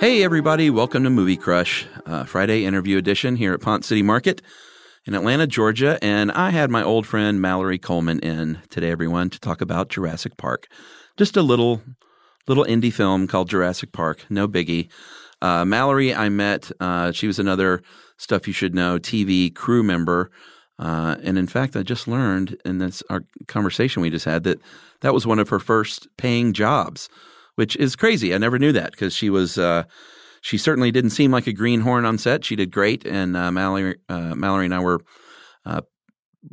Hey, everybody, welcome to Movie Crush, uh, Friday interview edition here at Pont City Market in Atlanta, Georgia. And I had my old friend Mallory Coleman in today, everyone, to talk about Jurassic Park. Just a little, little indie film called Jurassic Park, no biggie. Uh, Mallory, I met, uh, she was another Stuff You Should Know TV crew member. Uh, and in fact, I just learned in this our conversation we just had that that was one of her first paying jobs which is crazy. I never knew that because she was uh, she certainly didn't seem like a greenhorn on set. She did great, and uh, Mallory uh, Mallory and I were uh,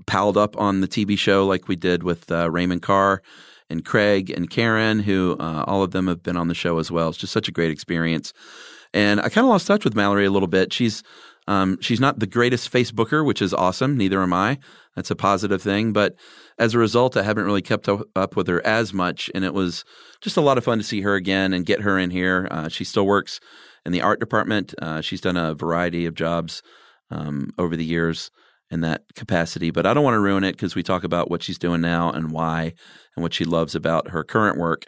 palled up on the TV show like we did with uh, Raymond Carr and Craig and Karen, who uh, all of them have been on the show as well. It's just such a great experience, and I kind of lost touch with Mallory a little bit. She's um, she's not the greatest Facebooker, which is awesome. Neither am I. That's a positive thing. But as a result, I haven't really kept up up with her as much. And it was just a lot of fun to see her again and get her in here. Uh, she still works in the art department. Uh, she's done a variety of jobs um, over the years in that capacity. But I don't want to ruin it because we talk about what she's doing now and why and what she loves about her current work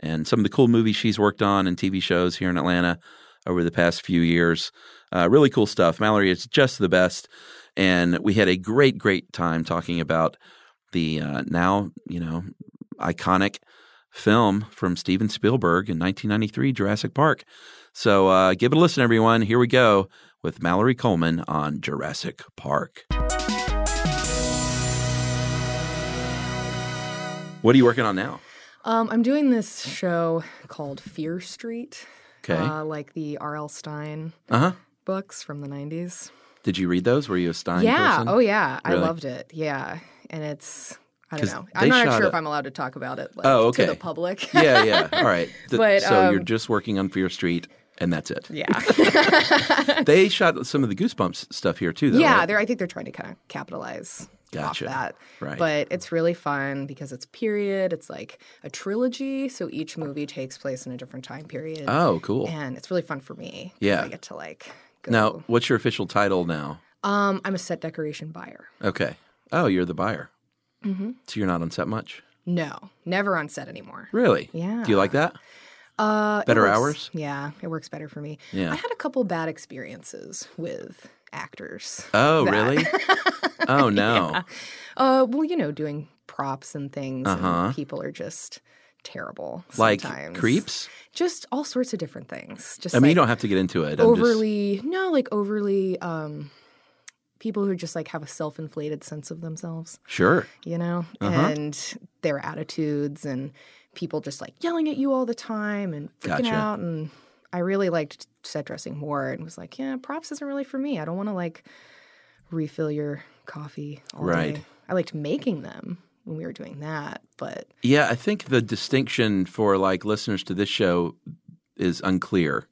and some of the cool movies she's worked on and TV shows here in Atlanta over the past few years. Uh, really cool stuff. Mallory is just the best, and we had a great, great time talking about the uh, now you know iconic film from Steven Spielberg in 1993, Jurassic Park. So uh, give it a listen, everyone. Here we go with Mallory Coleman on Jurassic Park. What are you working on now? Um, I'm doing this show called Fear Street, Okay. uh, like the R.L. Stein Uh huh. books from the 90s. Did you read those? Were you a Stein yeah. person? Oh, yeah. Really? I loved it. Yeah. And it's, I 'Cause don't know. they I'm not shot sure a- if I'm allowed to talk about it like, Oh, to okay. the public. yeah, yeah. All right. Th- But, so you're um, just working on Fear Street, and that's it. yeah. They shot some of the Goosebumps stuff here too, though. yeah. right? They're, I think they're trying to kind of capitalize Gotcha. off that. Right. But it's really fun because it's period. It's like a trilogy. So each movie takes place in a different time period. oh, cool. And it's really fun for me. 'cause Yeah. I get to like go. now, what's your official title now? Um, I'm a set decoration buyer. Okay. Oh, you're the buyer. Mhm. So you're not on set much, No, never on set anymore. really? Yeah. Do you like that? Uh, it Better works- hours? Yeah, it works better for me. Yeah. I had a couple bad experiences with actors. Oh, that- really? Oh no. Uh, well, you know, doing props and things. Uh-huh. And people are just terrible. Like sometimes. creeps? Just all sorts of different things. Just I mean, like, you don't have to get into it. I'm just- overly no, like overly um people who just like have a self-inflated sense of themselves, sure. you know? Uh-huh. And their attitudes and people just like yelling at you all the time and freaking Gotcha. out and I really liked set dressing more and was like, yeah, props isn't really for me. I don't want to like refill your coffee all Right. day. I liked making them when we were doing that, but Yeah, I think the distinction for like listeners to this show is unclear.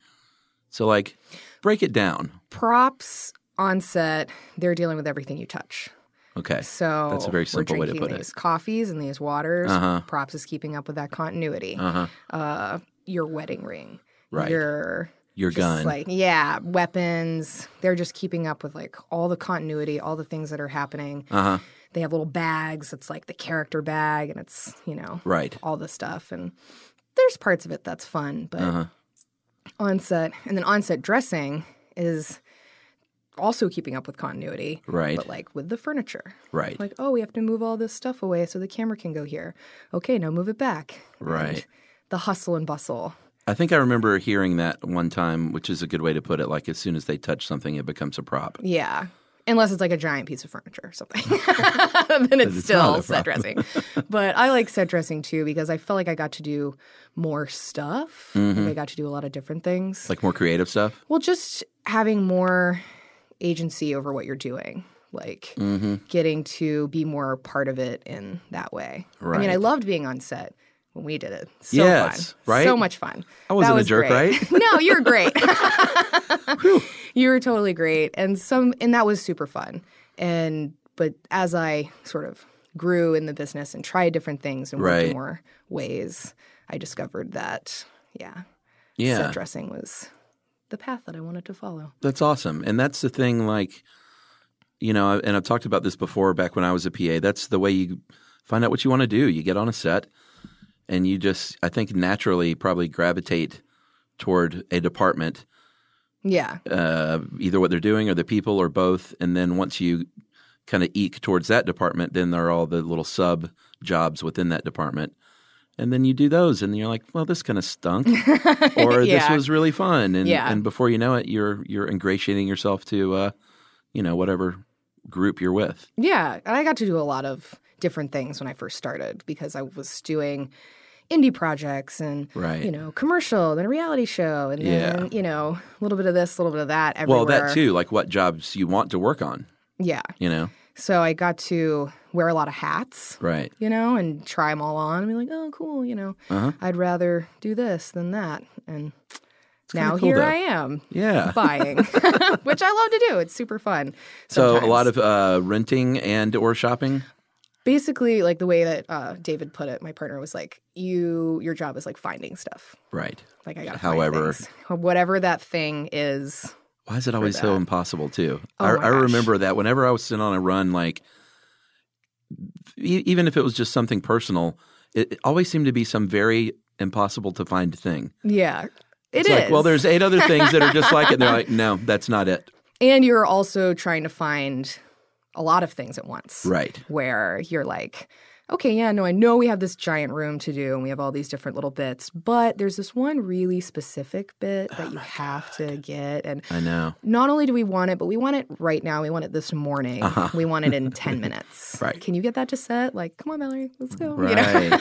So like break it down. props on set, they're dealing with everything you touch. Okay. So Eh, That's a very simple way we're to drinking put it. These coffees and these waters. Uh-huh. Props is keeping up with that continuity. Uh-huh. Uh, your wedding ring, Right. Your Your just gun. like yeah, weapons. They're just keeping up with like all the continuity, all the things that are happening. uh-huh. They have little bags. It's like the character bag, and it's you know Right. all the stuff. And there's parts of it that's fun, but Uh-huh. on set and then on set dressing is also keeping up with continuity, Right. But like with the furniture, Right. like, oh, we have to move all this stuff away so the camera can go here. Okay, now move it back. And Right. the hustle and bustle. I think I remember hearing that one time, which is a good way to put it. Like as soon as they touch something, it becomes a prop. Yeah. Unless it's like a giant piece of furniture or something, then it's, it's not still a set dressing. but I like set dressing too because I felt like I got to do more stuff. Like I got to do a lot of different things. Mm-hmm. Like more creative stuff. well, just having more agency over what you're doing, like Mm-hmm. getting to be more a part of it in that way. I mean, I Right. loved being on set when we did it. So Yes, fun. right? So much fun. I wasn't That a was jerk, great. right? no, you're great. you were totally great, and some, and that was super fun. And but as I sort of grew in the business and tried different things and worked Right. in more ways, I discovered that yeah, Yeah. set dressing was the path that I wanted to follow. That's awesome. And that's the thing, like, you know, and I've talked about this before back when I was a PA. That's the way you find out what you want to do. You get on a set and you just, I think, naturally probably gravitate toward a department, Yeah. uh, either what they're doing or the people or both. And then once you kind of eke towards that department, then there are all the little sub jobs within that department. And then you do those, and you're like, "Well, this kind of stunk," or "This Yeah. was really fun." And Yeah. and before you know it, you're you're ingratiating yourself to, uh, you know, whatever group you're with. Yeah. And I got to do a lot of different things when I first started because I was doing indie projects and Right. you know, commercial, then a reality show, and then, Yeah. you know, a little bit of this, a little bit of that everywhere. Well, that too, like what jobs you want to work on. Yeah. You know, So I got to wear a lot of hats. right? You know, and try them all on and be like, oh, cool, you know, Uh-huh. I'd rather do this than that. And kinda now cool, here though. I am Yeah. buying, which I love to do. It's super fun. So a sometimes. lot of uh, renting and or shopping. basically like the way that uh, David put it, my partner was like, "You, your job is like finding stuff. Right. Like I got However- whatever that thing is. Why is it always so that. impossible too? Oh I, my I gosh. remember that whenever I was sent on a run, like e- even if it was just something personal, it, it always seemed to be some very impossible to find thing. Yeah, it is. it's like, well, there's eight other things that are just like it. And they're like, no, that's not it. and you're also trying to find a lot of things at once, Right. Where you're like. Okay, yeah, no, I know we have this giant room to do and we have all these different little bits, but there's this one really specific bit Oh that you have to get. And I know. not only do we want it, but we want it right now. We want it this morning. Uh-huh. We want it in 10 minutes. Right. Can you get that to set? Like, come on, Mallory, let's go. you know? Right.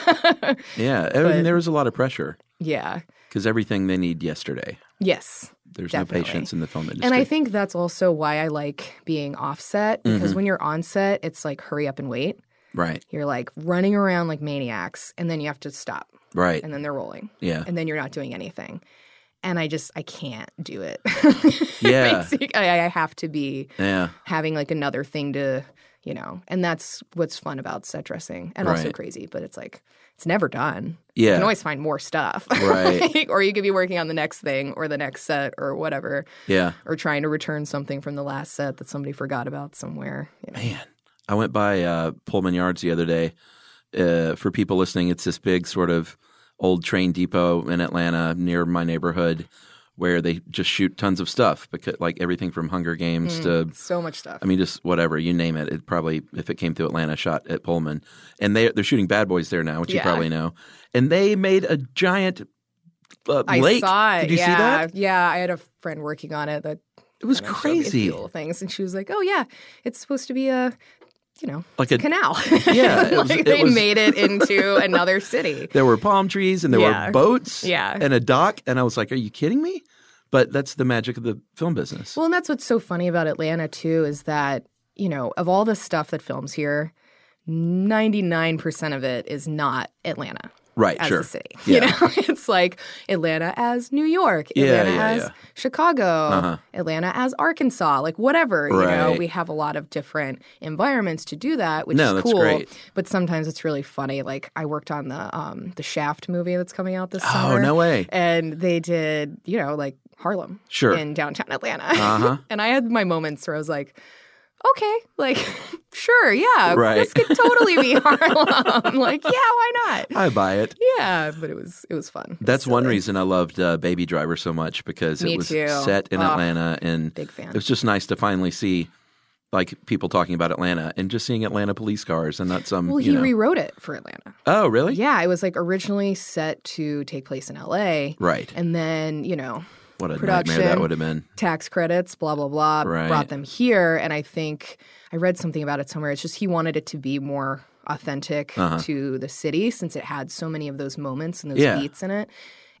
yeah. I mean, But- there was a lot of pressure yeah. because everything they need yesterday. Yes. There's Definitely. no patience in the film industry. And I think that's also why I like being offset Mm-hmm. because when you're on set, it's like hurry up and wait. Right. You're like running around like maniacs and then you have to stop Right. and then they're rolling Yeah. and then you're not doing anything. And I just, I can't do it. Yeah. Basically, I I have to be Yeah. having like another thing to you know and that's what's fun about set dressing and also Right. crazy but it's like it's never done you Yeah. can always find more stuff Right. Like, or you could be working on the next thing or the next set or whatever Yeah. or trying to return something from the last set that somebody forgot about somewhere you know. Man, I went by uh, Pullman Yards the other day. Uh, for people listening, it's this big sort of old train depot in Atlanta near my neighborhood where they just shoot tons of stuff because like everything from Hunger Games to Mm, So much stuff. I mean just whatever you name it. It probably if it came through Atlanta, shot at Pullman, and they they're shooting Bad Boys there now, which you Yeah. probably know. And they made a giant uh, I lake. saw it. Did you yeah. see that? Yeah, I had a friend working on it that It was kind of showed me a few crazy. little things, and she was like, "Oh yeah, it's supposed to be a, you know, Like a canal. Yeah, it was- like it they was- made it into another city. there were palm trees and there Yeah. were boats Yeah. and a dock and i was like are you kidding me but that's the magic of the film business Well, and that's what's so funny about Atlanta too is that you know of all the stuff that films here, ninety nine percent of it is not Atlanta. right as sure a city. You Yeah. know, it's like Atlanta as New York, Yeah, Atlanta yeah, as yeah. Uh-huh. Chicago, Atlanta as Arkansas, like whatever. You know, Right. we have a lot of different environments to do that, which No, is that's cool. great. But sometimes it's really funny. Like I worked on the um the Shaft movie that's coming out this Oh, summer. no way. And they did, you know, like Harlem Sure. in downtown Atlanta. Uh-huh. and I had my moments where I was like, okay, like sure, yeah, Right. this could totally be Harlem. like, yeah, why not? i buy it Yeah, but it was it was fun. that's one reason i loved uh, baby driver so much because Me it was too. set in Ugh. atlanta and Big fan. it was just nice to finally see like people talking about atlanta and just seeing atlanta police cars and not some Well, you he know- rewrote it for Atlanta. oh really Yeah, it was like originally set to take place in LA. right And then, you know, what a nightmare that production. would have been tax credits, blah blah blah, Right. brought them here and I think I read something about it somewhere. It's just he wanted it to be more authentic to the city since it had so many of those moments and those Uh-huh. Yeah. beats in it.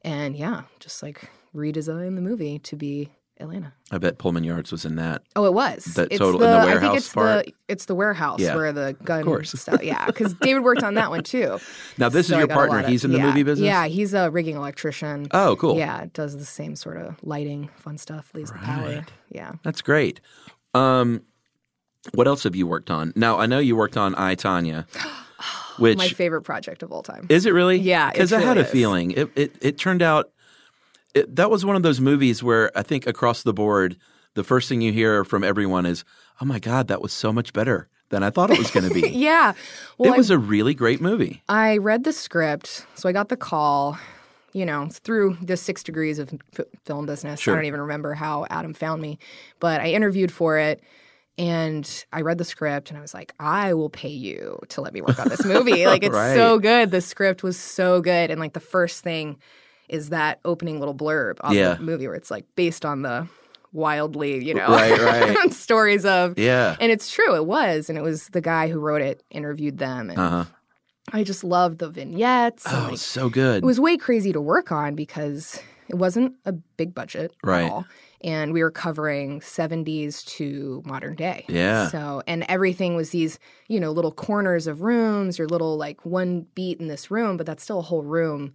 And yeah, just like redesign the movie to be Atlanta. i bet pullman yards was in that Oh, it was. The it's total- the, in the I think warehouse it's part? the it's the warehouse Yeah. where the gun course. stuff. Yeah, because David worked on that one too. now this is So I your got a lot partner of- he's in the yeah. movie business Yeah, he's a rigging electrician. oh cool Yeah, does the same sort of lighting, fun stuff, leaves the power. Right. Yeah. That's great. Um, what else have you worked on? Now I know you worked on I Tanya, which Oh, My favorite project of all time. is it really? Yeah, it because I had really a is. feeling it. It, it turned out it, that was one of those movies where I think across the board, the first thing you hear from everyone is, "Oh my God, that was so much better than I thought it was going to be." yeah. Well, it was a really great movie. I, I read the script, so I got the call. You know, through the six degrees of f- film business. Sure. I don't even remember how Adam found me, but I interviewed for it. And I read the script and I was like, I will pay you to let me work on this movie. like, it's Right. so good. The script was so good. And like, the first thing is that opening little blurb on Yeah. the movie where it's like based on the wildly, you know, Right, right. stories of. Yeah. And it's true, it was. And it was the guy who wrote it interviewed them. And Uh huh. I just loved the vignettes. and, Oh, like, so good. it was way crazy to work on because it wasn't a big budget Right. at all. And we were covering 70s to modern day. Yeah. So, and everything was these, you know, little corners of rooms or little like one beat in this room, but that's still a whole room. that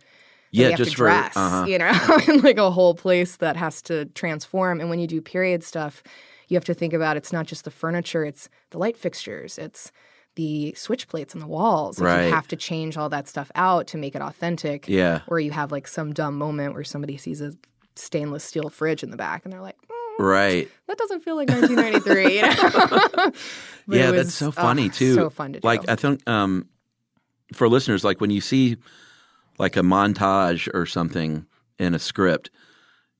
Yeah, we have just to for- dress, uh-huh. you know, and like a whole place that has to transform. And when you do period stuff, you have to think about it's not just the furniture, it's the light fixtures, it's the switch plates on the walls. Like, Right. You have to change all that stuff out to make it authentic yeah. or you have like some dumb moment where somebody sees a stainless steel fridge in the back and they're like, "Mm, Right. that doesn't feel like 1993. you know? But it yeah, was, that's so uh, funny too. So fun to do. Like I think um, for listeners, like when you see like a montage or something in a script,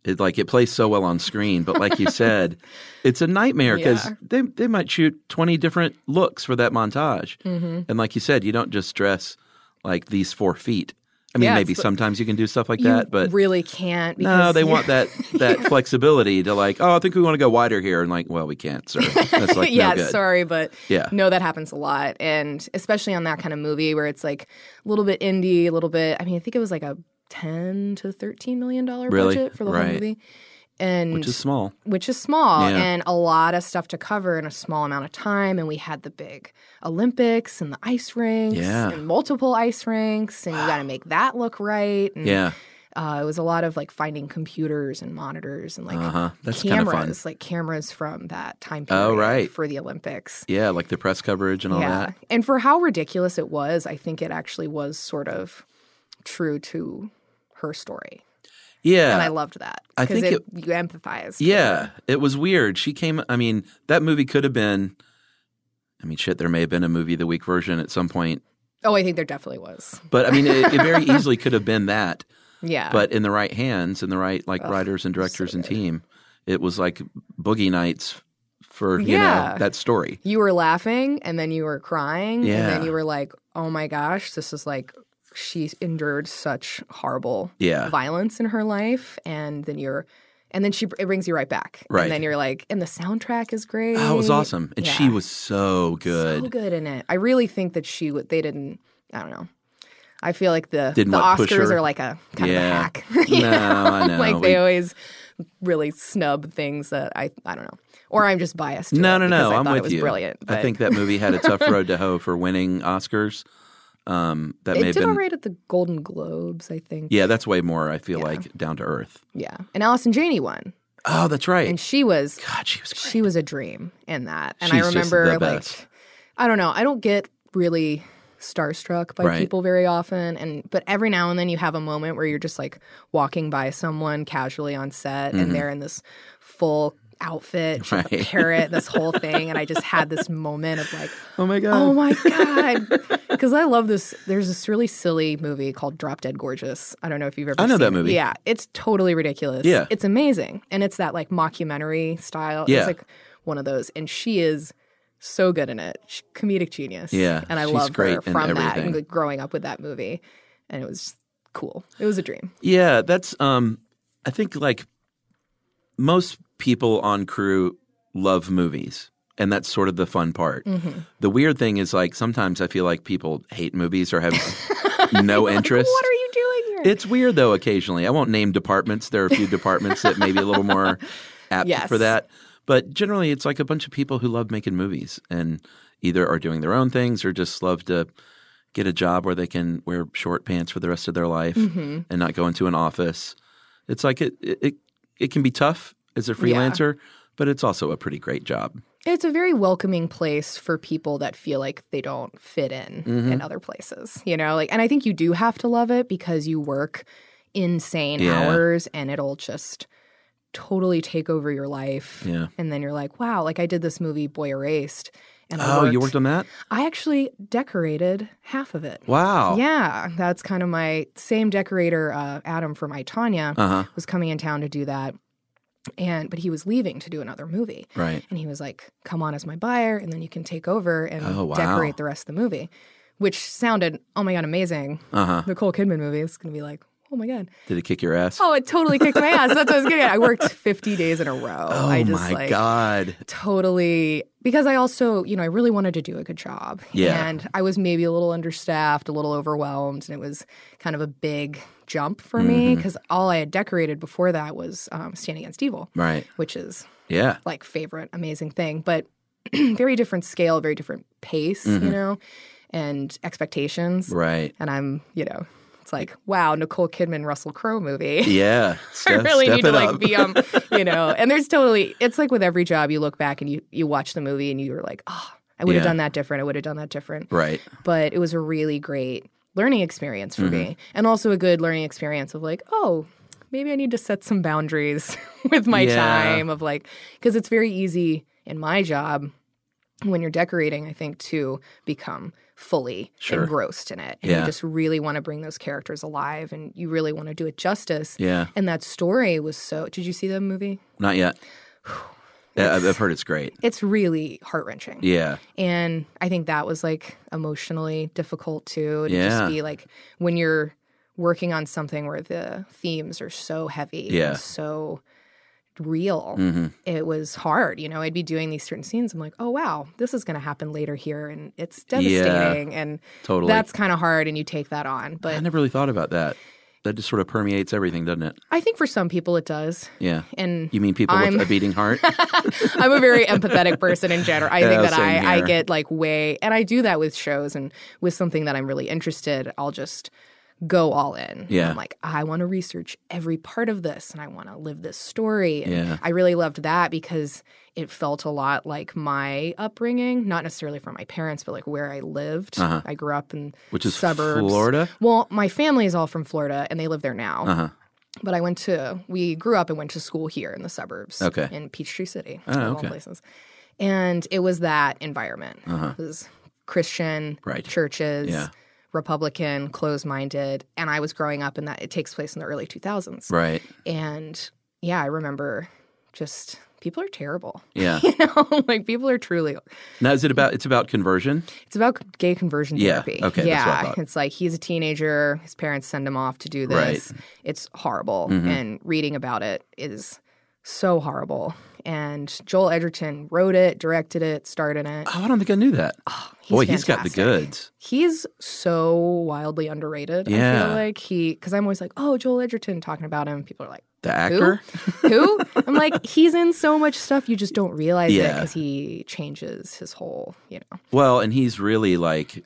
it like it plays so well on screen. But like you said, it's a nightmare because Yeah. they they might shoot twenty different looks for that montage, Mm-hmm. and like you said, you don't just dress like these four feet. I mean, Yeah, maybe it's like- sometimes you can do stuff like you that, but really can't. Because no, they you're- want that that flexibility to like, oh, I think we want to go wider here, and like, well, we can't, sir. That's like yeah, no good. sorry, but Yeah. no, that happens a lot, and especially on that kind of movie where it's like a little bit indie, a little bit. I mean, I think it was like a ten to thirteen million dollar Really? budget for the Right. whole movie, and Which is small. which is small Yeah. and a lot of stuff to cover in a small amount of time. And we had the big Olympics and the ice rinks Yeah. and multiple ice rinks, and you got to make that look right. And, Yeah. uh, it was a lot of like finding computers and monitors and like Uh-huh. That's kinda fun. cameras, like cameras from that time period. Oh, right. for the Olympics. Yeah, like the press coverage and all yeah, that. and for how ridiculous it was, I think it actually was sort of true to her story, Yeah. and I loved that I because think it, you empathized. yeah, it was weird. She came I mean, that movie could have been I mean, shit, there may have been a movie of the week version at some point, Oh, I think there definitely was. but I mean, it, it very easily could have been that. Yeah. But in the right hands, in the right like writers and directors and team, it was like boogie nights for you Yeah. know that story. you were laughing and then you were crying and then Yeah. you were like, "Oh my gosh, this is like she endured such horrible Yeah. violence in her life." And then you're and then she it brings you right back. Right. And then you're like, "And the soundtrack is great." Oh, it was awesome, and she Yeah. was so good. So good in it. I really think that she would. They didn't. I don't know. I feel like the Didn't the what, push Oscars her? are like a kind of Yeah. a hack. you No, I know. like they We- always really snub things that I I don't know. Or I'm just biased. to No, it no, because no. I I'm thought with it was you. Brilliant. I but think that movie had a tough road to hoe for winning Oscars. Um, that may it have did been. all right at the Golden Globes. I think. Yeah, that's way more. I feel like down to earth. Yeah. And Allison Janney won, Oh, that's right. and she was God, she was great. she was a dream in that. And She's I just remember the like best. I don't know, I don't get really starstruck by Right. people very often and but every now and then you have a moment where you're just like walking by someone casually on set and they're in this full outfit, she's a Mm-hmm. Right. parrot, this whole thing and I just had this moment of like oh my god. Oh my god! Because I love this. There's this really silly movie called Drop Dead Gorgeous. I don't know if you've ever. I know seen that it. movie. Yeah, it's totally ridiculous. Yeah. it's amazing, and it's that like mockumentary style. Yeah. it's like one of those, and she is so good in it. She, comedic genius. Yeah, and I she's love great her in from that everything. and like, growing up with that movie, and it was just cool. It was a dream. Yeah, that's um I think like most people on crew love movies. And that's sort of the fun Mm. part. Mm-hmm. The weird thing is like sometimes I feel like people hate movies or have no interest. What are you doing here? It's weird though. Occasionally, I won't name departments. There are a few departments that may be a little more apt Yes. for that. But generally, it's like a bunch of people who love making movies and either are doing their own things or just love to get a job where they can wear short pants for the rest of their life Mm. Mm-hmm. and not go into an office. It's like it it it, it can be tough as a freelancer, but it's also a pretty great job. It's a very welcoming place for people that feel like they don't fit in Mm-hmm. in other places, you know? Like and I think you do have to love it because you work insane Yeah. hours and it'll just totally take over your life. Yeah. And then you're like, "Wow, like I did this movie Boy Erased." And I Oh, you worked on that? I actually decorated half of it. Wow. Yeah, that's kind of my same decorator, uh, Adam from Itanya, Uh huh. was coming in town to do that. And but he was leaving to do another movie. Right. And he was like, come on as my buyer, and then you can take over and Oh, wow. decorate the rest of the movie, which sounded, oh my God, amazing. Uh huh. The Nicole Kidman movie is going to be like, oh my God. Did it kick your ass? Oh, it totally kicked my ass. That's what I was getting at. I worked 50 days in a row. Oh I just, my like, god. Totally, because I also, you know, I really wanted to do a good job. Yeah. And I was maybe a little understaffed, a little overwhelmed, and it was kind of a big jump for Mm-hmm. me because all I had decorated before that was um, Stand Against Evil, Right. which is Yeah. like favorite amazing thing but very different scale very different pace you know and expectations Mm-hmm. Right. and i'm you know it's like wow nicole kidman russell crowe movie Yeah. I Step- really step need to it like up. be um, you know, and there's totally it's like with every job you look back and you you watch the movie and you're like, oh, I would have Yeah. done that different. I would have done that different. Right. But it was a really great learning experience for Mm-hmm. me, and also a good learning experience of like, oh, maybe I need to set some boundaries with my Yeah. time of like, because it's very easy in my job when you're decorating, I think, to become fully Sure. engrossed in it. And Yeah. you just really want to bring those characters alive and you really want to do it justice. Yeah. And that story was so. Did you see the movie? Not yet. Yeah, I've I've heard it's great. It's really heart wrenching. Yeah. And I think that was like emotionally difficult too. To Yeah. just be like when you're working on something where the themes are so heavy Yeah. and so real, hmm it was hard. You know, I'd be doing these certain scenes. I'm like, oh, wow, this is going to happen later here. And it's devastating. And Totally. that's kind of hard. And you take that on. I But never really thought about that. That just sort of permeates everything, doesn't it? I think for some people it does. Yeah. And You mean people I'm- with a beating heart? I'm a very empathetic person in general. I Yeah, think that same I, I here. get like way, and I do that with shows and with something that I'm really interested. I'll just go all in. Yeah. I'm like, I want to research every part of this and I want to live this story. And Yeah. I really loved that because it felt a lot like my upbringing, not necessarily from my parents, but like where I lived. Uh-huh. I grew up in Which is suburbs. Florida? Well, my family is all from Florida and they live there now. Uh huh. But I went to we grew up and went to school here in the suburbs. Okay. In Peachtree City. Oh, of all okay. places. And it was that environment. Uh-huh. It was Christian Right. churches. Yeah. Republican, close minded, and I was growing up in that it takes place in the early 2000s. Right. And yeah, I remember just people are terrible. Yeah. you know, like people are truly Now is it about it's about conversion? it's about gay conversion Yeah, therapy. okay, that's yeah. what I thought. It's like he's a teenager, his parents send him off to do this. It's horrible. Mm-hmm. And reading about it is so horrible. And Joel Edgerton wrote it, directed it, started it. Ah, Oh, I don't think I knew that. He's Boy, he's got the fantastic. goods. He's so wildly underrated. I Yeah. feel like he, because I'm always like, oh, Joel Edgerton talking about him. People are like, The who? actor? Who? I'm like, he's in so much stuff you just don't realize it Yeah. because he changes his whole, you know. Well, and he's really like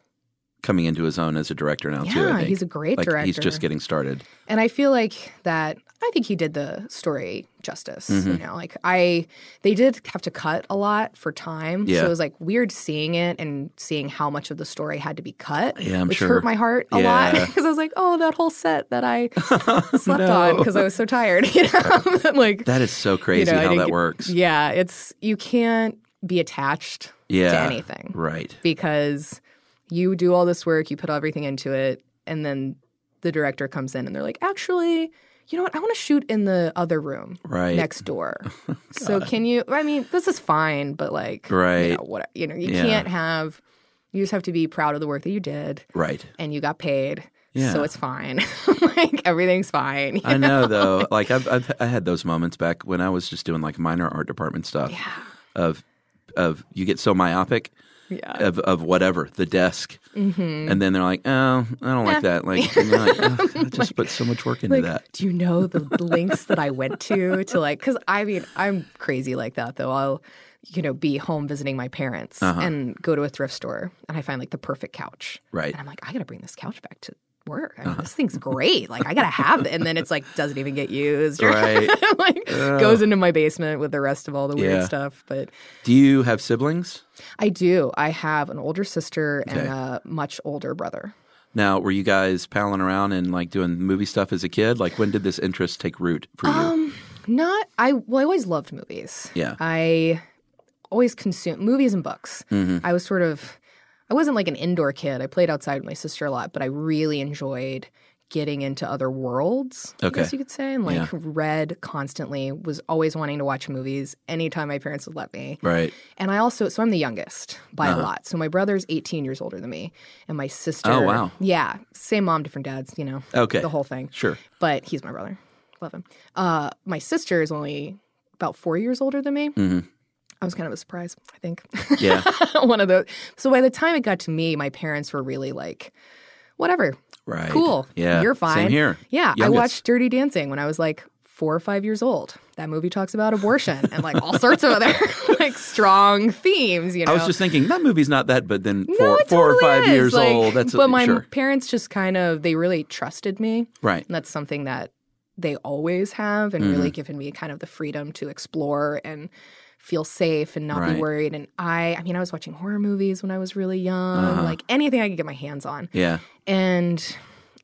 coming into his own as a director now too. I yeah, think. he's a great like director. he's just getting started. And I feel like that I think he did the story justice. Mm-hmm. You know, like I they did have to cut a lot for time. Yeah. So it was like weird seeing it and seeing how much of the story had to be cut. Yeah, I'm which sure. hurt my heart a Yeah. lot. Because I was like, oh, that whole set that I slept on because I was so tired. You know? like That is so crazy I how didn't that get- works. Yeah, it's you can't be attached to Yeah. anything Right. because you do all this work, you put everything into it, and then the director comes in and they're like, actually, you know what? I want to shoot in the other room Right. next door. so can you? I mean, this is fine, but like, you Right. know, what, you, know you Yeah. can't have. You just have to be proud of the work that you did, Right. and you got paid, Yeah. so it's fine. like everything's fine. I know though. Like I've, I've I had those moments back when I was just doing like minor art department stuff. Yeah. Of of you get so myopic Yeah. of of whatever the desk, Mm-hmm. and then they're like, oh, I don't like that. Like, and you're like "Ugh, I just put so much work into like, that. do you know the links that I went to to like? Because I mean, I'm crazy like that though. I'll, you know, be home visiting my parents Uh-huh. and go to a thrift store and I find like the perfect couch. Right. And I'm like, I gotta bring this couch back to work. I mean, Uh-huh. this thing's great. Like, I gotta have it. And then it's like doesn't even get used. or- Right. like goes into my basement with the rest of all the weird Yeah. stuff. But Do you have siblings? I do. I have an older sister Okay. and a much older brother. Now, were you guys palling around and like doing movie stuff as a kid? Like, when did this interest take root for you? Um, not I. Well, I always loved movies. Yeah. I always consumed movies and books. Mm-hmm. Hmm. I was sort of, I wasn't like an indoor kid. I played outside with my sister a lot, but I really enjoyed getting into other worlds. Okay. I guess you could say, and like Yeah. read constantly. Was always wanting to watch movies anytime my parents would let me. right. And I also, so I'm the youngest by a lot. So my brother's 18 years older than me, and my sister. Uh-huh. Oh, wow. Yeah, same mom, different dads. You know. Okay. The whole thing Sure. but he's my brother. Love him. Uh, my sister is only about four years older than me. Mhm. I was kind of a surprise, I think. Yeah. One of those. So by the time it got to me, my parents were really like, whatever, Right. cool. Yeah. You're fine. Same here. Yeah. I Youngest. watched Dirty Dancing when I was like four or five years old. That movie talks about abortion and like all sorts of other like strong themes, you know. I was just thinking that movie's not that, but then four, it four or totally five is. years Like, old. That's but my sure. parents just kind of they really trusted me. Right. And that's something that they always have and Mm-hmm. really given me kind of the freedom to explore and feel safe and not Right. be worried. And I, I mean, I was watching horror movies when I was really young, Uh-huh. like anything I could get my hands on. Yeah. And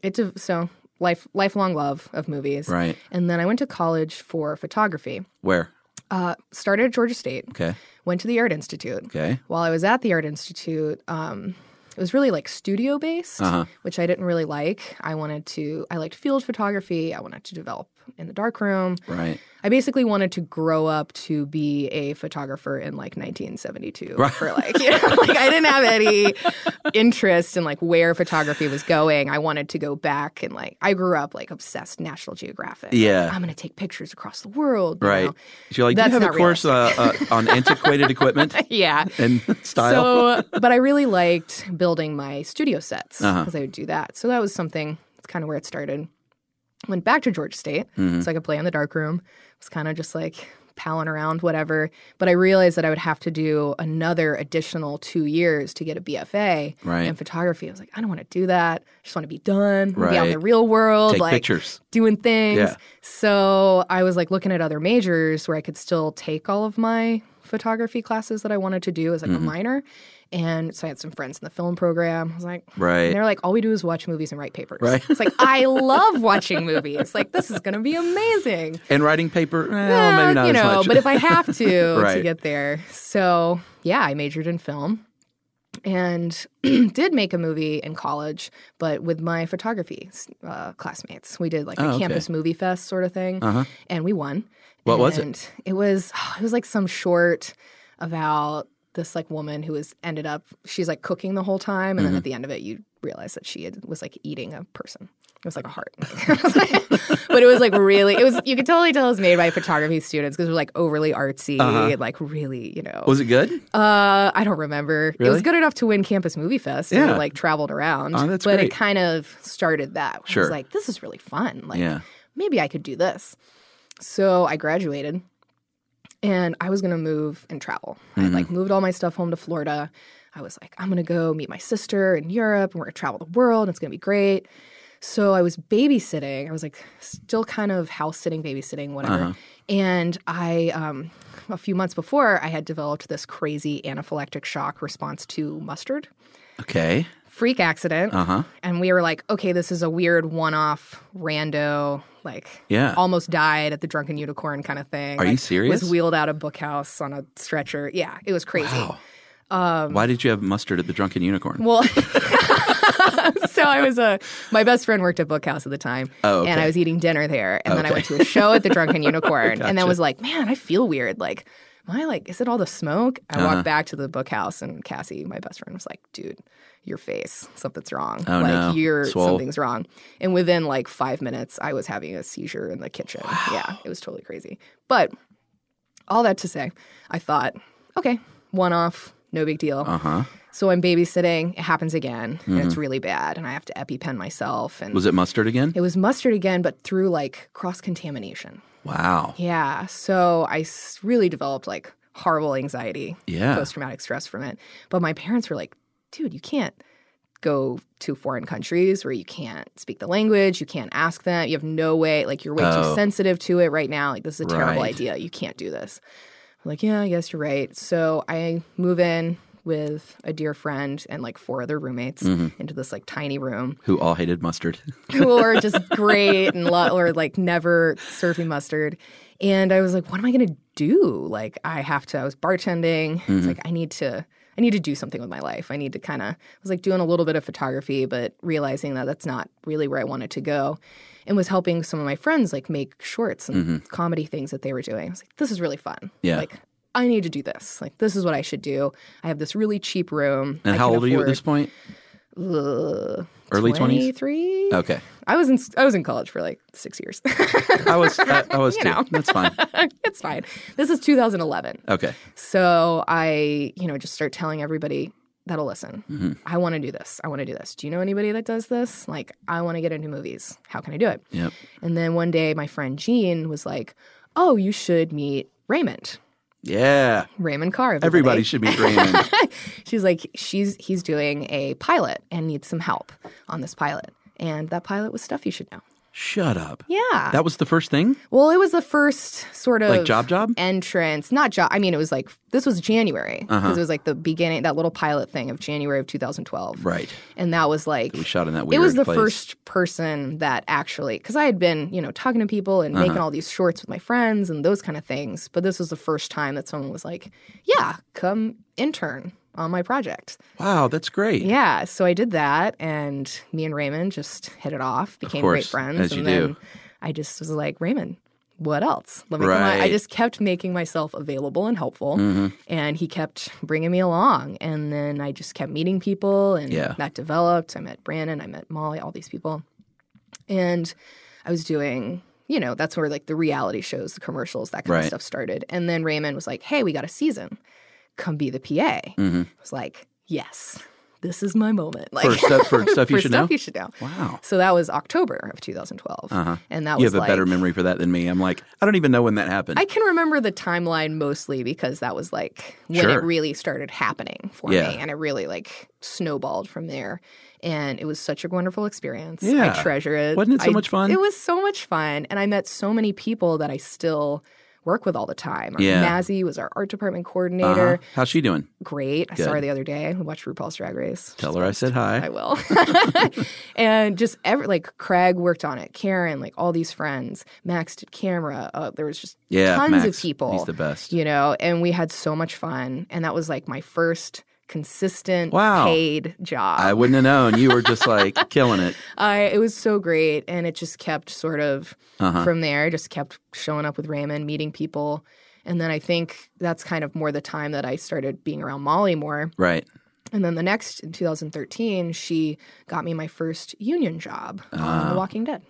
it's a, so life, lifelong love of movies. Right. And then I went to college for photography. Where? Uh, started at Georgia State, Okay. went to the Art Institute. Okay. While I was at the Art Institute, um, it was really like studio based, Uh-huh. which I didn't really like. I wanted to, I liked field photography. I wanted to develop in the darkroom. Right. I basically wanted to grow up to be a photographer in like 1972. Right. For like, you know, like I didn't have any interest in like where photography was going. I wanted to go back and like I grew up like obsessed National Geographic. Like, Yeah. I'm gonna take pictures across the world. you Right. know? So you're like, That's do you have a not course uh, uh, on antiquated equipment Yeah. and style? So, but I really liked building my studio sets because Uh-huh. I would do that. So that was something. That's kind of where it started. Went back to Georgia State Mm-hmm, Mm. so I could play in the darkroom. It was kind of just like palling around, whatever. But I realized that I would have to do another additional two years to get a BFA Right. in photography. I was like, I don't want to do that. I just want to be done, be out in Right. the real world, Take like pictures. doing things. Yeah. So I was like looking at other majors where I could still take all of my photography classes that I wanted to do as like Mm-hmm. a minor. And so I had some friends in the film program. I was like, Right. And they're like, all we do is watch movies and write papers. Right. It's like, I love watching movies. Like, this is going to be amazing. And writing paper? eh, Well, Well, maybe not you know, as much. but if I have to Right. to get there. So yeah, I majored in film and did make a movie in college, but with my photography uh, classmates. We did like a Oh, okay. campus movie fest sort of thing, Uh-huh. and we won. What was it? And It was it was like some short about this like woman who was ended up she's like cooking the whole time, and then Mm-hmm. at the end of it, you realize that she had, was like eating a person. It was like a heart, but it was like really. It was you could totally tell it was made by photography students because it was like overly artsy, Uh-huh. like really, you know. Was it good? Uh, I don't remember. It Really? was good enough to win Campus Movie Fest. and Yeah. It, like traveled around. Oh, that's but great. it kind of started that. I Sure. was like, this is really fun. Like, yeah. maybe I could do this. So I graduated and I was going to move and travel. I like moved all my stuff home to Florida. I was like, I'm going to go meet my sister in Europe and we're going to travel the world. and It's going to be great. So I was babysitting. I was like, still kind of house sitting, babysitting, whatever. And I, um, a few months before, I had developed this crazy anaphylactic shock response to mustard. Okay. Freak accident Uh huh. and we were like, okay, this is a weird one-off rando, like Yeah. almost died at the drunken unicorn kind of thing. Are you Like, serious? Was wheeled out of bookhouse on a stretcher. Yeah, it was crazy. Wow. Why did you have mustard at the Drunken Unicorn? Um, Well, so I was a my best friend worked at Bookhouse at the time, Oh, okay. and I was eating dinner there, and then I Okay. went to a show at the Drunken Unicorn, and Gotcha. then was like, man, I feel weird. Like, am I like, is it all the smoke? I Uh-huh. walked back to the Bookhouse, and Cassie, my best friend, was like, dude, your face, something's wrong. Oh, like, no. you're Swole. something's wrong. And within like five minutes, I was having a seizure in the kitchen. Yeah, it was totally crazy, but. All that to say, I thought, okay, one off, no big deal. Uh huh. So I'm babysitting. It happens again, and it's really bad, and I have to EpiPen myself. And Was it mustard again? it was mustard again, but through like cross contamination. Wow. Yeah. So I s- really developed like horrible anxiety, Yeah. post traumatic stress from it. But my parents were like, dude, you can't go to foreign countries where you can't speak the language, you can't ask them, you have no way, like you're way Oh. too sensitive to it right now. Like this is a terrible Right. idea. You can't do this. I'm like, yeah, I guess you're right. So I move in with a dear friend and like four other roommates Mm. into this like tiny room mm-hmm. Who all hated mustard? who were just great and lo- or like never served me mustard. And I was like, what am I gonna do? Like I have to. I was bartending. I Mm-hmm. was like, I need to. I need to do something with my life. I need to kind of. I was like doing a little bit of photography, but realizing that that's not really where I wanted to go, and was helping some of my friends like make shorts and comedy things that they were doing. I was like, this is really fun. Mm-hmm. Yeah. Like. I need to do this. Like, this is what I should do. I have this really cheap room. And I how can old are you at afford- this point? Ugh, Early Oh, 20s? 23? Okay. I was in I was in college for like six years. I was. I, I was You too. know. That's fine. it's fine. This is 2011, Okay. so I you know just start telling everybody that'll listen. Mhm. I want to do this. I want to do this. Do you know anybody that does this? Like, I want to get into movies. How can I do it? Yep. And then one day, my friend Jean was like, "Oh, you should meet Raymond. Yeah. Raymond Carr. Everybody should be dreaming. she's like she's he's doing a pilot and needs some help on this pilot. And that pilot was stuff you should know. Shut up. Yeah. That was the first thing. Well, it was the first sort of Like job job? entrance, not job. I mean, it was like this was January because Uh-huh. it was like the beginning that little pilot thing of January of 2012, Right. and that was like We shot in that weird. it was the place. first person that actually because I had been you know talking to people and making Uh-huh. all these shorts with my friends and those kind of things, but this was the first time that someone was like, "Yeah, come intern on my project." Wow, that's great. Yeah, so I did that, and me and Raymond just hit it off, became great course, friends. as and you then do. I just was like, Raymond, what else? Let me come on. I Right. Mm. just kept making myself available and helpful, Mm-hmm. and he kept bringing me along. And then I just kept meeting people, and Yeah. that developed. I met Brandon, I met Molly, all these people, and I was doing. You know, that's where like the reality shows, the commercials, that kind Right. of stuff started. And then Raymond was like, "Hey, we got a season. Come be the PA." Mhm. I was like, yes, this is my moment. Like, for stuff for stuff you for should stuff know. you should know. wow. So that was October of 2012. Uh-huh. And that You was have a like, better memory for that than me. I'm like, I don't even know when that happened. I can remember the timeline mostly because that was like when Sure. it really started happening for Yeah. me and it really like snowballed from there. And it was such a wonderful experience. Yeah. I treasure it. Wasn't it so I- much fun? It was so much fun. And I met so many people that I still work with all the time. Our Yeah. Mazzy was our art department Uh-huh. coordinator. How's she doing? Great. I saw Good. her the other day. We watched RuPaul's Drag Race. Tell her I said I hi. will. and just every like Craig worked on it, Karen, like all these friends, Max did camera. Uh, there was just Yeah, tons Max, of people, He's the best. you know, and we had so much fun. And that was like my first consistent, Wow. paid job. I wouldn't have known. You were just like killing it. I it was so great, and it just kept sort of Uh-huh. from there. I just kept showing up with Raymond, meeting people, and then I think that's kind of more the time that I started being around Molly more. Right. And then the next in 2013, she got me my first union job Ah. on The Walking Dead,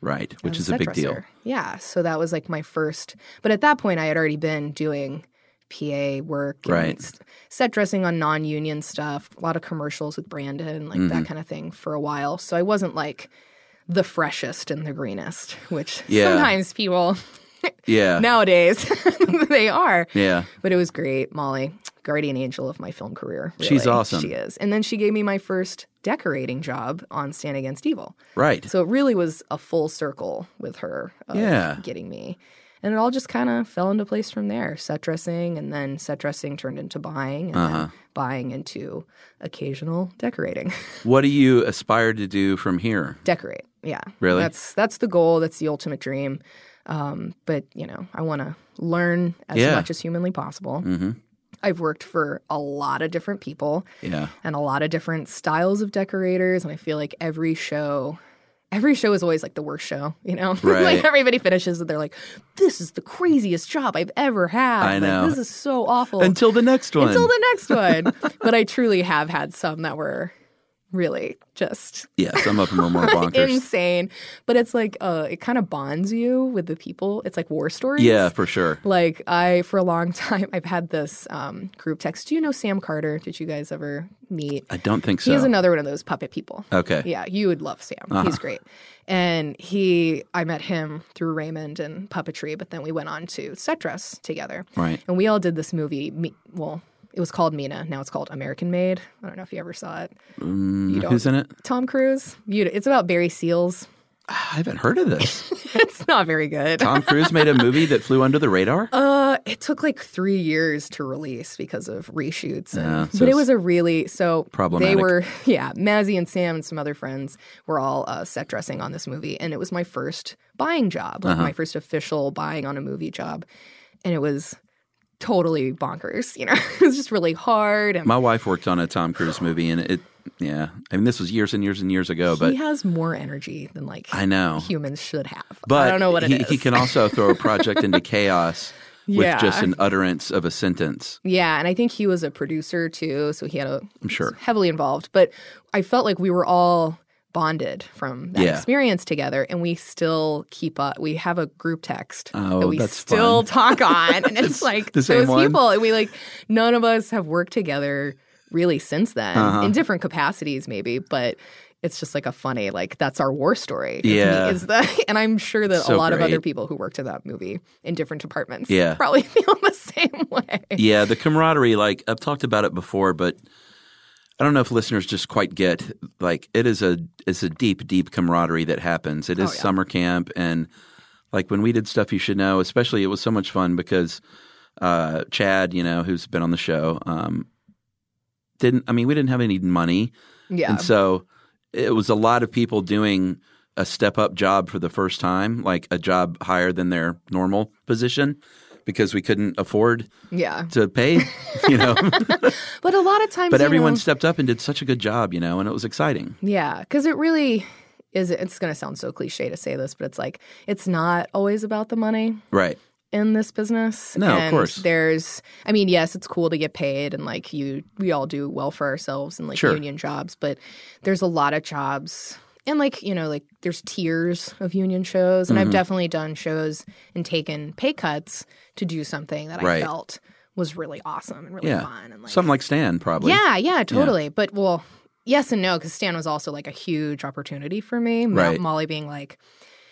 Right. Which as is a set big deal. Um, dresser. Yeah, so that was like my first. But at that point, I had already been doing PA work, and Right. s- set dressing on non-union stuff, a lot of commercials with Brandon, like Mm-hmm. that kind of thing for a while. So I wasn't like the freshest and the greenest, which Yeah. Uh. sometimes people Yeah. nowadays they are. Yeah. But it was great, Molly, guardian angel of my film career. really. She's awesome. She is. And then she gave me my first decorating job on Stand Against Evil. Right. So it really was a full circle with her of Yeah. getting me. And it all just kind of fell into place from there. Set dressing, and then set dressing turned into buying, and Uh-huh. then buying into occasional decorating. What do you aspire to do from here? Decorate, yeah. Really? That's that's the goal. That's the ultimate dream. Um, but you know, I want to learn as Yeah. much as humanly possible. Mm-hmm. I've worked for a lot of different people Yeah. and a lot of different styles of decorators. And I feel like every show, every show is always like the worst show, you know? Right. like everybody finishes and they're like, this is the craziest job I've ever had. I Like, know. this is so awful. Until the next one. Until the next one. but I truly have had some that were really just yeah. Some of them are more bonkers. insane. But it's like, uh, it kind of bonds you with the people. It's like war stories. yeah, for sure. Like I, for a long time, I've had this um, group text. Do you know Sam Carter? Did you guys ever meet? I don't think so. Uh-huh. He's another one of those puppet people. okay. Yeah, you would love Sam. He's great. And he, I met him through Raymond and puppetry, but then we went on to set dress together. Right. And we all did this movie. Me, well, it was called Mina. Now it's called American Made. I don't know if you ever saw it. Mm, don't- who's in it? Tom Cruise. You, it's about Barry Seals. Ah, I haven't heard of this. it's not very good. Tom Cruise made a movie that flew under the radar. Uh, it took like three years to release because of reshoots, and, Yeah, so but it it's was a really so problematic. They were yeah, Mazzy and Sam and some other friends were all uh, set dressing on this movie, and it was my first buying job, like Uh-huh. my first official buying on a movie job, and it was totally bonkers. You know, it was just really hard. And My wife worked on a Tom Cruise movie, and it. Yeah. I mean, this was years and years and years ago, but he has more energy than like I know. humans should have. But I don't know what it he, is. he can also throw a project into chaos with Yeah. just an utterance of a sentence. Yeah, and I think he was a producer too, so he had a I'm sure. heavily involved. But I felt like we were all bonded from that Yeah. experience together, and we still keep up. We have a group text Oh, that we that's still fun. talk on, and it's like the same those one? people, and we like none of us have worked together really since then Uh-huh. in different capacities, maybe, but. It's just like a funny, like that's our war story. is me- Yeah. is the, and I'm sure that So a lot of other great. people who worked at that movie in different departments, Yeah. probably feel the same way. Yeah, the camaraderie, like I've talked about it before, but I don't know if listeners just quite get like it is a it's a deep, deep camaraderie that happens. It is Oh, yeah. summer camp and like when we did stuff you should know, especially it was so much fun because uh Chad, you know, who's been on the show, um didn't I mean we didn't have any money. Yeah. And so it was a lot of people doing a step up job for the first time, like a job higher than their normal position because we couldn't afford Yeah. to pay, you know. But a lot of times, but you everyone know- stepped up and did such a good job, you know, and it was exciting. yeah, because it really is. It's going to sound so cliche to say this, but it's like it's not always about the money Right. in this business. No, of And course. There's, I mean, yes, it's cool to get paid, and like you, we all do well for ourselves and like Sure. union jobs. But there's a lot of jobs. And like you know, like there's tiers of union shows, Mm-hmm. and I've definitely done shows and taken pay cuts to do something that Right. I felt was really awesome and really Yeah. fun and like Something like Stan, probably. Yeah, yeah, totally. But well, yes and no, because Stan was also like a huge opportunity for me. Mo- Right. Molly being like,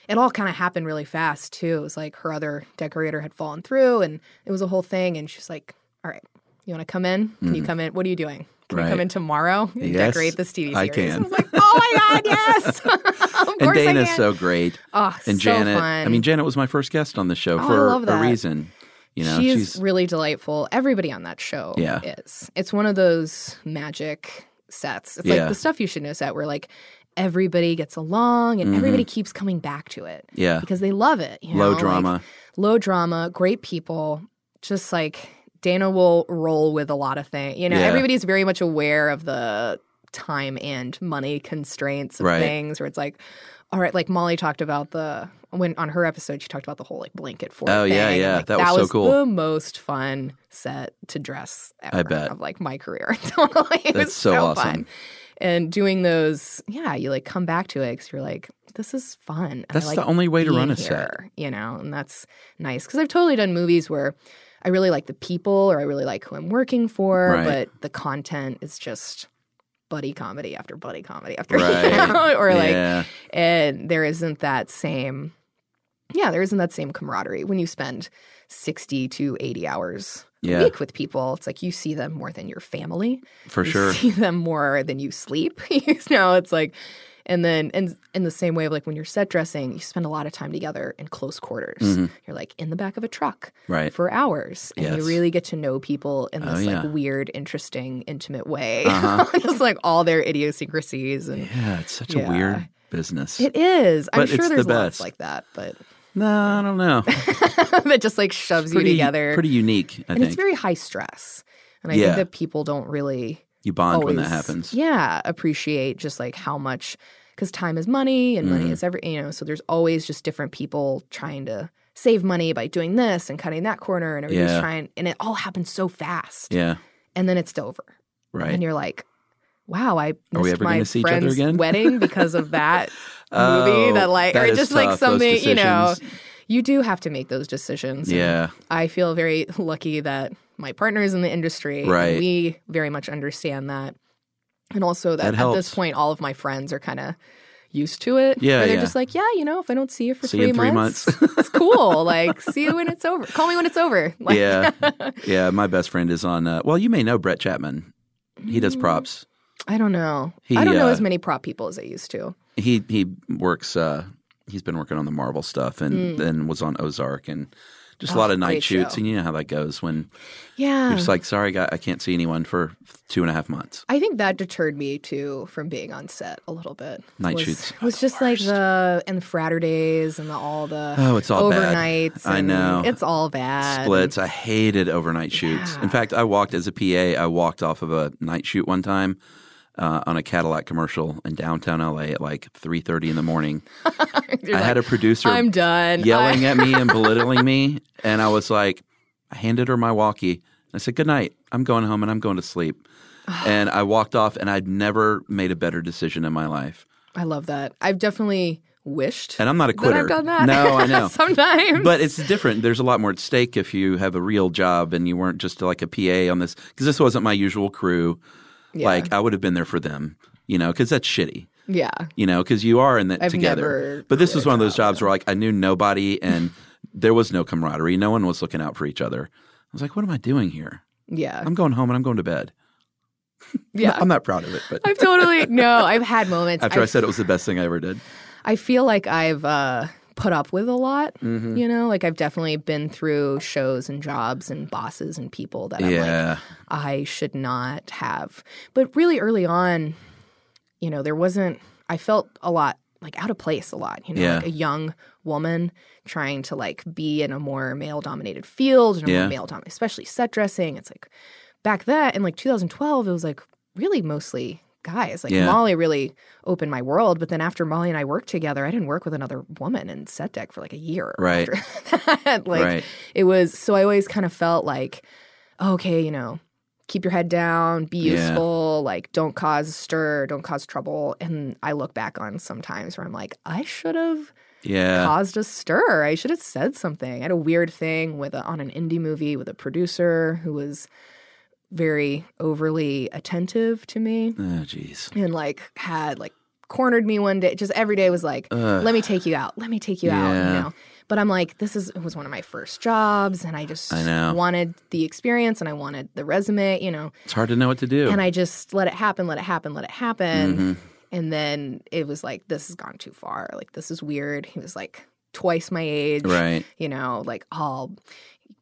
it all kind of happened really fast too. It was like her other decorator had fallen through, and it was a whole thing. And she's like, "All right, you want to come in? Can you come in? What are you doing?" Can you Mm-hmm. Right. come in tomorrow and Yes, decorate this TV series? I can. I was like, oh my god, yes! of course And I Dana's can. so great. oh, And so Janet, fun. Oh, I mean, Janet was my first guest on the show I for love a that. reason. You know, she's, she's really delightful. Everybody on that show Yeah. is. It's one of those magic sets. It's Yeah. like the stuff you should know set where like everybody gets along and everybody keeps coming back to it yeah, because they love it. you Mm-hmm. low know? Like, drama. low drama, great people, just like Dana will roll with a lot of things. You know, Yeah. everybody's very much aware of the time and money constraints of Right. things where it's like, all right, like Molly talked about the when on her episode she talked about the whole like blanket fort. Oh, yeah, thing, and, yeah. like, That was so cool. The most fun set to dress ever bet. of like my career. totally, it That's was so so, awesome. fun. And doing those, yeah, you like come back to it because you're like, this is fun. and I That's like the only way to run a being set. here, you know, and that's nice because I've totally done movies where I really like the people or I really like who I'm working for, Right. but the content is just buddy comedy after buddy comedy after Right. you know? or like yeah. and there isn't that same yeah there isn't that same camaraderie when you spend 60 to 80 hours Yeah. a week with people it's like you see them more than your family for you sure. see them more than you sleep you know it's like and then and in the same way of like when you're set dressing you spend a lot of time together in close quarters Mhm. you're like in the back of a truck Right. for hours and Eh, Yes. you really get to know people in Oh, this yeah. like weird interesting intimate way Uh-huh. just like all their idiosyncrasies and Yeah, it's such a Yeah. weird business. it is. I'm But sure it's the there's best. lots like that, but no, I don't know. that just like shoves pretty, you together. Pretty unique, I and think. it's very high stress. And I Yeah. think that people don't really you bond when always, that happens. Yeah, appreciate just like how much because time is money and money Mhm. is every you know. So there's always just different people trying to save money by doing this and cutting that corner, and everybody's Yeah. trying. And it all happens so fast, Yeah, and then it's over, right. and you're like. Wow, I Are we missed ever my gonna see each other friend's again? wedding because of that Oh, movie that like or is just like tough, those something you know decisions. you do have to make those decisions and Yeah, i feel very lucky that my partner is in the industry and Right. we very much understand that and also That that, at helps. this point all of my friends are kind of used to it Yeah, Where they're yeah. just like yeah you know if i don't see you for See you three, in three months, months. it's cool like see you when it's over call me when it's over like, Yeah. yeah. My best friend is on. Uh, well, you may know Brett Chapman. He Mm. does props. i don't know He, i don't know uh, as many prop people as i used to He he works. Uh, he's been working on the Marvel stuff, and then was on Ozark and. Just a Mm. Oh, lot of night great shoots, show. and you know how that goes when yeah you're just like, sorry, guy, I can't see anyone for two and a half months. I think that deterred me too from being on set a little bit. Night was, shoots are was the just like the and the fratter days and the, all the Oh, it's all bad. overnights. I and know. it's all bad. Splits. I hated overnight shoots. In Yeah. fact, I walked as a PA. I walked off of a night shoot one time uh, on a Cadillac commercial in downtown LA at like three thirty in the morning. I You're had a like, producer I'm done. yelling I- at me and belittling me, and I was like, I handed her my walkie. I said, "Good night. I'm going home and I'm going to sleep." and I walked off, and I'd never made a better decision in my life. I love that. I've definitely wished. And I'm not a quitter. That I've done that. No, I know. Sometimes. but it's different. There's a lot more at stake if you have a real job and you weren't just like a PA on this because this wasn't my usual crew. Yeah. Like I would have been there for them, you know, because that's shitty, yeah. you know, because you are in that I've together. never but this was quit a one of those job, jobs where like I knew nobody and there was no camaraderie. No one was looking out for each other. I was like, what am I doing here? Yeah. I'm going home and I'm going to bed. yeah. I'm not proud of it, but I've totally no. I've had moments. after I I've- said it was the best thing I ever did, I feel like I've uh, put up with a lot. Mm. You know, like I've definitely been through shows and jobs and bosses and people that I'm like, yeah, I should not have. But really early on, you know, there wasn't, I felt a lot like out of place a lot, you know, Yeah. like a young woman trying to like be in a more male dominated field and a Yeah. more male dominated, especially set dressing. It's like back then in like 2012, it was like really mostly guys. Like Yeah. Molly really opened my world. But then after Molly and I worked together, I didn't work with another woman in set deck for like a year. Right. After that. Like right, it was so I always kind of felt like, okay, you know, keep your head down, be Yeah. useful, like don't cause a stir, don't cause trouble. And I look back on sometimes where I'm like, I should have yeah, caused a stir. I should have said something. I had a weird thing with a, on an indie movie with a producer who was very overly attentive to me oh jeez, and like had like cornered me one day. Just every day was like, Ugh. let me take you out. Let me take you out. Yeah. You know. But I'm like, this is it was one of my first jobs, and I just I know. wanted the experience and I wanted the resume, you know. it's hard to know what to do. And I just let it happen, let it happen, let it happen. Mhm. And then it was like, this has gone too far. Like this is weird. He was like twice my age. right. You know, like I'll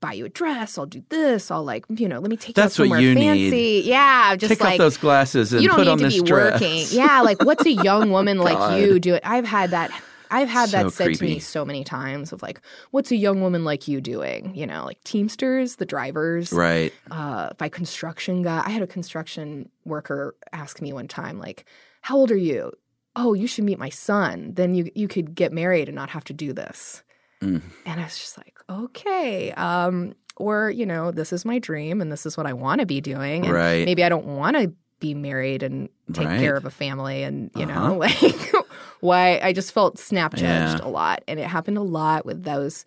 buy you a dress. I'll do this. I'll like, you know, let me take That's you what out somewhere you fancy. need. Yeah, just Take like off those glasses and you don't put need on to this be dress. working. Yeah, like what's a young woman like you doing? I've had that I've had that So said to creepy. me so many times of like, what's a young woman like you doing? You know, like Teamsters, the drivers, Right. uh, by construction guy. I had a construction worker ask me one time, like, how old are you? Oh, you should meet my son. Then you you could get married and not have to do this. Mm. And I was just like, okay. Um, or, you know, this is my dream and this is what I want to be doing. And Right. maybe I don't want to be married and take Right. care of a family and, you Uh-huh. know, like why I just felt snap Yeah. judged a lot. And it happened a lot with those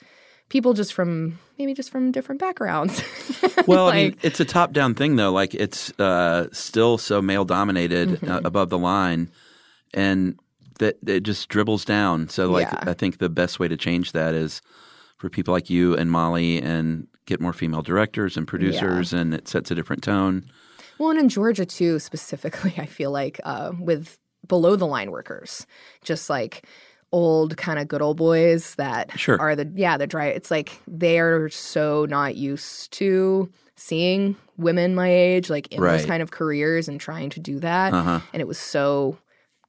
people just from maybe just from different backgrounds. Well, like, I mean, it's a top-down thing though. Like it's uh, still so male-dominated uh, Mm-hmm. above the line, and that it just dribbles down. So, like, Yeah. I think the best way to change that is for people like you and Molly, and get more female directors and producers, and it sets a different tone. Well, and in Georgia too, specifically, I feel like uh, with below the line workers, just like old kind of good old boys that Sure. are the yeah the dry. It's like they are so not used to seeing women my age like in Right. those kind of careers and trying to do that, Uh huh. and it was so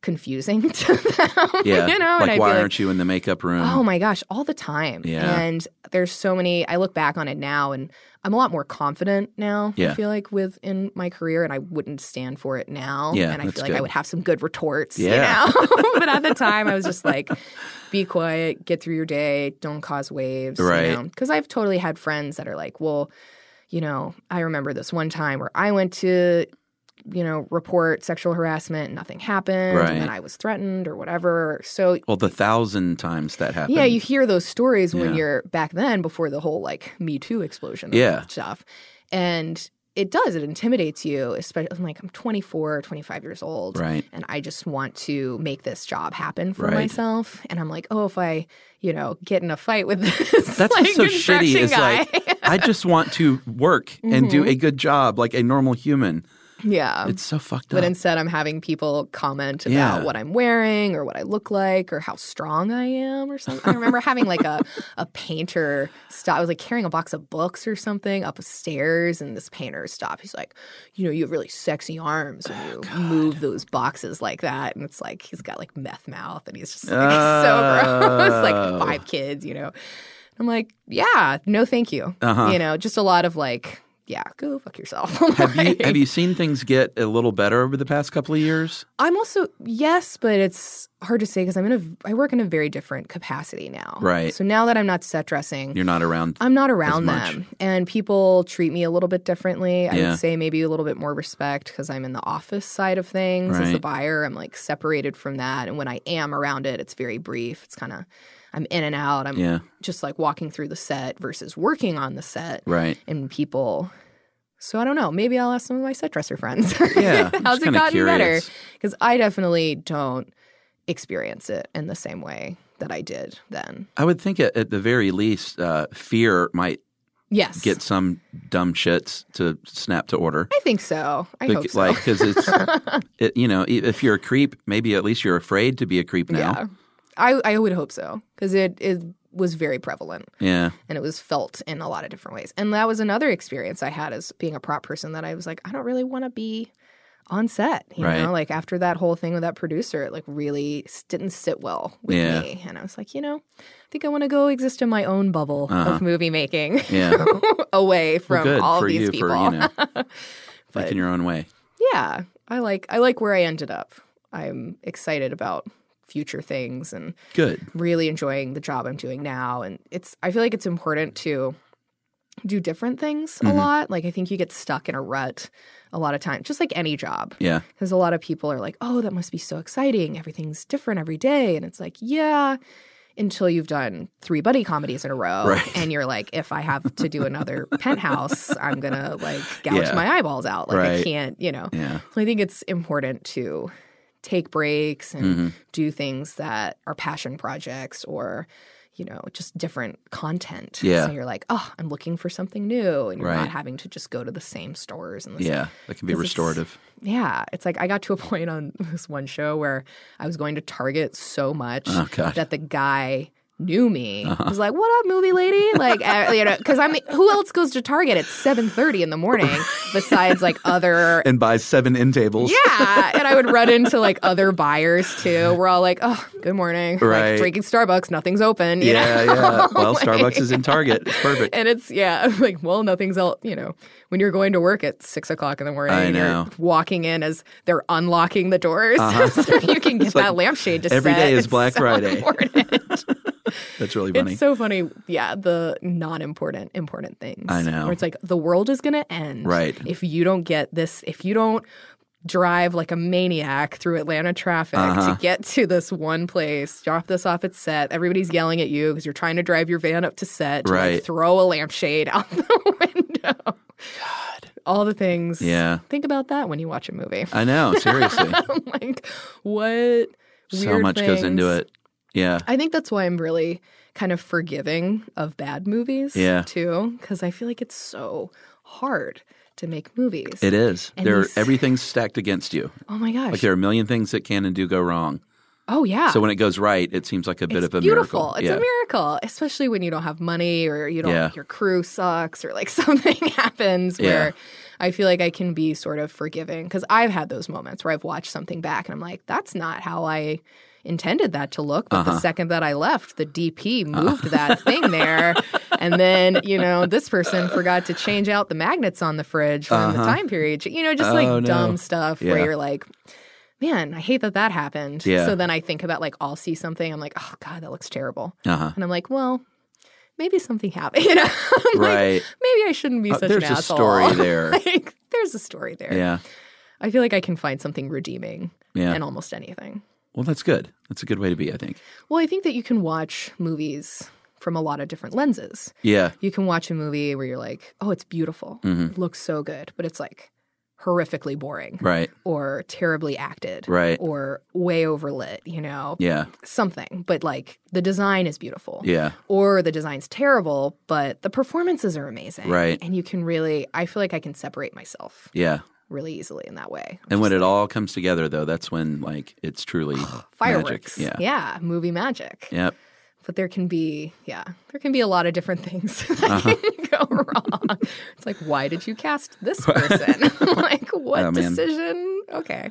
confusing to them. Yeah. you know, and like, I feel why like, aren't you in the makeup room? Oh my gosh, all the time. Yeah. And there's so many I look back on it now and I'm a lot more confident now, Yeah. I feel like, with in my career and I wouldn't stand for it now. Yeah, and I that's feel like good. I would have some good retorts. Yeah. You know? but at the time I was just like, be quiet, get through your day, don't cause waves. Right. Because I've totally had friends that are like, well, you know, I remember this one time where I went to you know, report sexual harassment, and nothing happened, Right. and then I was threatened or whatever. So Well, the thousand times that happened. yeah, you hear those stories when Yeah. you're back then before the whole like Me Too explosion of Yeah. stuff. And it does, it intimidates you, especially I'm like I'm 24, 25 years old. Right. And I just want to make this job happen for Right. myself. And I'm like, oh, if I, you know, get in a fight with this That's like, what's so shitty. construction Is guy. like I just want to work and do Mhm. a good job, like a normal human. yeah. It's so fucked up. Um, But instead, I'm having people comment about Yeah. what I'm wearing or what I look like or how strong I am or something. I remember having like a, a painter stop. I was like carrying a box of books or something up the stairs, and this painter stopped. He's like, You know, you have really sexy arms when you Oh, move those boxes like that. And it's like, he's got like meth mouth and he's just like, so gross. Oh. like five kids, you know. I'm like, Yeah, no, thank you. Uh-huh. You know, just a lot of like, Yeah, go fuck yourself. Have you Like- have you seen things get a little better over the past couple of years? I'm also yes, but it's hard to say because I'm in a I work in a very different capacity now. Right. So now that I'm not set dressing, You're not around. I'm not around much. them, and people treat me a little bit differently. I Yeah. would say maybe a little bit more respect because I'm in the office side of things as the Right. buyer. I'm like separated from that, and when I am around it, it's very brief. It's kind of I'm in and out. I'm Yeah, just like walking through the set versus working on the set right. and people. So I don't know. Maybe I'll ask some of my set dresser friends. Yeah, I'm how's just it kinda gotten better? curious. Because I definitely don't experience it in the same way that I did then. I would think at, at the very least, uh, fear might Yes, get some dumb shits to snap to order. I think so. I hope so. Like, because it's, it, you know, i- if you're a creep, maybe at least you're afraid to be a creep now. Yeah, I I would hope so because it it was very prevalent Yeah. and it was felt in a lot of different ways. And that was another experience I had as being a prop person that I was like, I don't really want to be on set. You Right. know, like after that whole thing with that producer, it like really s- didn't sit well with Yeah. me. And I was like, you know, I think I want to go exist in my own bubble Uh-huh. of movie making Yeah. away Well, from good all for of these you people. for you know, But- in your own way. yeah, I like I like where I ended up. I'm excited about future things and Good. really enjoying the job I'm doing now. And it's, I feel like it's important to do different things Mhm. a lot. Like, I think you get stuck in a rut a lot of times, just like any job. Yeah. Because a lot of people are like, oh, that must be so exciting. Everything's different every day. And it's like, yeah, until you've done three buddy comedies in a row. Right. And you're like, if I have to do another penthouse, I'm going to like gouge Yeah. my eyeballs out. Like, Right. I can't, you know. Yeah. So I think it's important to take breaks and Mhm. do things that are passion projects or you know just different content Yeah. so you're like oh i'm looking for something new and you're Right. not having to just go to the same stores and the same- Yeah. That can be 'Cause it's- restorative. yeah it's like i got to a point on this one show where i was going to target so much Oh, Uh-huh. God. that the guy knew me. I was like, "What up, movie lady?" Like, uh, you know, because I mean, who else goes to Target at seven thirty in the morning besides like other? and buys seven end tables. yeah, and I would run into like other buyers too. We're all like, "Oh, good morning." Right. Like drinking Starbucks, nothing's open. You Yeah, know? yeah. Well, Like- Starbucks is in Target. It's perfect. And it's yeah, I'm like well, nothing's else. You know, when you're going to work at six o'clock in the morning, I and you're know. Uh-huh. walking in as they're unlocking the doors, so you can get that lampshade to every set. day is It's Black so Friday. important. That's really funny. it's so funny. Yeah, the non-important important things. I know. Where it's like the world is gonna end. Right. If you don't get this, if you don't drive like a maniac through Atlanta traffic Uh-huh. to get to this one place, drop this off at set. Everybody's yelling at you because you're trying to drive your van up to set. to, like, Right. throw a lampshade out the window. God. All the things. Yeah. Think about that when you watch a movie. I know. Seriously, I'm like, what? so weird much goes into things. it. Yeah. I think that's why I'm really kind of forgiving of bad movies, Yeah. too, because I feel like it's so hard to make movies. It is. And There, these- everything's stacked against you. Oh my gosh! Like there are a million things that can and do go wrong. oh yeah. So when it goes right, it seems like a bit it's of a beautiful. miracle. It's a miracle, especially when you don't have money or you don't Yeah. your crew sucks or like something happens Yeah. where I feel like I can be sort of forgiving because I've had those moments where I've watched something back and I'm like, that's not how I intended that to look. But Uh-huh. the second that I left, the DP moved that thing there, and then you know this person forgot to change out the magnets on the fridge when the time period. cha- You know, just like Uh-huh. Oh, no. dumb stuff Yeah. where you're like man, I hate that that happened. Yeah. So then I think about like I'll see something. I'm like, oh god, that looks terrible. Uh-huh. And I'm like, well, maybe something happened. You know, I'm like, Right. maybe I shouldn't be Uh, such there's an a asshole. story there. like, there's a story there. Yeah. I feel like I can find something redeeming Yeah. in almost anything. Well, that's good. That's a good way to be, I think. Well, I think that you can watch movies from a lot of different lenses. Yeah. You can watch a movie where you're like, oh, it's beautiful, Mm-hmm. it looks so good, but it's like horrifically boring Right. or terribly acted Right. or way overlit, you know, Yeah. something, but like the design is beautiful. Yeah. Or the design's terrible, but the performances are amazing. Right. And you can really, I feel like I can separate myself Yeah. really easily in that way. And when it all comes together, though, that's when like it's truly magic. Fireworks. Yeah. Yeah. Movie magic. Yep. But there can be, yeah, there can be a lot of different things that Uh-huh. can go wrong. it's like, why did you cast this person? like, what Oh, man. decision? Okay.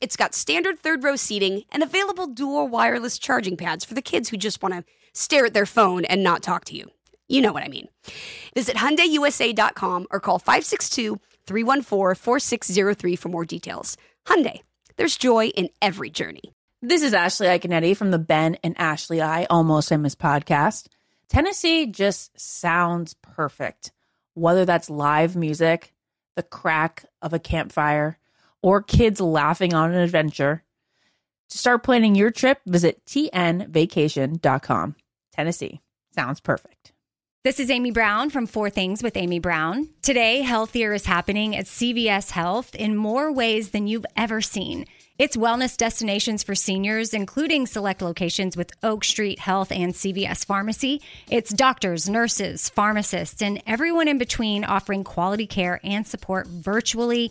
it's got standard third row seating and available dual wireless charging pads for the kids who just want to stare at their phone and not talk to you. You know what I mean. Visit HyundaiUSA.com or call 562 314 4603 for more details. Hyundai, there's joy in every journey. This is Ashley Iconetti from the Ben and Ashley I Almost Famous podcast. Tennessee just sounds perfect, whether that's live music, the crack of a campfire, or kids laughing on an adventure. To start planning your trip, visit tnvacation.com. Tennessee sounds perfect. This is Amy Brown from Four Things with Amy Brown. Today, healthier is happening at CVS Health in more ways than you've ever seen. It's wellness destinations for seniors, including select locations with Oak Street Health and CVS Pharmacy. It's doctors, nurses, pharmacists, and everyone in between offering quality care and support virtually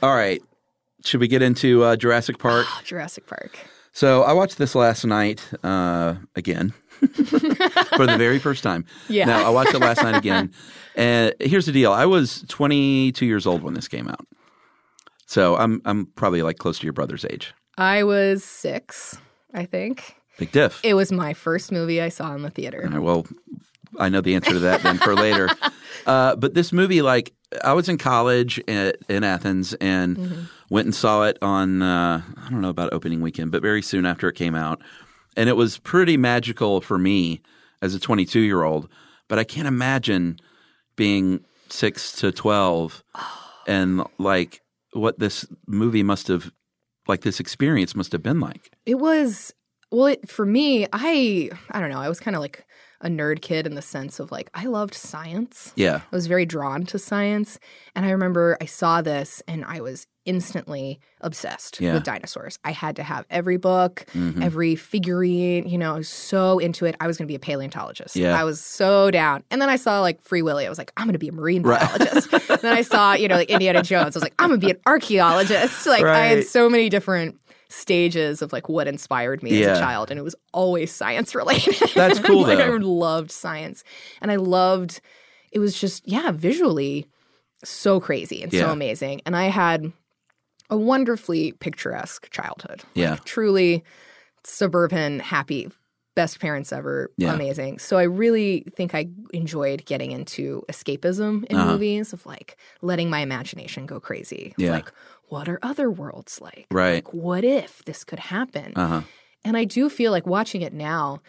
All right. Should we get into uh, Jurassic Park? Jurassic Park. So I watched this last night uh, again for the very first time. Yeah. No, I watched it last night again. And here's the deal: I was 22 years old when this came out, so I'm I'm probably like close to your brother's age. I was six, I think. Big diff. It was my first movie I saw in the theater. All right, Uh, well, I know the answer to that then for later. Uh, but this movie, like, I was in college at, in Athens and Mm-hmm. went and saw it on, uh, I don't know about opening weekend, but very soon after it came out. And it was pretty magical for me as a 22 year old. But I can't imagine being six to 12 Oh. and like what this movie must have, like, this experience must have been like. It was well it, for me. I I don't know. I was kind of like a nerd kid in the sense of like I loved science. Yeah. I was very drawn to science, and I remember I saw this and I was instantly obsessed Yeah. with dinosaurs. I had to have every book, Mhm. every figurine. You know, I was so into it. I was going to be a paleontologist. Yeah. I was so down. And then I saw like Free Willy. I was like, I'm going to be a marine Right. biologist. And then I saw you know like Indiana Jones. I was like, I'm going to be an archaeologist. Like I Right. had so many different stages of like what inspired me as Yeah. a child and it was always science related That's cool, like, though. i loved science and i loved it was just yeah visually so crazy and so Yeah. amazing and i had a wonderfully picturesque childhood Yeah. truly suburban happy best parents ever Yeah. amazing so i really think i enjoyed getting into escapism in Uh-huh. movies of like letting my imagination go crazy Of, Yeah. like what are other worlds like Right. like what if this could happen Uh huh. and I do feel like watching it now,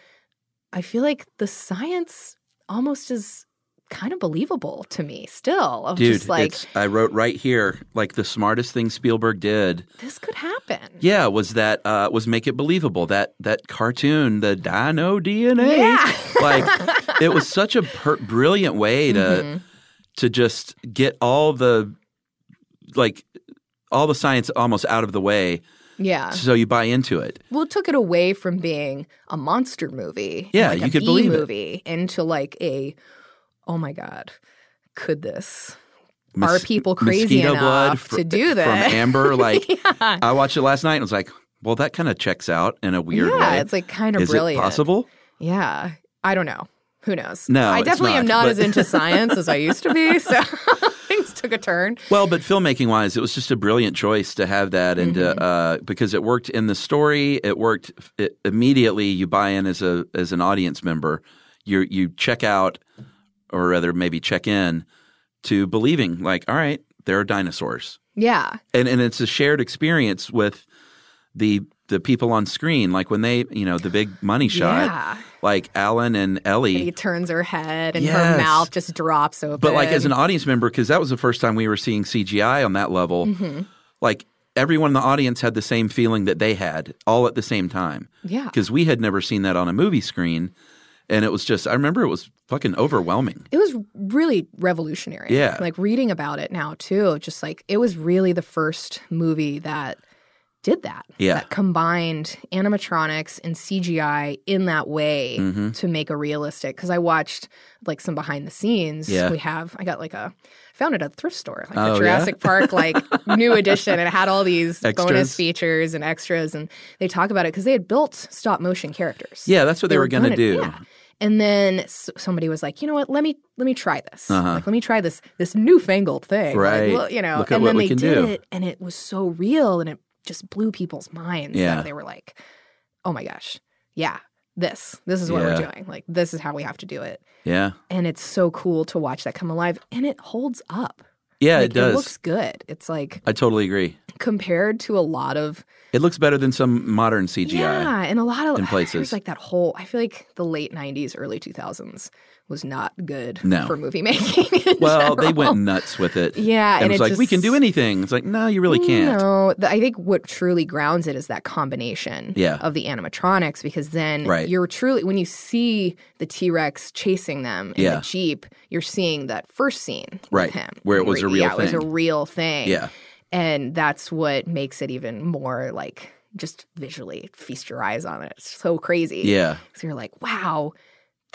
I feel like the science almost is kind of believable to me still. Of Dude, just like it's, I wrote right here, like the smartest thing Spielberg did. this could happen. Yeah, was that uh, was make it believable that that cartoon, the Dino DNA. Yeah. like it was such a per- brilliant way to Mhm. to just get all the like all the science almost out of the way, Yeah. so you buy into it. Well, it took it away from being a monster movie. and, Yeah, like, a you could B believe it. movie into like a oh my god, could this? Mos- Are people crazy mosquito blood enough fr- to do from that? Amber? Like yeah. I watched it last night and was like, well, that kind of checks out in a weird yeah, way. it's like kind of Is brilliant. it possible? Yeah. I don't know. Who knows? No, I it's definitely am not, not but- as into science as I used to be. So things took a turn. Well, but filmmaking wise, it was just a brilliant choice to have that, and uh, uh, because it worked in the story, it worked it, immediately. You buy in as a as an audience member. You you check out, or rather, maybe check in to believing. Like, all right, there are dinosaurs, Yeah. and and it's a shared experience with the the people on screen. Like when they, you know, the big money shot, Yeah. like Alan and Ellie. He turns her head and Yes. her mouth just drops open. But like as an audience member, because that was the first time we were seeing CGI on that level, Mm-hmm. like everyone in the audience had the same feeling that they had all at the same time. Yeah. Because we had never seen that on a movie screen. And it was just, I remember it was fucking overwhelming. It was really revolutionary. Yeah. Like reading about it now too, just like it was really the first movie that did that. Yeah. That combined animatronics and CGI in that way Mm. Mm-hmm. to make a realistic cuz I watched like some behind the scenes Yeah. we have I got like a found it at a thrift store like Oh, yeah? the Jurassic Park like new edition and it had all these Extras. bonus features and extras and they talk about it cuz they had built stop motion characters. Yeah, that's what they, were going to gonna- do. yeah. And then s somebody was like, you know what? Let me let me try this. Uh-huh. Like, let me try this this newfangled thing. Right. Like, well, you know. Look at and what then we they can did do. it, and it was so real, and it just blew people's minds. that Yeah. They were like, oh my gosh, yeah, this this is what we're Yeah. doing. Like this is how we have to do it. Yeah. And it's so cool to watch that come alive, and it holds up. Yeah, Like, it does. It looks good. It's like I totally agree. compared to a lot of It looks better than some modern CGI. yeah, and a lot of in places. There's like that whole. I feel like the late '90s, early 2000s was not good No. for movie making. in Well, they general. went nuts with it. Yeah, And, and it was it like, we can do just- Mm, anything. It's like, no, you really can't. No, th- I think what truly grounds it is that combination Yeah. of the animatronics because then Right. you're truly when you see the T Rex chasing them in Yeah. the Jeep, you're seeing that first scene with Right, him. where it was a real yeah, it was a thing. real thing. Yeah. And that's what makes it even more like just visually feast your eyes on it. It's so crazy. Yeah. So you're like, wow,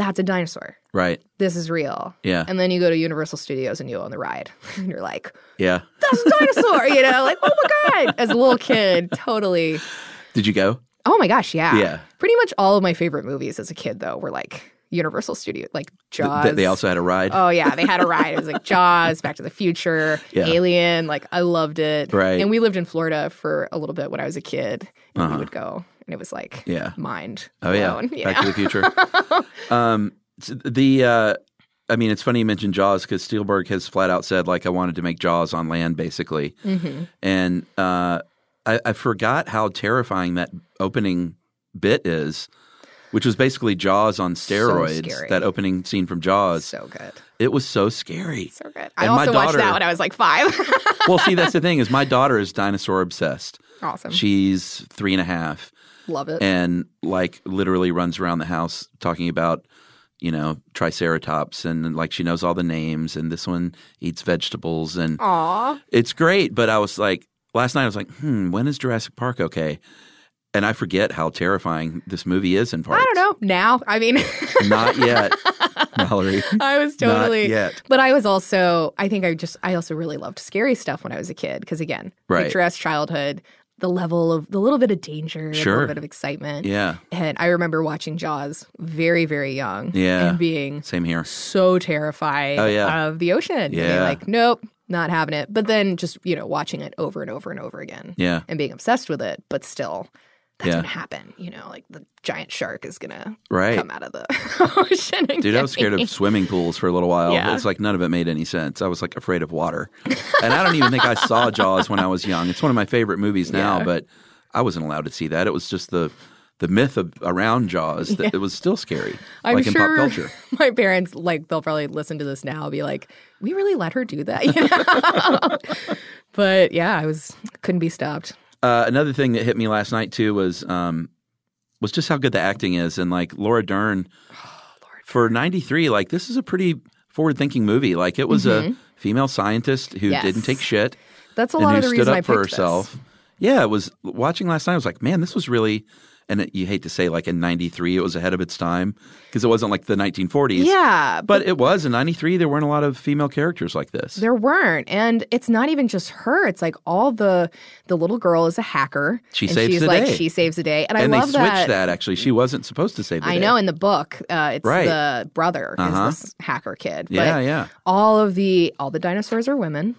that's a dinosaur. Right. This is real. Yeah. And then you go to Universal Studios and you own the ride. and you're like, Yeah. that's a dinosaur, you know, like, oh my God. As a little kid, totally. Did you go? Oh my gosh, yeah. Yeah. Pretty much all of my favorite movies as a kid, though, were like Universal Studios, like Th- Jaws. th- they also had a ride. Oh yeah, they had a ride. It was like Jaws, Back to the Future, Yeah. Alien. Like I loved it. Right. And we lived in Florida for a little bit when I was a kid, and Uh-huh. we would go, and it was like Yeah. mind. Oh yeah, blown, Back to the Future. um, the uh, I mean, it's funny you mentioned Jaws because Spielberg has flat out said like I wanted to make Jaws on land, basically, Mm-hmm. and uh, I, I forgot how terrifying that opening bit is, which was basically Jaws on steroids. scary. that opening scene from Jaws, So good. it was so scary. So good. I Uh, And my also watched daughter- that when I was like five. well, see, that's the thing is my daughter is dinosaur obsessed. awesome. She's three and a half, Love it. and like literally runs around the house talking about you know triceratops and like she knows all the names and this one eats vegetables and Aw. it's great but i was like last night i was like hmm when is jurassic park okay and i forget how terrifying this movie is in parts I don't know. Now, I mean, not yet mallory I was not totally. yet But I was also, I think I just, I also really loved scary stuff when I was a kid because again, Right. picturesque childhood, the level of the little bit of danger, the Sure. little bit of excitement. yeah And I remember watching Jaws very, very young. Yeah. And being same here so terrified Oh, yeah. of the ocean. And being Yeah. like, nope, not having it. But then just, you know, watching it over and over and over again yeah and being obsessed with it. But still, that's Yeah. going to happen. You know, like the giant shark is going to right come out of the ocean. and Dude, I get was scared me. of swimming pools for a little while. Yeah. It's like none of it made any sense. I was like afraid of water. and I don't even think I saw Jaws when I was young. It's one of my favorite movies now, but I wasn't allowed to see that. It was just the the myth of, around Jaws that it was still scary. I'm like sure in pop culture. my parents like they'll probably listen to this now and be like, "We really let her do that," you know. but yeah, I was couldn't be stopped. Uh, another thing that hit me last night too was um, was just how good the acting is, and like Laura Dern for '93, like this is a pretty forward-thinking movie. Like it was a female scientist who Mm-hmm. Yes. didn't take shit That's a and lot who of the stood reason up I picked for this. herself. Yeah, it was watching last night. I was like, man, this was really. And it, you hate to say, like in '93, it was ahead of its time because it wasn't like the 1940s. Yeah, but it was in '93. There weren't a lot of female characters like this. there weren't, and it's not even just her. It's like all the the little girl is a hacker. She and saves she's the like, day. She saves the day, and, and I they love switched that. that. Actually, she wasn't supposed to save the I day. know in the book, uh, it's Right. the brother Uh-huh. is this hacker kid. But Yeah, yeah. all of the all the dinosaurs are women.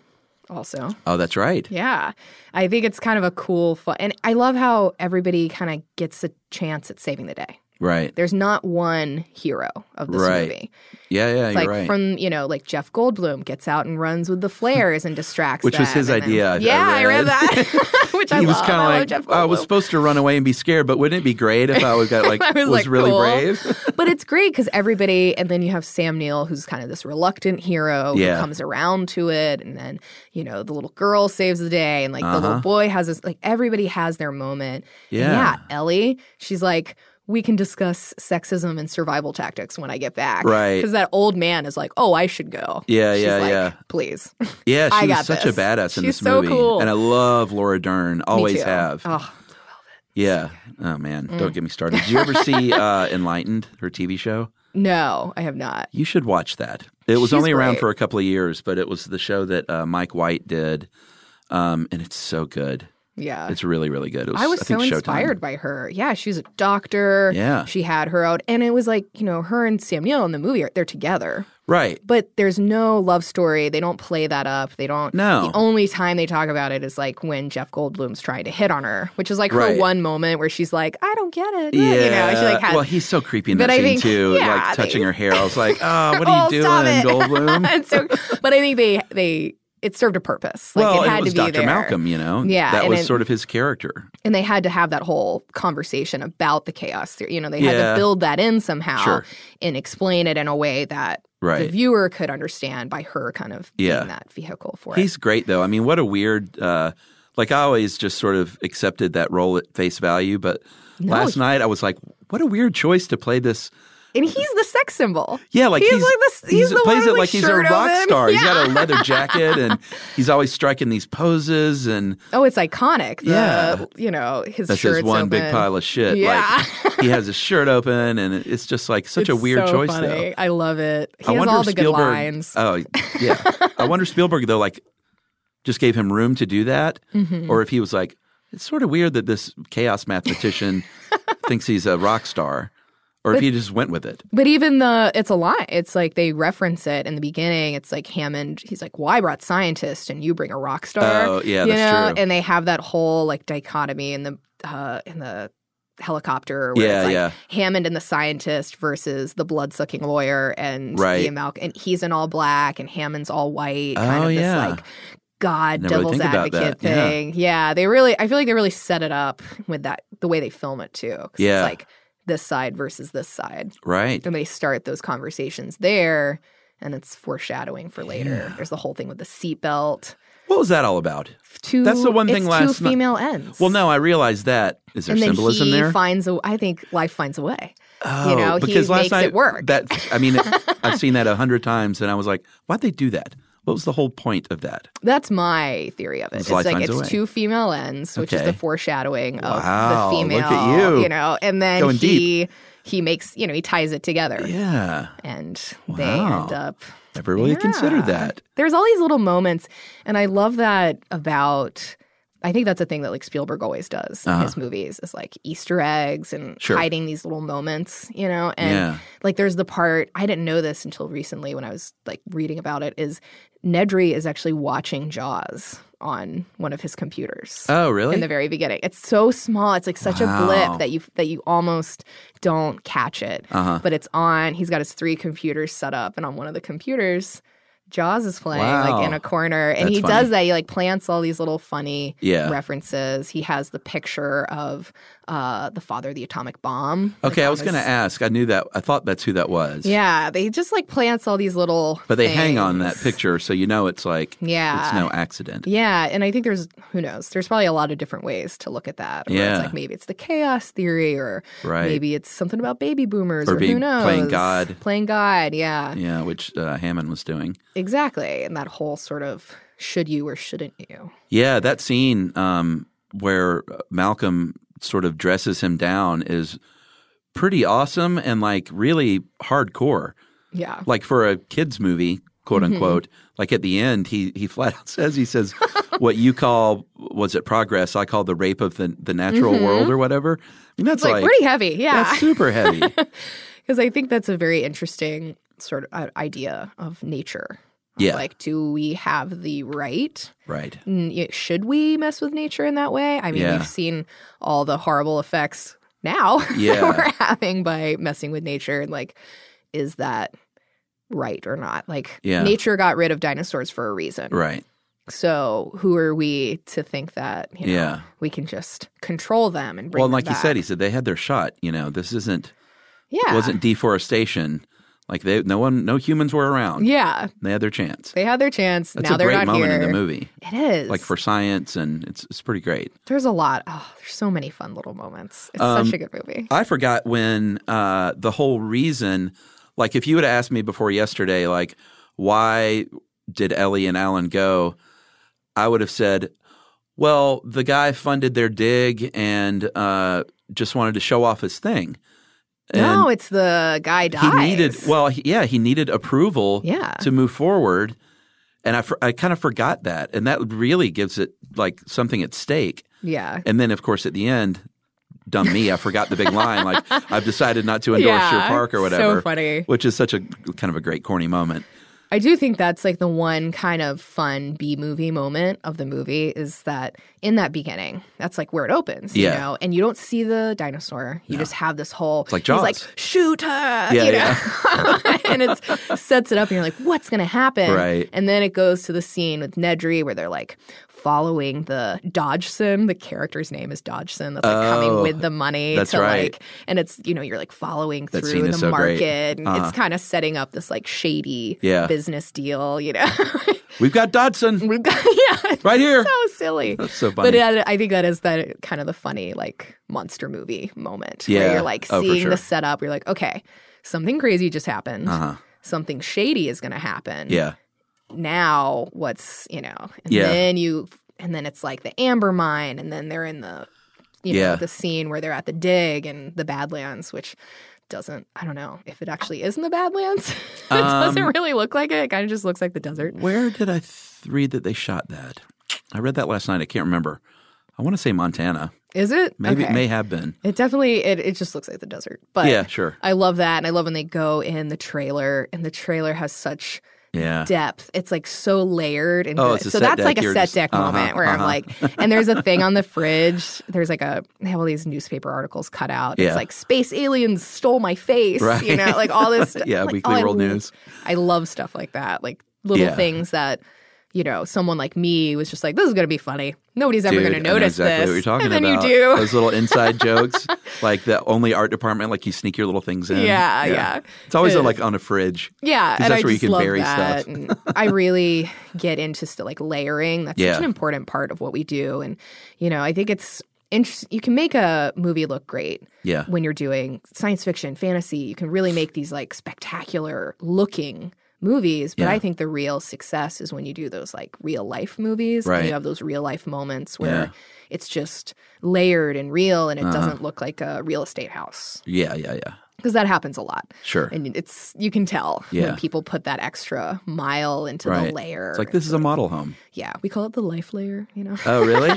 Also, Oh, that's right. Yeah. I think it's kind of a cool fun. And I love how everybody kind of gets a chance at saving the day. Right. There's not one hero of this Right. movie. Yeah, yeah, It's you're like right. from, you know, like Jeff Goldblum gets out and runs with the flares and distracts Which was them, his and then- idea, I- I yeah, I read, read. that. Which I he was love. kinda I love like, "Oh, Jeff I was Goldblum. supposed to run away and be scared, but wouldn't it be great if I was got like I was, was, like, really cool. brave? but it's great because everybody, and then you have Sam Neill, who's kind of this reluctant hero Yeah. who comes around to it, and then you know the little girl saves the day, and like the Uh-huh. little boy has this. Like everybody has their moment. And Yeah. yeah. Ellie, she's like. We can discuss sexism and survival tactics when I get back. Right. Because that old man is like, oh, I should go. Yeah, She's yeah, like, yeah. Please. Yeah, I she was got such this. a badass in She's this so movie. cool. And I love Laura Dern. Always too. have. Oh, Mm. yeah. Oh man, don't get me started. Did you ever see uh, Enlightened, her TV show? no, I have not. You should watch that. It was She's only around great. for a couple of years, but it was the show that uh, Mike White did. Um, and it's so good. Yeah. It's really, really good. It was, Uh, I was think so Showtime. inspired by her. Yeah, she's a doctor. Yeah. She had her out. And it was like, you know, her and Sam Neill in the movie, are they're together. Right. But there's no love story. They don't play that up. They don't. No. The only time they talk about it is like when Jeff Goldblum's trying to hit on her, which is like Right. her one moment where she's like, I don't get it. Yeah. You know, she like has. well, he's so creepy in But that I scene think- too, yeah, like I touching think- her hair. I was like, oh, what are you Oh, stop doing, it." Goldblum? And so, but I think they, they, it served a purpose. Like well, it had was to be Dr. there. Malcolm, you know. Yeah, that and was it- sort of his character. and they had to have that whole conversation about the chaos theory. You know, they had Yeah. to build that in somehow Sure. and explain it in a way that the Right. viewer could understand by her kind of Yeah. being that vehicle for it. He's great though. I mean, what a weird. Uh, like I always just sort of accepted that role at face value, but last night I was like, what a weird choice to play this. And he's the sex symbol. Yeah, like he's, he's, like this. He's, he's- the plays one it with like he's a shirt rock open. star. He's Yeah. got a leather jacket and he's always striking these poses and oh, it's iconic. The, Yeah. you know his that's shirt's just one big open. pile of shit. Yeah. Like he has his shirt open and it- it's just like such a It's weird so choice though. funny. I love it. He I has wonder all if the good Spielberg, lines. Oh yeah. I wonder if Spielberg though, like, just gave him room to do that, Mm-hmm. Mm. or if he was like, it's sort of weird that this chaos mathematician thinks he's a rock star, or if he just went with it. But even the it's a lie. It's like they reference it in the beginning. It's like Hammond. He's like, "Well, I brought scientist, and you bring a rock star." Oh, yeah, you that's know? true. And they have that whole like dichotomy in the uh, in the helicopter where Yeah, it's like yeah. Hammond and the scientist versus the blood sucking lawyer and Right. Ian Malcolm and he's in all black and Hammond's all white. Kind Oh, of this yeah. like God Never really devil's think about advocate that. Yeah. thing. Yeah. They really I feel like they really set it up with that the way they film it too. 'Cause Yeah. It's like this side versus this side. Right. And they start those conversations there and it's foreshadowing for later. There's the whole thing with the seatbelt. What was that all about? Two That's the one it's thing last two night- female ends. Well, no, I realize that. Is there and then symbolism he there? finds a I think life finds a way. oh, know, he because last makes it night, work. That I mean, it, I've seen that a hundred times, and I was like, why'd they do that? What was the whole point of that? That's my theory of it. It's It's, life like finds a it's way. two female ends, which is Okay. the foreshadowing Wow, of the look female. at you. know, and then Going he he makes you know he ties it together, Yeah, and they Wow. end up. never really considered Yeah. that. There's all these little moments, and I love that about. I think that's a thing that like Spielberg always does in Uh-huh. his movies is like Easter eggs and Sure. hiding these little moments, you know. And yeah, like there's the part I didn't know this until recently when I was like reading about it is Nedry is actually watching Jaws on one of his computers Oh, really? in the very beginning. It's so small. It's like such a Wow. blip that you that you almost don't catch it. Uh-huh. But it's on. He's got his three computers set up, and on one of the computers, Jaws is playing Wow. like in a corner, and That's he funny. does that. He like plants all these little funny Yeah. references. He has the picture of uh, the father of the atomic bomb. okay, like, I on was going to his- ask. I knew that. I thought that's who that was. Yeah, they just like plants all these little. but they hang on that things. picture, so you know it's like Yeah. it's no accident. Yeah, and I think there's who knows. There's probably a lot of different ways to look at that. where Yeah. it's like maybe it's the chaos theory, or Right. maybe it's something about baby boomers, Or or, being- who knows, playing God. playing God. Yeah, Yeah, which uh, Hammond was doing. exactly. And that whole sort of should you or shouldn't you? Yeah, that scene um, where Malcolm sort of dresses him down is pretty awesome and like really hardcore. Yeah, Like for a kids movie, quote Mm-hmm. unquote. Like at the end, he he flat out says he says what you call was it progress? I call the rape of the the natural world or whatever. I mean, that's it's Mm-hmm. like, pretty heavy. Yeah, That's super heavy. because I think that's a very interesting sort of uh, idea of nature. Of, Yeah. like do we have the right? right. n- y- should we mess with nature in that way? I mean, Yeah. we've seen all the horrible effects now that Yeah. we're having by messing with nature. And like, is that right or not? Like, Yeah. nature got rid of dinosaurs for a reason. Right. So who are we to think that you know, Yeah. we can just control them and bring well, and them like you said, back? he said they had their shot. You know, this isn't yeah, wasn't deforestation. Like they, no one, no humans were around. yeah, They had their chance. they had their chance. That's now a they're great not moment here. in the movie, It is like for science, and it's it's pretty great. there's a lot. Oh, there's so many fun little moments. It's Um, such a good movie. I forgot when uh, the whole reason, like if you would have asked me before yesterday, like why did Ellie and Alan go, I would have said, well, the guy funded their dig and uh, just wanted to show off his thing. no, it's the guy dies. he needed well he, yeah he needed approval Yeah. to move forward and i, for- I kind of forgot that and that really gives it like something at stake Yeah. and then of course at the end dumb me i forgot the big line like i've decided not to endorse your park or whatever So funny. which is such a kind of a great corny moment I do think that's like the one kind of fun B movie moment of the movie is that in that beginning, that's like where it opens, Yeah. you know, and you don't see the dinosaur. You just have this whole like he's Jaws. like shoot her, you know, and it sets it up, and you're like, what's gonna happen? Right. And then it goes to the scene with Nedry where they're like following the Dodgson. The character's name is Dodgson. That's like Oh, coming with the money. that's to right. Like, and it's you know you're like following That scene through is the so great. market, and Uh-huh. it's kind of setting up this like shady Yeah. business deal, you know. we've got dodson We've got yeah, it's right here so silly. that's so funny But uh, I, I think that is that kind of the funny like monster movie moment Yeah. where you're like Oh, for seeing sure. the setup. You're like, okay, something crazy just happened. uh-huh Something shady is going to happen. yeah Now what's you know? And Yeah. Then you and then it's like the amber mine, and then they're in the you know Yeah. the scene where they're at the dig and the Badlands, which doesn't I don't know if it actually is in the Badlands. it doesn't Um, really look like it. It kind of just looks like the desert. Where did I th- read that they shot that? I read that last night. I can't remember. I want to say Montana. Is it? Maybe it Okay. may have been. It definitely it, it just looks like the desert. But yeah, sure. I love that and I love when they go in the trailer and the trailer has such Yeah. depth. It's like so layered and Uh. Oh, good. it's a so set that's deck. like a You're set just- deck uh-huh, moment where uh-huh. I'm like, and there's a thing on the fridge. There's like a they have all these newspaper articles cut out. Yeah. It's like space aliens stole my face. Right. You know, like all this. stuff. Yeah, like, Weekly oh, I World love- News. I love stuff like that. Like little Yeah. things that. You know, someone like me was just like, "This is going to be funny. Nobody's ever Dude, going I to know notice exactly this." what you're talking and then about. you do. Those little inside jokes, like the only art department, like you sneak your little things in. Yeah, yeah. It's always Uh, like on a fridge. Yeah, 'Cause and that's I where you just can love bury that. stuff. and I really get into st- like layering. That's Yeah. such an important part of what we do, and you know, I think it's interesting. You can make a movie look great Yeah. when you're doing science fiction, fantasy. You can really make these like spectacular looking movies, but Yeah. I think the real success is when you do those like real life movies Right. and you have those real life moments where Yeah. it's just layered and real, and it Uh-huh. doesn't look like a real estate house Yeah, yeah, yeah. because that happens a lot Sure. and it's you can tell Yeah. when people put that extra mile into Right. the layer. It's like this is a model home. yeah, we call it the life layer. You know, Oh, really?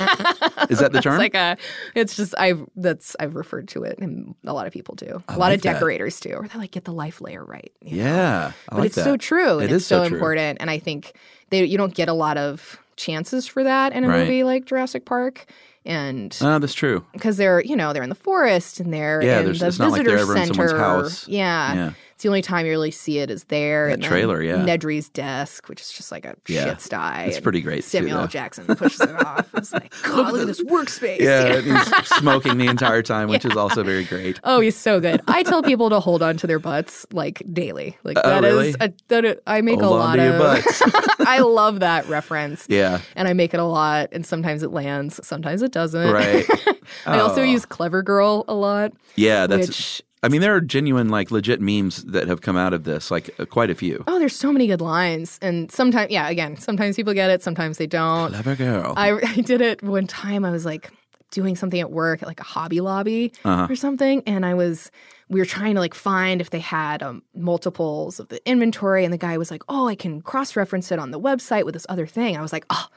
Is that the That's term? like a, it's just I've that's I've referred to it, and a lot of people do. I A lot like of that. decorators do, or they're like, get the life layer right. you know? yeah. I but like it's that. so true, and It it's is so so true. important. And I think they you don't get a lot of chances for that in a Right. movie like Jurassic Park, and Ah, that's true. because they're you know they're in the forest and they're Yeah, in there's- the it's not like they're visitor ever in center. someone's house. Yeah. Yeah. it's the only time you really see it is there. That and then trailer, yeah. Nedry's desk, which is just like a Yeah. shit sty. It's and pretty great, too, Samuel though. L. Jackson pushes it off. It's like God, look at this workspace. Yeah, and he's smoking the entire time, which is also very great. Oh, he's so good. I tell people to hold on to their butts like daily. Like Oh, that is really? a, that is- I make a Hold on lot to your of butts. I love that reference. Yeah. And I make it a lot and sometimes it lands, sometimes it doesn't. Right. I also Oh. use clever girl a lot. Yeah, that's. which I mean, there are genuine, like, legit memes that have come out of this, like, uh, quite a few. oh, there's so many good lines. And sometimes, yeah, again, sometimes people get it, sometimes they don't. Clever girl. Oh. I, I did it one time. I was like doing something at work, at like a Hobby Lobby Uh-huh. or something, and I was we were trying to like find if they had um, multiples of the inventory, and the guy was like, "Oh, I can cross reference it on the website with this other thing." I was like, "Oh,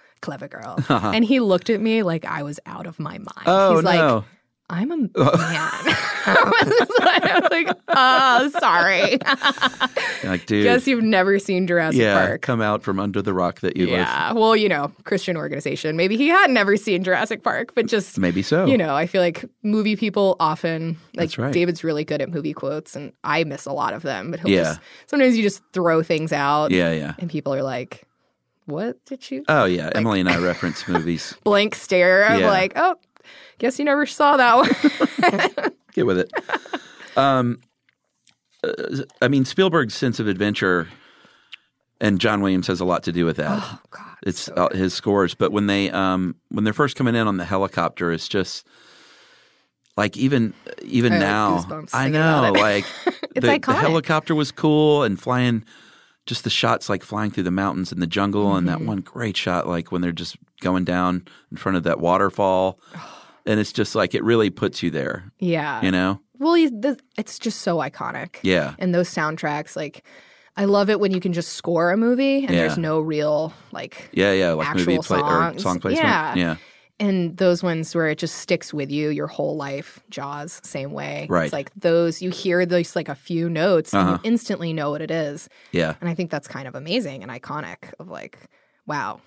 clever girl," and he looked at me like I was out of my mind. Uh-huh. oh, He's no. like, "I'm a man." I was like, "Oh, sorry." like, dude. Guess you've never seen Jurassic yeah, Park. come out from under the rock that you live. Yeah. Well, you know, Christian organization. Maybe he had never seen Jurassic Park, but just Maybe so. You know, I feel like movie people often Oh. That's like right. David's really good at movie quotes, and I miss a lot of them. But he'll Yeah. just, sometimes you just throw things out, Yeah, yeah. and people are like, "What did you?" Oh, yeah. Emily and I reference movies. Blank stare of Yeah. like, "Oh, guess you never saw that one." Get with it. Um, uh, I mean, Spielberg's sense of adventure and John Williams has a lot to do with that. Oh, God. It's uh, his scores. But when, they, um, when they're first coming in on the helicopter, it's just. Like even even I have now, goosebumps I thinking know. about it. Like It's the, the iconic. helicopter was cool and flying just the shots like flying through the mountains and the jungle and Mm-hmm. that one great shot like when they're just going down in front of that waterfall and it's just like it really puts you there yeah. you know Well, he's, the, it's just so iconic. yeah and those soundtracks like i love it when you can just score a movie and Yeah. there's no real like yeah yeah like Actual movie play or songs. song placement Yeah. yeah and those ones where it just sticks with you your whole life jaws same way Right. it's like those you hear those like a few notes Uh-huh. and you instantly know what it is yeah and i think that's kind of amazing and iconic of like wow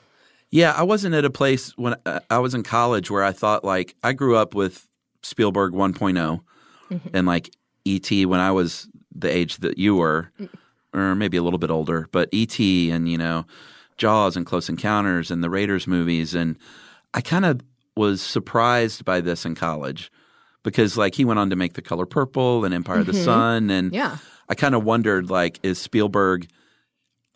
yeah i wasn't at a place when uh, i was in college where i thought like i grew up with spielberg 1.0 and like et when i was the age that you were or maybe a little bit older but et and you know jaws and close encounters and the raiders movies and i kind of was surprised by this in college because like he went on to make the color purple and empire of the sun and yeah I kind of wondered like is Spielberg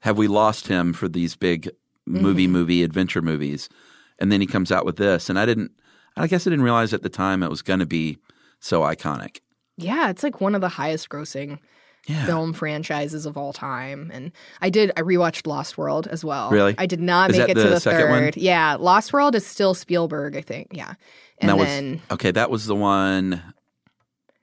have we lost him for these big movie Mm-hmm. movie adventure movies and then he comes out with this and I didn't I guess I didn't realize at the time it was going to be so iconic. yeah it's like one of the highest grossing Yeah. film franchises of all time. And I did I rewatched Lost World as well. Really? I did not Is make that it to the the second one? third. Yeah. Lost World is still Spielberg, I think. Yeah. And that then was okay, that was the one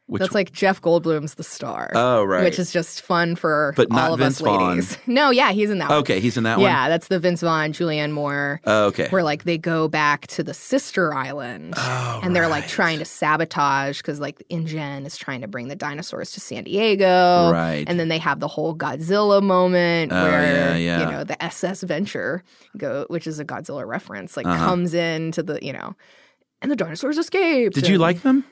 Which That's like Jeff Goldblum's the star. Oh, right. Which is just fun for But not all of Vince us Vaughn. ladies. No, yeah, he's in that one. okay, he's in that yeah, that's the Vince Vaughn, Julianne Moore, one. Oh, okay. where like they go back to the sister island Oh, and they're like right. trying to sabotage because like InGen is trying to bring the dinosaurs to San Diego. Right. And then they have the whole Godzilla moment Oh, where yeah, yeah. you know the SS Venture go, which is a Godzilla reference, like Uh-huh. comes in to the you know, and the dinosaurs escaped. Did you and- like them?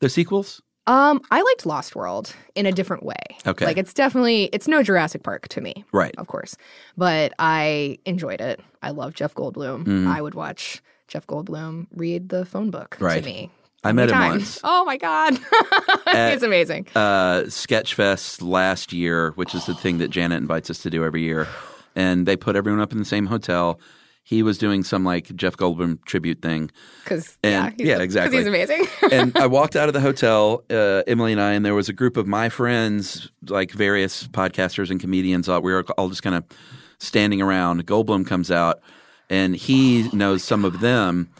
The sequels? Um, I liked Lost World in a different way. Okay. Like it's definitely it's no Jurassic Park to me, Right. of course, but I enjoyed it. I love Jeff Goldblum. Mhm. I would watch Jeff Goldblum read the phone book Right. to me. I met him Anytime. once. Oh my god, At- he's amazing. uh, Sketchfest last year, which is the thing that Janet invites us to do every year, and they put everyone up in the same hotel. He was doing some like Jeff Goldblum tribute thing, Because yeah, and he's, yeah, 'cause exactly. he's amazing. and I walked out of the hotel, uh, Emily and I, and there was a group of my friends, like various podcasters and comedians. All, we were all just kind of standing around. Goldblum comes out, and he knows some of them.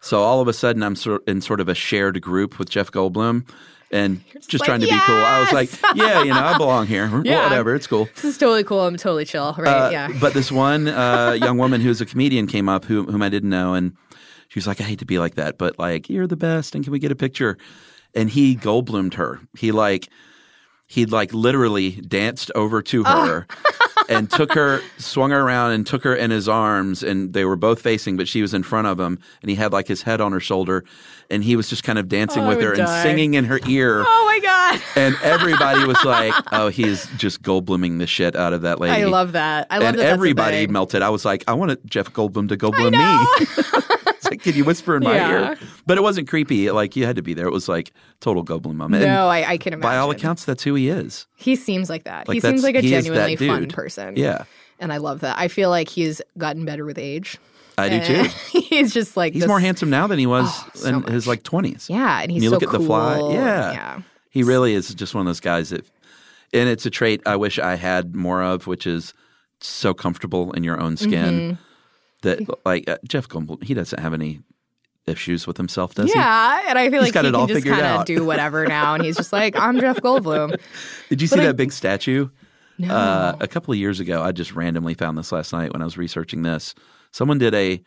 So all of a sudden, I'm sort in sort of a shared group with Jeff Goldblum, and just, like, trying to be cool. I was like, yeah, you know, I belong here. Yeah. Whatever, it's cool. this is totally cool. I'm totally chill. Right? Uh, yeah. But this one uh, young woman who's a comedian came up who, whom I didn't know, and she was like, "I hate to be like that, but like you're the best, and can we get a picture?" And he Goldblumed her. He like he like literally danced over to Ah. her. and took her, swung her around, and took her in his arms, and they were both facing, but she was in front of him, and he had like his head on her shoulder, and he was just kind of dancing Oh, I with would her and die. singing in her ear, oh my god. and everybody was like, "Oh, he's just Goldbluming the shit out of that lady." I love that. I love and that. that's a everybody thing. Oh. melted. I was like, I want Jeff Goldblum to Goldblum me. It's like, Can you whisper in my Yeah. ear? But it wasn't creepy. Like you had to be there. It was like total Goldblum moment. And No, I, I can imagine. by all accounts, that's who he is. he seems like that. Like, he that's- seems like a he is that genuinely fun dude. person. Yeah, and I love that. I feel like he's gotten better with age. I do too. And he's just like He's this- more handsome now than he was Oh, so in his much. like twenties. Yeah, and he's When you so look at cool. The Fly, and- yeah. yeah. He really is just one of those guys that, and it's a trait I wish I had more of, which is so comfortable in your own Mm-hmm. skin that like uh, Jeff Goldblum, he doesn't have any issues with himself, does he? yeah, and I feel He's like got he it can all just figured kind of out. do whatever now, and he's just like, "I'm Jeff Goldblum." Did you see But I- that big statue? No, Uh, a couple of years ago, I just randomly found this last night when I was researching this. Someone did a,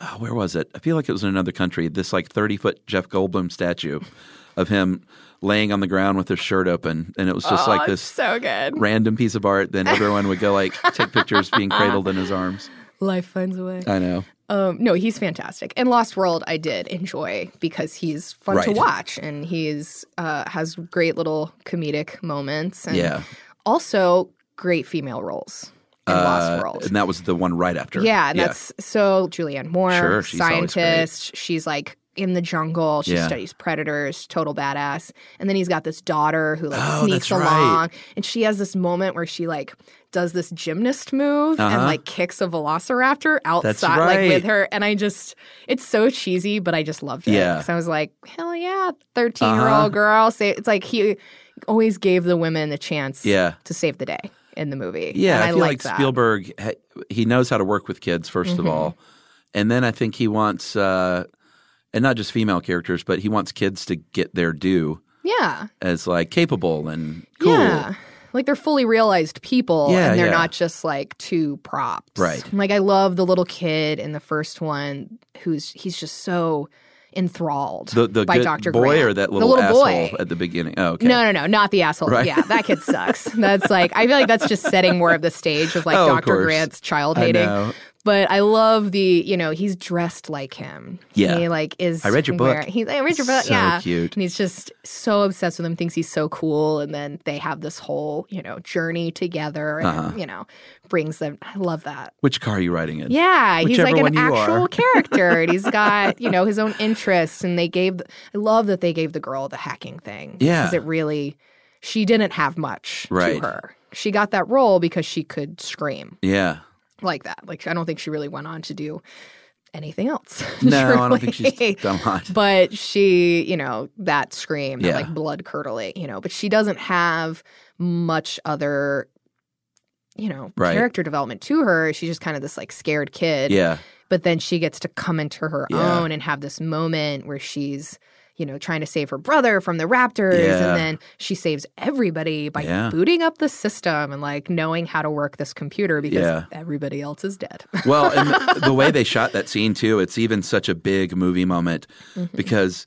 oh, where was it? I feel like it was in another country. This like thirty foot Jeff Goldblum statue of him laying on the ground with his shirt open, and it was just Oh, like this it's so good. random piece of art. Then everyone would go like take pictures being cradled in his arms. Life finds a way. I know. Um, no, he's fantastic. And Lost World, I did enjoy because he's fun to Right. watch, and he's uh, has great little comedic moments. And Yeah. also great female roles in Uh, Lost World. and that was the one right after. Yeah, and that's so Julianne Moore, Sure, she's always great. scientist. She's like in the jungle. She Yeah. studies predators, total badass. And then he's got this daughter who like Oh, sneaks that's right. along. And she has this moment where she like does this gymnast move and Uh-huh. like kicks a velociraptor outside like right. with her. And I just it's so cheesy, but I just loved it. Yeah. Because I was like, hell yeah, 13 year Uh-huh. old girl. Say it's like he always gave the women the chance Yeah. to save the day in the movie. Yeah, And I, I, feel like, like that. Mm-hmm. Spielberg ha- he knows how to work with kids 1st of all, and then I think he wants uh, and not just female characters, but he wants kids to get their due Yeah. as like capable and cool. Yeah. Like they're fully realized people Yeah, and they're yeah. not just like two props. Right. Like I love the little kid in the first one who's he's just so enthralled The the by good Dr. boy Grant. or that little, the little asshole boy. at the beginning. Oh, okay. No, no, no, not the asshole. Right. Yeah, that kid sucks. that's like I feel like that's just setting more of the stage of like Oh, of Dr. course. Grant's child I hating. know. But I love the, you know, he's dressed like him. Yeah. He like is I read your book. wearing- He's I read your book. So yeah. cute. And he's just so obsessed with him, thinks he's so cool. And then they have this whole, you know, journey together and, Uh-huh. you know, brings them. I love that. Which car are you riding in? Yeah, he's like Whichever one an you actual are. character. And he's got, you know, his own interests. And they gave, I love that they gave the girl the hacking thing. Yeah. Because it really, she didn't have much Right. to her. She got that role because she could scream Yeah. like that. Like, I don't think she really went on to do anything else. No, I don't think truly. she's done a lot. But she, you know, that scream, Yeah. that like blood curdling, you know, but she doesn't have much other, you know, Right. character development to her. She's just kind of this like scared kid. Yeah. But then she gets to come into her Yeah. own and have this moment where she's, you know, trying to save her brother from the raptors. Yeah. And then she saves everybody by Yeah. booting up the system and like knowing how to work this computer because Yeah. everybody else is dead. Well, and the, the way they shot that scene too, it's even such a big movie moment Mm-hmm. because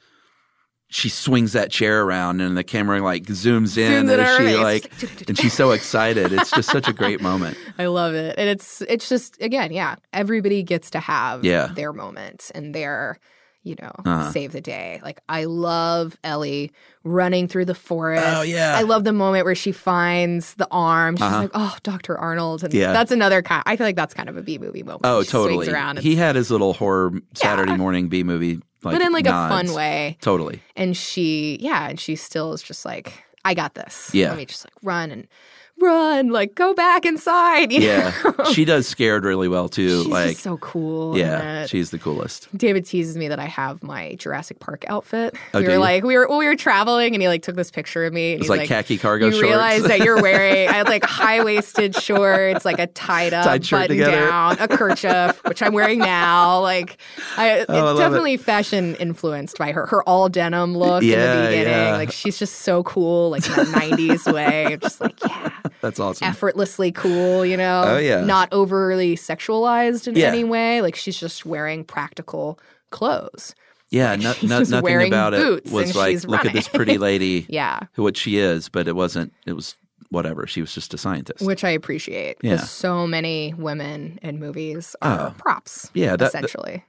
she swings that chair around and the camera like zooms in in and on her she face. like and she's so excited. It's just such a great moment. I love it. And it's it's just again, yeah, everybody gets to have Yeah. their moments and their you know, Uh-huh. save the day. Like I love Ellie running through the forest. Oh, yeah. I love the moment where she finds the arm. She's Uh-huh. like, "Oh, Dr. Arnold." And Yeah. that's another kind I feel like that's kind of a B movie moment. Oh, She swings totally. around and- He had his little horror Saturday morning B movie like but in like nods. a fun way. Totally. and she yeah and she still is just like i got this Yeah. let me just like run and run like go back inside you Yeah. know? she does scared really well too. Oh. she's like just so cool in Yeah, it. she's the coolest. David teases me that I have my Jurassic Park outfit. Oh, we do were you? like, we were well, we were traveling, and he like took this picture of me. And It's he's like, khaki cargo you shorts. realize that you're wearing I had like high waisted shorts, like a tied up, Tied shirt button together. down, a kerchief, which I'm wearing now. Like, I, Oh, I love it's it. definitely fashion influenced by her. Her all denim look in Yeah, the beginning, yeah. like she's just so cool, like in a '90s way, just like yeah, That's awesome. effortlessly cool. You know, Oh, yeah. not overly sexualized in Yeah. any way. Like she's just wearing practical clothes. yeah, no, no, She's nothing wearing about it boots was and like, she's look at this running." pretty lady. Yeah. who what she is, but it wasn't. It was whatever. She was just a scientist. Which I appreciate Yeah. because so many women in movies are Oh. props. Yeah, that- that- essentially.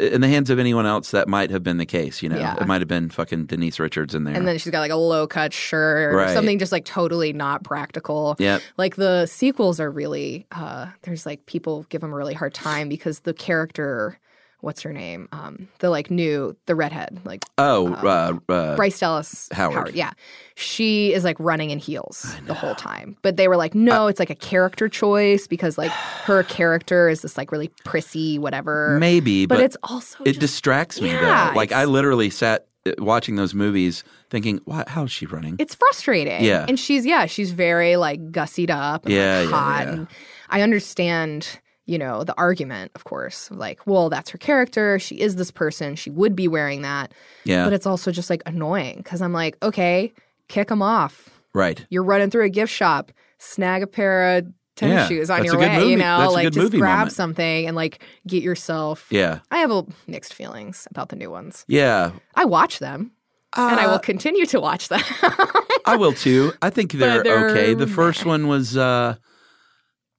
in the hands of anyone else, that might have been the case. You know, Yeah. it might have been fucking Denise Richards in there. and then she's got like a low cut shirt Right. or something just like totally not practical. Yep. Like the sequels are really uh there's like people give them a really hard time because the character what's her name? Um the like new the redhead, like oh, uh, um, uh, Bryce Dallas Howard. Yeah. She is like running in heels the whole time. But they were like, Uh, no, it's like a character choice because like her character is this like really prissy, whatever. maybe, but, but, it's also it just, distracts me Yeah, though. Like I it's- literally sat uh, watching those movies, thinking, "Why? How is she running?" it's frustrating. Yeah. And she's yeah, she's very like gussied up and Yeah, like, yeah, hot. yeah. And I understand, you know, the argument, of course, of, like, well, that's her character. She is this person. She would be wearing that. yeah, But it's also just like annoying because I'm like, okay, kick them off. right. You're running through a gift shop, snag a pair of tennis Yeah, shoes on that's your a good way, movie- you know, that's a like good just movie grab moment. something and like get yourself. Yeah, I have a mixed feelings about the new ones. yeah. Uh, I watch them and I will continue to watch them. I will too. I think they're, they're okay. The first one was, uh,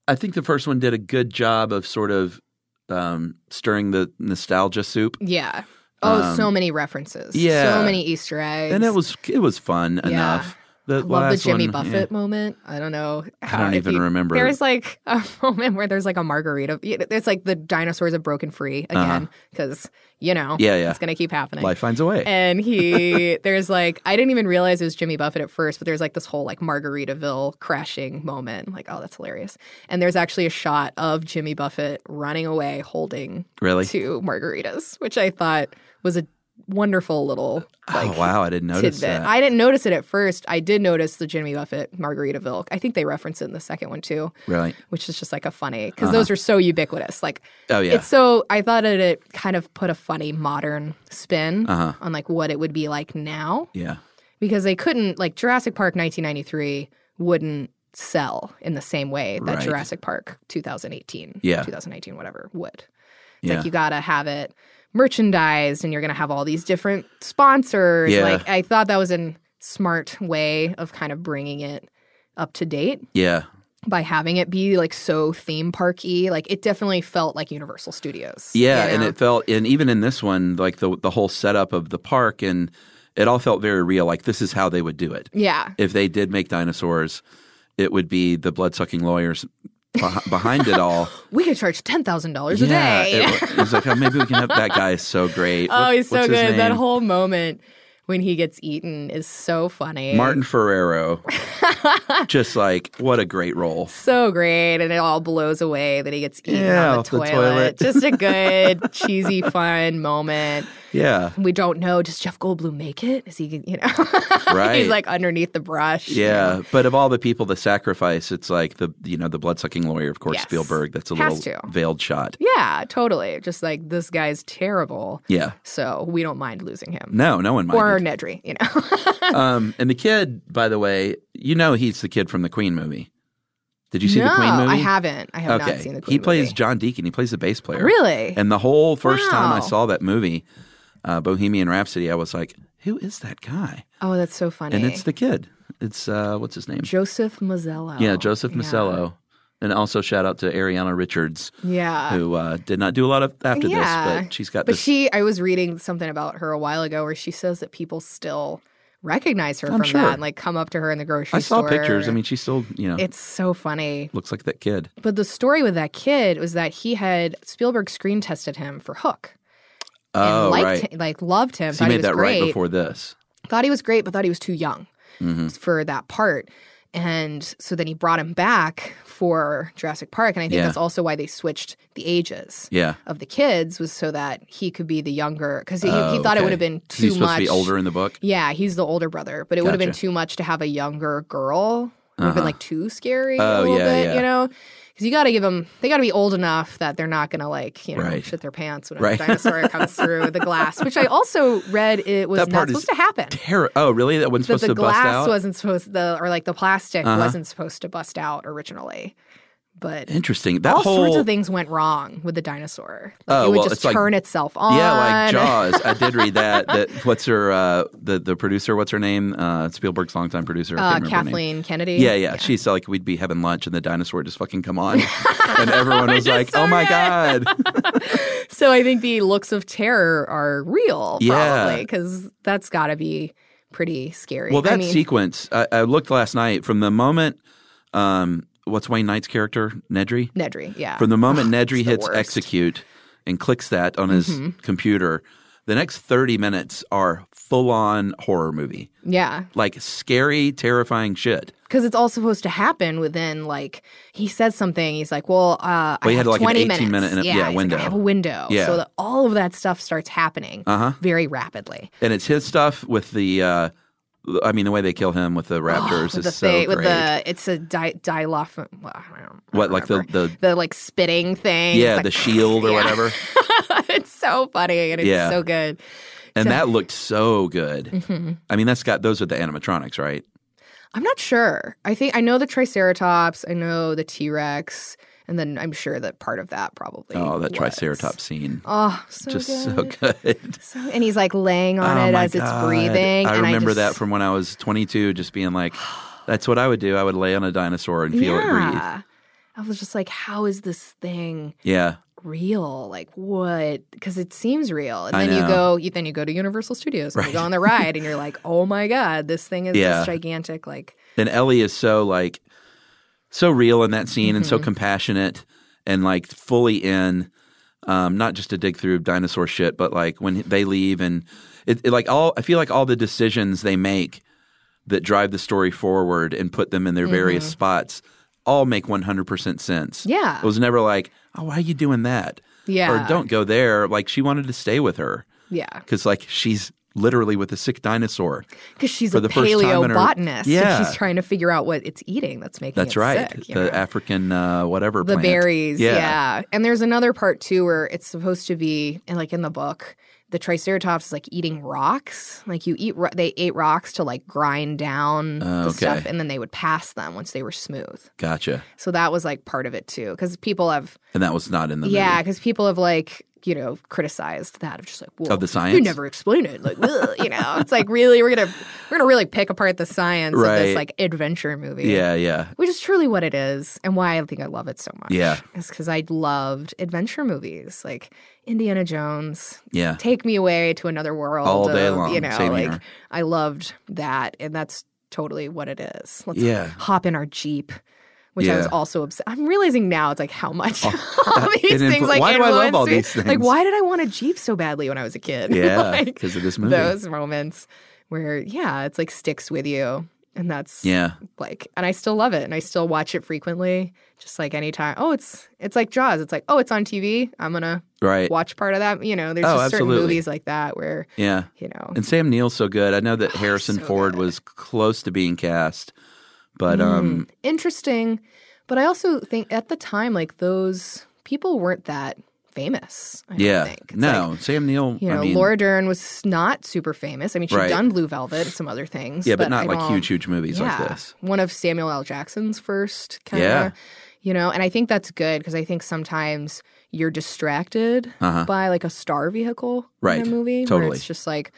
I think the first one did a good job of sort of um, stirring the nostalgia soup, Yeah. Oh, Um, so many references. yeah. So many Easter eggs. and it was it was fun Yeah. enough. The I love the last Jimmy one, yeah. Buffett moment. I don't know. I don't if even remember. There's like a moment where there's like a margarita. It's like the dinosaurs have broken free again because, you know, Uh-huh. Yeah, yeah. it's going to keep happening. Life finds a way. And he, there's like, I didn't even realize it was Jimmy Buffett at first, but there's like this whole like Margaritaville crashing moment. I'm like, oh, that's hilarious. And there's actually a shot of Jimmy Buffett running away holding really? two margaritas, which I thought was a wonderful little like oh wow, I didn't notice tidbit. that. I didn't notice it at first. I did notice the Jimmy Buffett Margaritaville. I think they reference it in the second one too, really? which is just like a funny because those are so ubiquitous. Like Oh Uh-huh. yeah. it's so I thought that it kind of put a funny modern spin Uh-huh. on like what it would be like now yeah. because they couldn't like Jurassic Park 1993 wouldn't sell in the same way that Right. Jurassic Park 2018, Yeah. 2019 whatever would. It's Yeah. like you got to have it merchandised and you're going to have all these different sponsors. Yeah. Like I thought that was a smart way of kind of bringing it up to date yeah. by having it be like so theme parky. Like it definitely felt like Universal Studios. Yeah, you and know? it felt, and even in this one, like the the whole setup of the park, and it all felt very real. Like this is how they would do it. yeah. If they did make dinosaurs, it would be the blood sucking lawyers beh- behind it all. We could charge $10,000 a yeah, day. it, wa- it was like oh, maybe we can have that guy is so great. Oh, What- he's so what's his good. That name? whole moment when he gets eaten is so funny. Martin Ferrero, just like what a great role. So great, and it all blows away that he gets eaten Yeah, on off the the toilet. toilet. Just a good, cheesy, fun moment. Yeah. we don't know. Does Jeff Goldblum make it? Is he, you know, Right. he's like underneath the brush. you know? Yeah, but of all the people that sacrifice, it's like the you know the bloodsucking lawyer, of course, Yes. Spielberg. That's a Has little to. veiled shot. Yeah, totally. Just like this guy's terrible. Yeah, So we don't mind losing him. no, no one Or minded. Nedry, you know. um, and the kid, by the way, you know he's the kid from the Queen movie. Did you see no, the Queen movie? I haven't. I have okay, not seen the Queen he plays movie. John Deacon. He plays the bass player. Really? And the whole first time I Wow. saw that movie, uh, Bohemian Rhapsody, I was like, "Who is that guy?" oh, that's so funny. And it's the kid. It's uh, what's his name? Joseph Mazzello. yeah, Joseph Masello. And also shout out to Ariana Richards. Yeah. who uh, did not do a lot of after Yeah. this, but she's got But this. she, I was reading something about her a while ago where she says that people still recognize her I'm from sure. that and like come up to her in the grocery I saw store. pictures. I mean, she still, you know, it's so funny. looks like that kid. But the story with that kid was that he had Spielberg screen tested him for Hook. Oh, and liked right. him, like loved him. So thought you he made was that great. right before this. Thought he was great, but thought he was too young Mhm. for that part. And so then he brought him back for Jurassic Park, and I think Yeah. that's also why they switched the ages Yeah. of the kids was so that he could be the younger because he, he Oh, thought it okay. would have been Is too he supposed much. to be older in the book. Yeah, he's the older brother, but it would have been Gotcha. too much to have a younger girl. It would have been Uh-huh. like too scary Oh, a little yeah, bit, yeah. you know? Because you got to give them, they got to be old enough that they're not going to like, you know, Right. shit their pants when Right. a dinosaur comes through the glass, which I also read it was That not part is supposed to happen. Terror. Oh, really? That one's That supposed to the bust glass out. wasn't supposed the or like the plastic Uh-huh. wasn't supposed to bust out originally. But Interesting. That all whole sorts of things went wrong with the dinosaur. Like, Oh, it would well, just it's like- turn itself on. Yeah, like Jaws. I did read that. That what's her uh, the the producer? What's her name? Uh, Spielberg's longtime producer. I Uh, can't remember her name. Kathleen Kennedy. Yeah, yeah, She said like we'd be having lunch and the dinosaur would just fucking come on, and everyone was like, "Oh my god!" So I think the looks of terror are real, Yeah. probably, because that's got to be pretty scary. Well, that I mean, sequence, I, I looked last night from the moment, um, what's Wayne Knight's character, Nedry? Nedry, yeah. From the moment Nedry the hits worst. Mm-hmm. execute and clicks that on his computer, the next 30 minutes are full on horror movie. yeah, Like scary, terrifying shit. because it's all supposed to happen within like he says something. He's like, "Well, uh, I Well, he had have like an 20 18 minute minutes. in a- yeah, he's like, window. I have a window. Yeah. So that all of that stuff starts happening Uh huh. very rapidly. And it's his stuff with the, uh, I mean, the way they kill him with the raptors with is the so thing, great. with the it's a di- diloph. Well, I don't, I what, don't like the, remember. the, the like spitting thing. yeah, It's like, the shield or yeah. whatever. it's so funny and it's Yeah. so And good. So- Mm. that looked so good. I mean, that's got, those are the animatronics, right? I'm not sure. I think I know the Triceratops. I know the T Rex, and then I'm sure that part of that probably. Oh, that was. Triceratops scene. Oh, so just good. so good. So, and he's like laying on Oh it my as God. it's breathing. I and remember just- that from when I was 22, just being like, that's what I would do. I would lay on a dinosaur and feel it breathe. yeah. I was just like, how is this thing Yeah. real? Like what? Because it seems real, and I then you know. go, you, then you go to Universal Studios, and Right. you go on the ride, and you're like, oh my god, this thing is Yeah. this gigantic. Like, And Ellie is so like, so real in that scene and Mm-hmm. so compassionate and like fully in, um, not just to dig through dinosaur shit, but like when they leave and it, it like all, I feel like all the decisions they make that drive the story forward and put them in their various spots all make 100% sense. Mm-hmm. yeah, It was never like, oh, why are you doing that? yeah, Or don't go there. Like she wanted to stay with her yeah. because like she's literally with a sick dinosaur. Because she's for a the first time in her- paleobotanist. Yeah. And she's trying to figure out what it's eating that's making That's it right. sick, you the know? African uh, whatever. the plant. berries. Yeah. Yeah. And there's another part too where it's supposed to be, and like in the book, the Triceratops is like eating rocks. Like you eat, ro- they ate rocks to like grind down Oh, the stuff okay. and then they would pass them once they were smooth. Gotcha. So that was like part of it too. Because people have, And that was not in the yeah, movie. because people have like, you know, criticized that of just like, well, Of the you science? never explain it. Like, ugh, you know, it's like really we're gonna we're gonna really pick apart the science of Right. this like adventure movie. Yeah, yeah. Which is truly what it is, and why I think I love it so much. Yeah. is because I loved adventure movies like Indiana Jones, Yeah. Take Me Away to Another World. All day of, long, You know, same like here. I loved that, and that's totally what it is. Let's Yeah. hop in our jeep, which I was Yeah. also obsessed. I'm realizing now it's like how much all that- these it things influ- like why do I love influenced all me. these Like things? why did I want a jeep so badly when I was a kid? Yeah. Like, Because of this movie. those moments where yeah, it's like sticks with you. And that's Yeah. like and I still love it and I still watch it frequently. Just like anytime oh it's it's like Jaws. It's like, oh it's on TV. I'm gonna Right. watch part of that. You know, there's Oh, just absolutely. certain movies like that where, Yeah. you know And Sam Neill's so good. I know that Harrison Oh, so Ford good. Mm, was close to being cast, but um, Hmm, interesting. But I also think at the time, like those people weren't that famous. I don't yeah, think. It's no, like, Sam Neill. you know, I mean, Laura Dern was not super famous. I mean, she'd Right. done Blue Velvet and some other things. yeah, but, I not like don't- huge, huge movies yeah. like this. One of Samuel L. Jackson's first kind of, Yeah. you know, and I think that's good because I think sometimes you're distracted Uh-huh. by like a star vehicle Right. in a movie. where Totally. it's just like,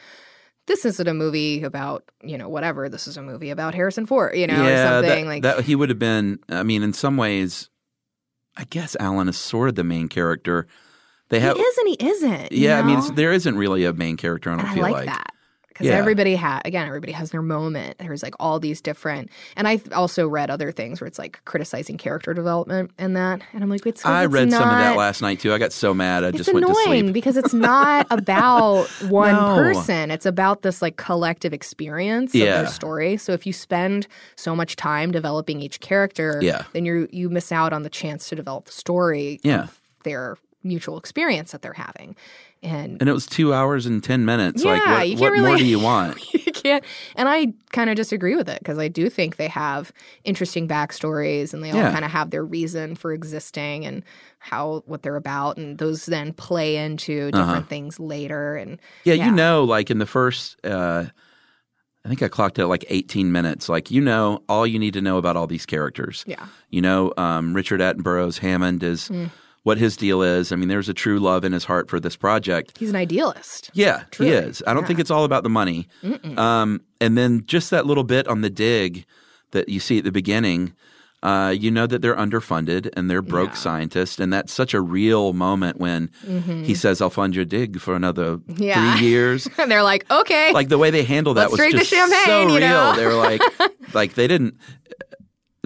this isn't a movie about, you know, whatever. This is a movie about Harrison Ford, you know, yeah, or that- something. like that he would have been. I mean, in some ways, I guess Alan is sort of the main character. They have, he is and he isn't. you yeah. I mean, know? it's, there isn't really a main character. I don't and I feel like, that because Yeah. everybody had again, everybody has their moment. There's like all these different, and I also read other things where it's like criticizing character development and that, and I'm like, it's 'cause I it's read some of that not- last night too. I got so mad, I It's just went annoying to sleep. because it's not about one No. person. It's about this like collective experience of Yeah. their story. So if you spend so much time developing each character, Yeah. then you you miss out on the chance to develop the story Yeah, their mutual experience that they're having. And and it was two hours and ten minutes. like, Yeah, what, you can't what more really- do you want? you can't. And I kind of disagree with it because I do think they have interesting backstories and they all Yeah. kind of have their reason for existing and how what they're about, and those then play into different Uh-huh. things later. And Yeah, Yeah. you know, like in the first, uh, I think I clocked it at like 18 minutes. Like, you know, all you need to know about all these characters. yeah, You know, um, Richard Attenborough's Hammond is Hmm. what his deal is. I mean, there's a true love in his heart for this project. he's an idealist. Yeah, Truly, he is. I don't think it's all about the money. Um, and then just that little bit on the dig that you see at the beginning, uh, you know that they're underfunded and they're broke scientists. And that's such a real moment when he says, I'll fund your dig for another Mm-hmm. Yeah. three years And they're like, okay, like the way they handled that Let's drink the was just so champagne, real. you know? They were like, like they didn't,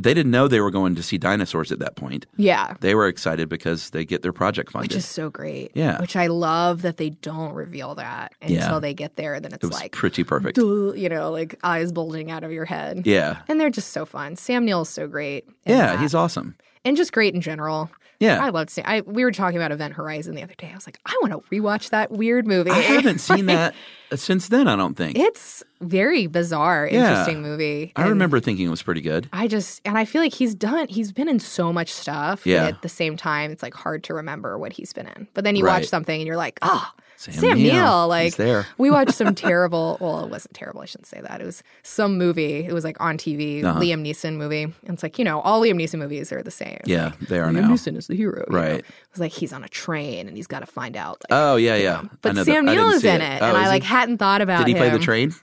they didn't know they were going to see dinosaurs at that point. yeah. They were excited because they get their project funded. Which is so great. Yeah. Which I love that they don't reveal that until Yeah. they get there. Then it's it was like, pretty perfect. duh, you know, like eyes bulging out of your head. Yeah, And they're just so fun. Sam Neill's so great. uh, in yeah, that. he's awesome. and just great in general. Yeah. I loved seeing. I we were talking about Event Horizon the other day. I was like, I want to rewatch that weird movie. I haven't seen that uh, since then. I don't think. It's very bizarre, Yeah. interesting movie. I And remember thinking it was pretty good. I just and I feel like he's done. He's been in so much stuff. but Yeah. At the same time, it's like hard to remember what he's been in. But then you Right. watch something and you're like, oh, Sam Sam, Neill, Neill. he's Like there. we watched some terrible. Well, it wasn't terrible. I shouldn't say that. It was some movie. It was like on TV, Uh-huh. Liam Neeson movie. And it's like you know, all Liam Neeson movies are the same. Yeah, Like, they are Liam now. Neeson is the hero. you know? Right. It was like he's on a train and he's got to find out. Like, Oh yeah, yeah. I but know Sam that. I Neill didn't is see in it, Oh, and I is like he? hadn't thought about Did he play the him. train?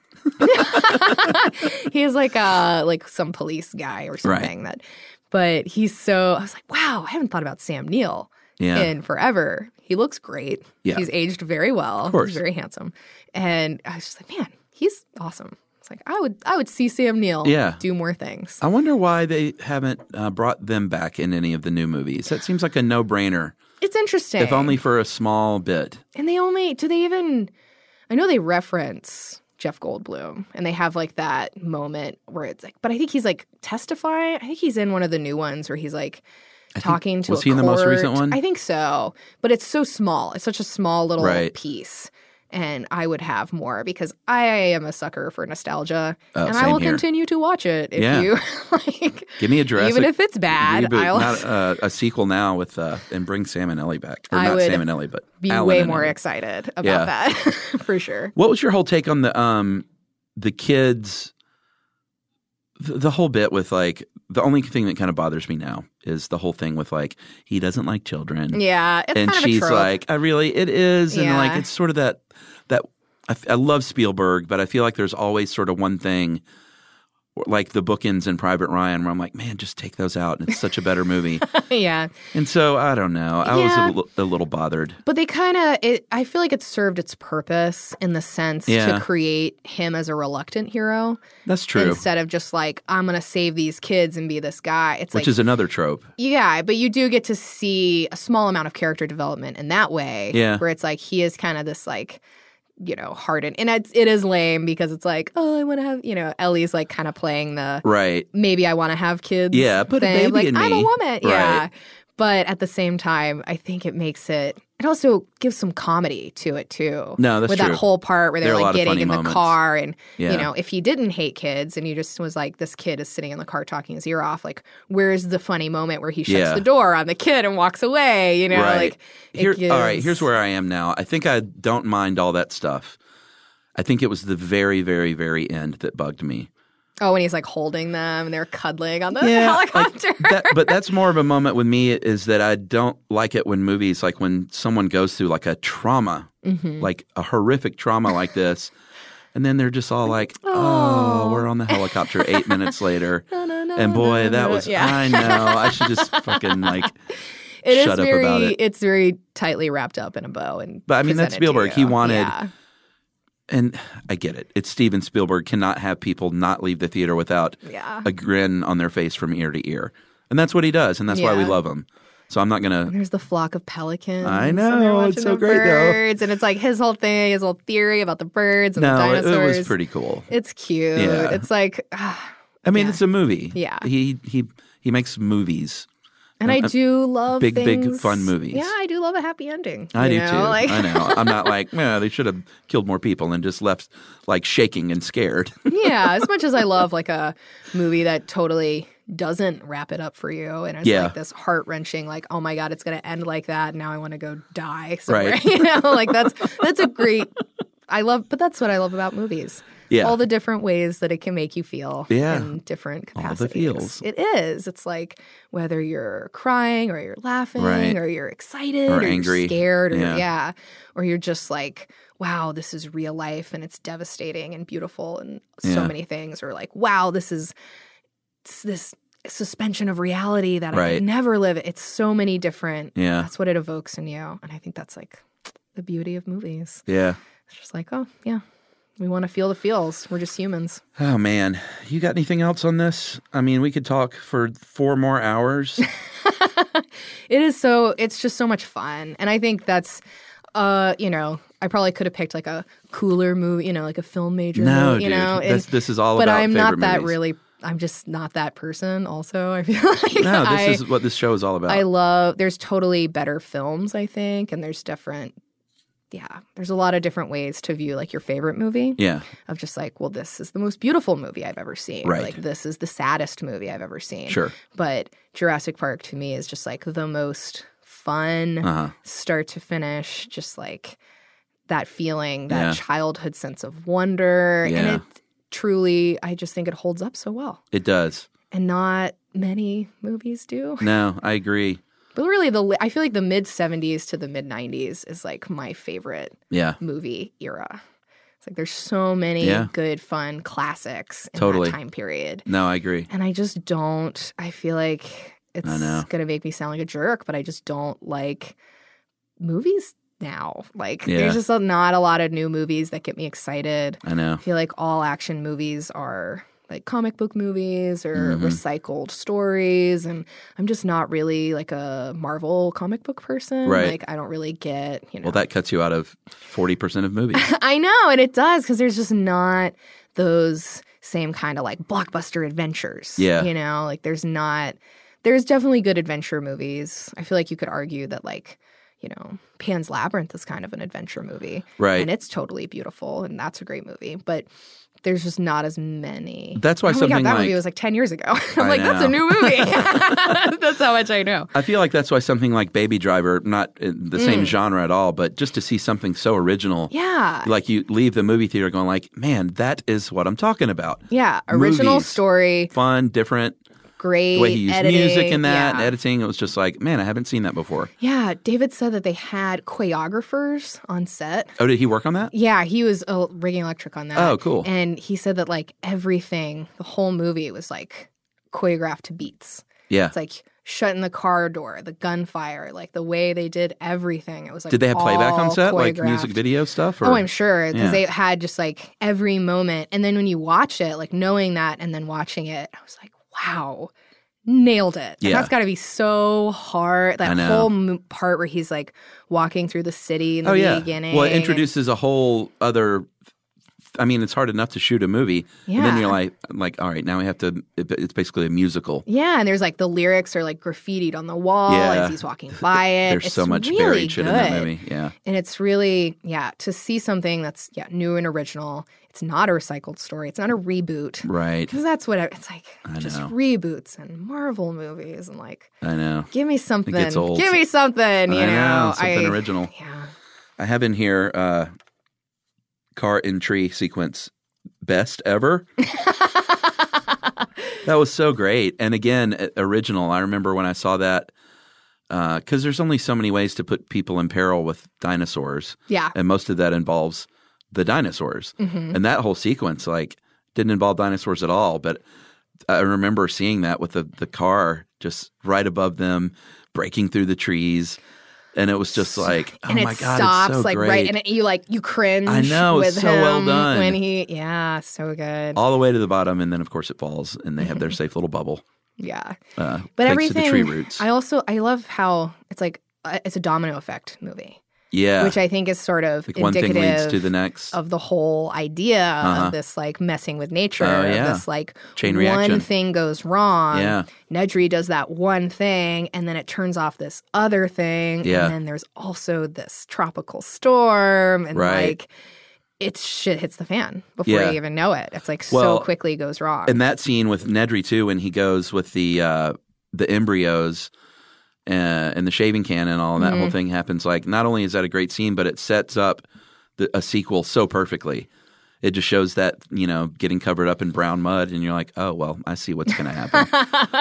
He's like uh like some police guy or something that but he's so I was like, wow, I haven't thought about Sam Neill Yeah. in forever. He looks great. Yeah. He's aged very well. Of course. He's very handsome. And I was just like, man, he's awesome. It's like I would I would see Sam Neill Yeah. Uh, do more things. I wonder why they haven't uh, brought them back in any of the new movies. That seems like a no-brainer, It's interesting. if only for a small bit. And they only do they even I know they reference Jeff Goldblum and they have like that moment where it's like but I think he's like testifying. I think he's in one of the new ones where he's like talking to was a he in the most court. recent one? I think so. But it's so small. It's such a small little Right. piece. And I would have more because I am a sucker for nostalgia. Oh, and same I will here. continue to watch it if Yeah. you like Give me a Jurassic. even if it's bad, reboot, I'll not uh, a sequel now with uh, and bring Sam and Ellie back. Or I not would Sam and Ellie, but be Alan way and more Ellie. excited about Yeah. that for sure. What was your whole take on the um the kids? The, the whole bit with like the only thing that kind of bothers me now is the whole thing with like he doesn't like children. Yeah, it's and kind she's of a trope. like, I really it is, and Yeah. like it's sort of that that I, f- I love Spielberg, but I feel like there's always sort of one thing. Like the bookends in Private Ryan, where I'm like, man, just take those out, and it's such a better movie. yeah And so I don't know. I was a, Yeah. li- a little bothered. but they kind of it i feel like it served its purpose in the sense Yeah. to create him as a reluctant hero That's true. instead of just like i'm gonna save these kids and be this guy it's Which like is another trope. yeah but you do get to see a small amount of character development in that way Yeah. where it's like he is kind of this like you know, hardened. And it's, it is lame because it's like, oh, I want to have, you know, Ellie's like kind of playing the Right. maybe I want to have kids. Yeah, put a thing. baby like in I'm a me. woman. Yeah, Right. but at the same time, I think it makes it. It also gives some comedy to it too. No, that's with true. that whole part where There they're are a lot of like getting funny in the moments. car, and Yeah. you know, if he didn't hate kids and you just was like, this kid is sitting in the car talking his ear off, like, where's the funny moment where he shuts Yeah. the door on the kid and walks away? You know, right. like it Here- all right, gives- here's where I am now. I think I don't mind all that stuff. I think it was the very, very, very end that bugged me. Oh, and he's like holding them and they're cuddling on the like, helicopter. that, but that's more of a moment with me is that I don't like it when movies, like when someone goes through like a trauma, Mm-hmm. Mm. like a horrific trauma like this, and then they're just all like, "Oh, we're on the helicopter." Eight minutes later, and boy, Oh, no, that no, no. was Yeah. I know I should just fucking like It is shut up very about it. it's very tightly wrapped up in a bow and But, I mean, that's presented to Spielberg. He you. wanted- Yeah. And I get it. It's Steven Spielberg cannot have people not leave the theater without Yeah. a grin on their face from ear to ear. And that's what he does, and that's why we Yeah. love him. So I'm not going And to there's the flock of pelicans. I and they're know, it's watching so the great, though. birds, And it's like his whole thing, his whole theory about the birds and the No, it, dinosaurs. it was pretty cool. It's cute. Yeah. It's like, ah. I mean, it's a movie. Yeah. He he he makes movies. and I do love big, big things- fun movies. Yeah, I do love a happy ending. I you do know? too. Like, I know. I'm not like, no, they should have killed more people and just left like shaking and scared. yeah, as much as I love like a movie that totally doesn't wrap it up for you, and it's Yeah. like this heart wrenching, like oh my god, it's gonna end like that. Now I want to go die somewhere. Right. you know, like that's that's a great. I love, but that's what I love about movies. Yeah. all the different ways that it can make you feel. Yeah. in different All the capacities. feels. It is. It's like whether you're crying or you're laughing Right. or you're excited Or you're angry. scared or Yeah. yeah yeah or you're just like wow this is real life and it's devastating and beautiful and so Yeah. many things or like wow this is it's this suspension of reality that i Right. could never live it's so many different Yeah. that's what it evokes in you and i think that's like the beauty of movies yeah. it's just like oh yeah we want to feel the feels we're just humans Oh man, you got anything else on this? I mean, we could talk for four more hours. it is so it's just so much fun and i think that's uh you know i probably could have picked like a cooler movie you know like a film major no, movie, you dude. know and- this, this is all but about I'm not favorite that movies. really. I'm just not that person. Also, I feel like No, this I, is what this show is all about. I love. There's totally better films, I think, and there's different. Yeah, there's a lot of different ways to view like your favorite movie. yeah. Of just like, well, this is the most beautiful movie I've ever seen. or, Right. Like this is the saddest movie I've ever seen. Sure. But Jurassic Park to me is just like the most fun Uh-huh. start to finish, just like that feeling, that Yeah. childhood sense of wonder. Yeah. And it truly, I just think it holds up so well. It does. And not many movies do. No, I agree. But really, the I feel like the mid 70s to the mid 90s is like my favorite Yeah. movie era. It's like there's so many Yeah. good, fun classics in Totally. that time period. No, I agree. And I just don't. I feel like it's know. gonna make me sound like a jerk, but I just don't like movies now. Like Yeah. there's just a, not a lot of new movies that get me excited. I know. I feel like all action movies are like comic book movies or Mhm. recycled stories, and I'm just not really like a Marvel comic book person. Right. Like I don't really get you know. Well, that cuts you out of 40% of movies. I know, and it does because there's just not those same kind of like blockbuster adventures. Yeah. you know, like there's not. There's definitely good adventure movies. I feel like you could argue that like you know Pan's Labyrinth is kind of an adventure movie, Right. And it's totally beautiful, and that's a great movie, but. There's just not as many. That's why oh my something God, that like- movie was like ten years ago. I'm I like, that's a know. new movie. that's how much I know. I feel like that's why something like Baby Driver, not in the same genre at all, but just to see something so original, Mm. Yeah, like you leave the movie theater going like, man, that is what I'm talking about. yeah. Original Movies. story, Fun, different, great. the way he used editing. music in that and yeah. editing. It was just like, man, I haven't seen that before. Yeah, David said that they had choreographers on set. Oh, did he work on that? Yeah, he was uh, rigging electric on that. Oh, cool. And he said that like everything, the whole movie was like choreographed to beats. Yeah. It's like shutting the car door, the gunfire, like the way they did everything. It was like did they have playback on all set, like music choreographed. video stuff? Or? Oh, I'm sure because Yeah. they had just like every moment, and then when you watch it, like knowing that, and then watching it, I was like, wow, nailed it. And Yeah. that's got to be so hard. I That know. whole m- part where he's like walking through the city in the oh yeah. beginning. Well, it and- introduces a whole other. I mean, it's hard enough to shoot a movie, and then Yeah. you're like, like, all right, now we have to. it- It's basically a musical. Yeah, and there's like the lyrics are like graffitied on the wall Yeah. as he's walking by it. There's It's so much really buried shit in that good. movie. Yeah. And it's really, yeah, to see something that's yeah, new and original. It's not a recycled story. It's not a reboot. Right. Because that's what I, it's like. I just know. reboots and Marvel movies and like, I know. give me something. old. Give me something. You I know, know, something I- original. Yeah. I have in here uh car and tree sequence best ever. that was so great. And again, uh, original. I remember when I saw that because there's only so many ways to put people in peril with dinosaurs, Yeah. Mm-hmm. and most of that involves the dinosaurs. And that whole sequence, like, didn't involve dinosaurs at all. But I remember seeing that with the the car just right above them, breaking through the trees. And it was just like, oh and my it God, stops it's so like great. right, and it, you like you cringe. I know, it's with so well him done. when he, yeah, so good, all the way to the bottom, and then of course it falls, and they have their safe little bubble. yeah. Uh, Mm-hmm. But thanks everything, to the tree roots. I also I love how it's like uh, it's a domino effect movie, yeah, which I think is sort of like one thing leads to indicative the next. of the whole idea Uh-huh. of this like messing with nature. Oh, of yeah. this like Chain one reaction. thing goes wrong. Yeah. Nedry does that one thing, and then it turns off this other thing. Yeah. And then there's also this tropical storm, and Right. like it's shit hits the fan before Yeah. you even know it. It's like Well, so quickly goes wrong. and that scene with Nedry too, when he goes with the uh, the embryos uh, and the shaving can and all, and that Mm-hmm. whole thing happens. Like, not only is that a great scene, but it sets up the, a sequel so perfectly. It just shows that you know getting covered up in brown mud, and you're like, oh well, I see what's going to happen.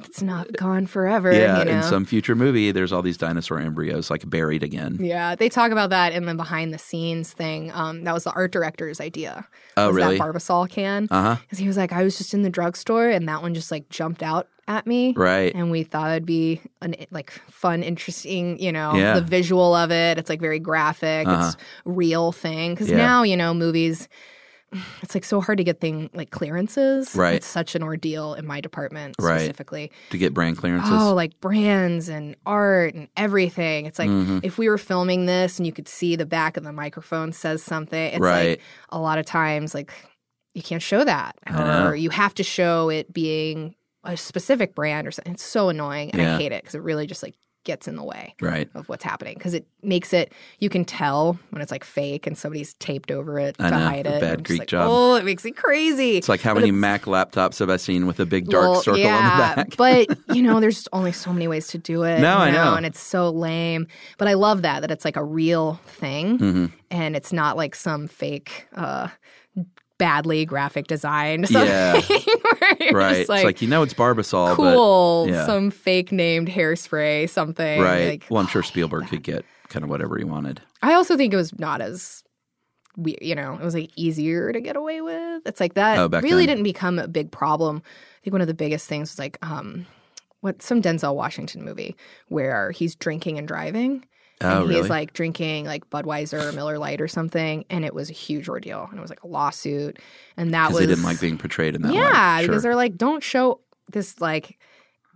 it's not gone forever. yeah, you know? in some future movie, there's all these dinosaur embryos like buried again. Yeah, they talk about that in the behind the scenes thing. Um, that was the art director's idea. Oh, was really? That Barbasol can. Uh huh. Because he was like, I was just in the drugstore and that one just like jumped out at me. Right. And we thought it'd be an like fun, interesting, you know, Yeah. Uh-huh. the visual of it. It's like very graphic. It's real thing. Because Yeah. now, you know, movies, it's like so hard to get thing like clearances. Right. It's such an ordeal in my department Right. specifically. to get brand clearances. Oh, like brands and art and everything. It's like Mm-hmm. if we were filming this and you could see the back of the microphone says something, it's Right. like a lot of times like you can't show that. I know. Or you have to show it being a specific brand or something. It's so annoying and Yeah. I hate it because it really just like gets in the way Right. of what's happening because it makes it you can tell when it's like fake and somebody's taped over it I to know, hide a it. bad I'm just Greek like, job. Oh, it makes me crazy. It's like how But many it's- Mac laptops have I seen with a big dark well, circle yeah, on the back? but you know, there's just only so many ways to do it. No, I you know. and it's so lame. But I love that that it's like a real thing, Mm-hmm. and it's not like some fake, uh, badly graphic designed. Something Yeah. where you're right. just it's like you know it's Barbasol, cool, but yeah. some fake named hairspray, something. right. Like, oh, well, I'm sure Spielberg could get kind of whatever he wanted. I also think it was not as we, you know, it was like easier to get away with. It's like that Oh, back really then. didn't become a big problem. I think one of the biggest things was like um what some Denzel Washington movie where he's drinking and driving. Oh, and really? he's like drinking like Budweiser or Miller Lite or something, and it was a huge ordeal, and it was like a lawsuit, and that Because was they didn't like being portrayed in that way. yeah, Sure. because they're like, don't show this like,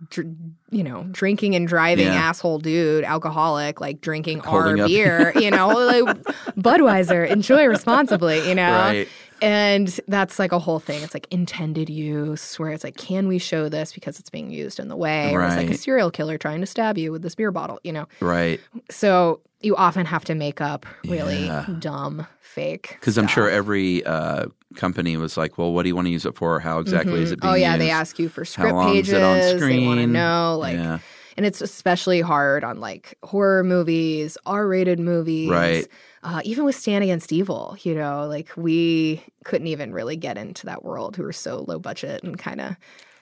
dr- you know, drinking and driving Yeah. asshole dude, alcoholic, like drinking Holding our up- beer, you know, like Budweiser, enjoy responsibly, you know. Right. And that's like a whole thing. It's like intended use, where it's like, can we show this because it's being used in the way? Or it's like a Right. serial killer trying to stab you with this beer bottle, you know. Right. So you often have to make up really Yeah. dumb, fake. Because I'm sure stuff. every uh, company was like, well, what do you want to use it for? How exactly is Mhm. it being Oh yeah, used? they ask you for How script long pages. is it on They want to screen? know like, Yeah. and it's especially hard on like horror movies, R-rated movies, Right. Uh, even with Stand Against Evil, you know, like we couldn't even really get into that world. We were so low budget and kind of.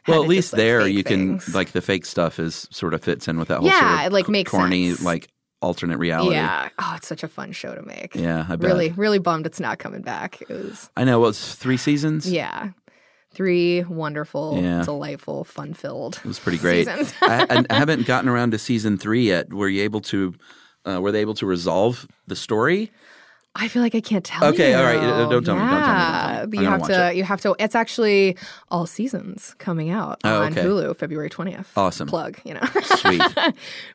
Well, at least there you can like the fake stuff is sort of fits in with that whole Yeah, sort of it, like, c- makes corny sense. like alternate reality. Yeah. Oh, it's such a fun show to make. Yeah, I bet. Really, really bummed it's not coming back. It was I know. Well, it's three seasons. yeah, three wonderful, Yeah. delightful, fun-filled. It was pretty great. Seasons. I, I- I haven't gotten around to season three yet. Were you able to? Uh, were they able to resolve the story? I feel like I can't tell. Okay, you. all right, uh, don't tell me, don't tell me, don't tell me. Yeah, I'm But you gonna have watch to. You have to. It's actually all seasons coming out Oh, on okay. Hulu February twentieth. Awesome. plug. You know, Sweet.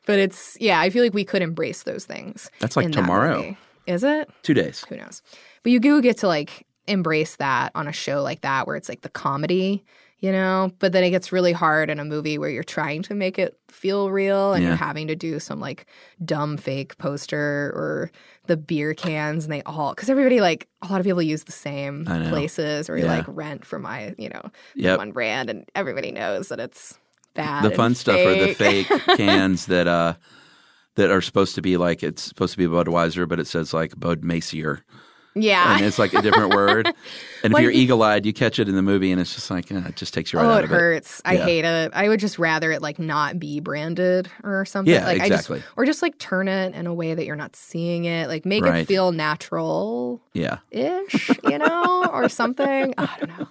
but it's yeah. I feel like we could embrace those things. That's like in that tomorrow. movie. Is it? Two days. Who knows? But you do get to like embrace that on a show like that where it's like the comedy. You know, but then it gets really hard in a movie where you're trying to make it feel real and Yeah. you're having to do some like dumb fake poster or the beer cans and they all because everybody like a lot of people use the same I know. places or you Yeah. like rent for my you know Yep. one brand and everybody knows that it's bad the and fun stuff are the fake. fake cans that uh that are supposed to be like it's supposed to be Budweiser, but it says like Bud Macier, yeah and it's like a different word. And if Why you're do you- eagle-eyed, you catch it in the movie, and it's just like uh, it just takes you right oh out it of hurts I Yeah. hate it I would just rather it like not be branded or something Yeah, like I exactly. just or just like turn it in a way that you're not seeing it like make Right. it feel natural it. Yeah, ish, you know, or something. I don't know.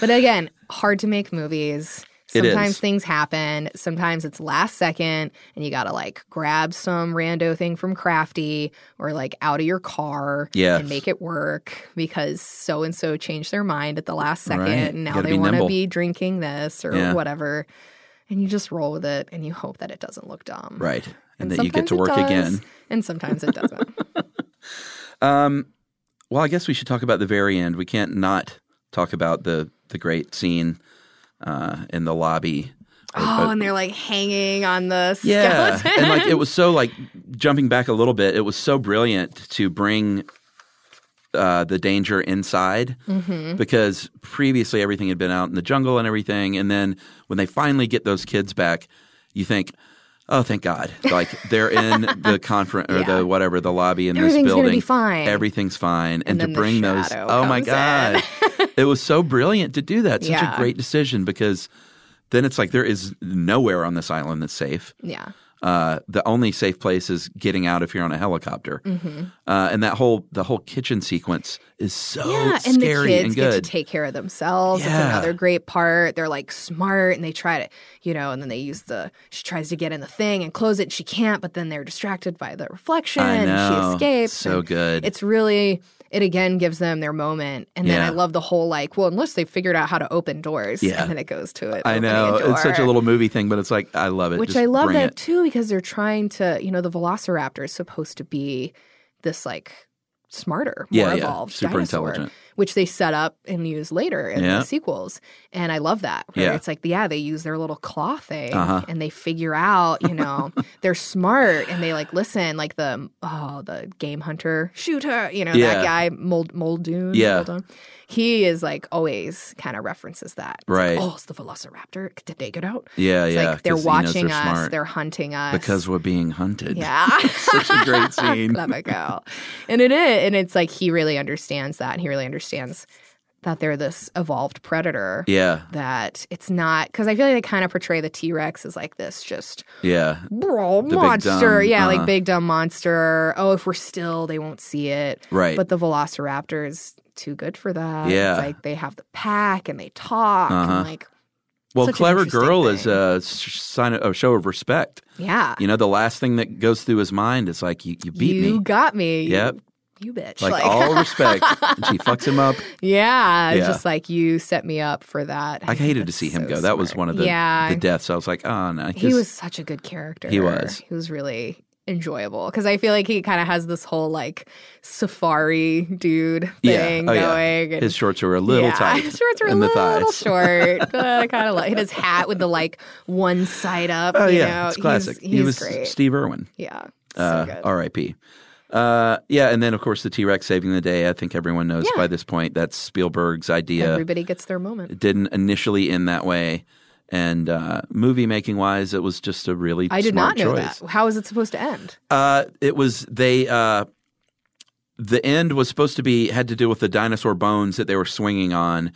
But again, hard to make movies. It is. Sometimes things happen. Sometimes it's last second, and you gotta like grab some rando thing from Crafty or like out of your car Yeah. and make it work because so and so changed their mind at the last second. Right. And now Gotta they be want nimble. to be drinking this or Yeah. whatever, and you just roll with it and you hope that it doesn't look dumb, right. And, that you get sometimes to it work does, again. and sometimes it doesn't. Um, well, I guess we should talk about the very end. We can't not talk about the the great scene uh, in the lobby. Uh, Oh, and they're like hanging on the Yeah, skeleton. and like it was so like jumping back a little bit, it was so brilliant to bring uh, the danger inside Mm-hmm. because previously everything had been out in the jungle and everything, and then when they finally get those kids back, you think. Oh, thank God! Like they're in the conference or the whatever the lobby in this Everything's gonna building. be fine. Everything's fine, and, then to the bring those. shadow Oh my God! comes it was so brilliant to do that. Such a Yeah. great decision because then it's like there is nowhere on this island that's safe yeah. uh, the only safe place is getting out of here on a helicopter. Mm. Uh, and that whole the whole kitchen sequence is so Yeah, and the scary kids and get to good. take care of themselves. Yeah. That's another great part. They're like smart and they try to, you know, and then they use the she tries to get in the thing and close it and she can't, but then they're distracted by the reflection I and know. she escapes. So and good. It's really it again gives them their moment. And then Yeah. I love the whole like, well, unless they figured out how to open doors. Yeah. And then it goes to it. I opening a know it's such a door. little movie thing, but it's like I love it. Which Just I love bring that it. too because they're trying to, you know, the velociraptor is supposed to be this like smarter, more Yeah, yeah. evolved, Super dinosaur, intelligent. which they set up and use later in Yeah. the sequels. And I love that. where Yeah. It's like, yeah, they use their little claw thing Uh-huh. and they figure out, you know, they're smart and they like listen, like the, oh, the game hunter, shoot her, you know, Yeah. that guy, Mold, Muldoon. Yeah. Muldoon. He is like always kind of references that. It's like, Right. oh, it's the velociraptor. Did they get out? Yeah, It's Uh, yeah. like they're 'cause he knows watching they're us, smart they're hunting us. because we're being hunted. yeah. such a great scene. Clever girl. And it is and it's like he really understands that and he really understands that they're this evolved predator. yeah, That it's not because I feel like they kind of portray the T Rex as like this just yeah. bro big monster, dumb, yeah, uh-huh. like big dumb monster. Oh, if we're still, they won't see it. Right. But the Velociraptor is too good for that. Yeah. it's like they have the pack and they talk Uh-huh. and like Well, such an clever interesting girl is thing. a s- sign of a show of respect. yeah, You know, the last thing that goes through his mind is like, "You, you beat you me." got me. you- Yep. You bitch. Like, all respect. And she fucks him up. Yeah, it's Yeah. Just like you set me up for that. I think hated to that's see him so go. That was smart. one of the, Yeah. the deaths. I was like, oh no, he his- was such a good character. He was. He was really enjoyable because I feel like he kind of has this whole like safari dude Yeah. thing Oh, yeah. going. and- His shorts were a little yeah, tight. His shorts were a in the little thighs. short, but I kind of like and his hat with the like one side up. Oh you yeah, know? it's classic. He's, he he's was great. Steve Irwin. yeah, so Uh, good. R.I.P. Uh, yeah, and then of course the T Rex saving the day. I think everyone knows by this point that's Spielberg's idea. Everybody gets their moment. It didn't initially end that way, and uh, movie making wise, it was just a really I did smart not know choice. that. How is it supposed to end? Uh, it was they. Uh, the end was supposed to be had to do with the dinosaur bones that they were swinging on.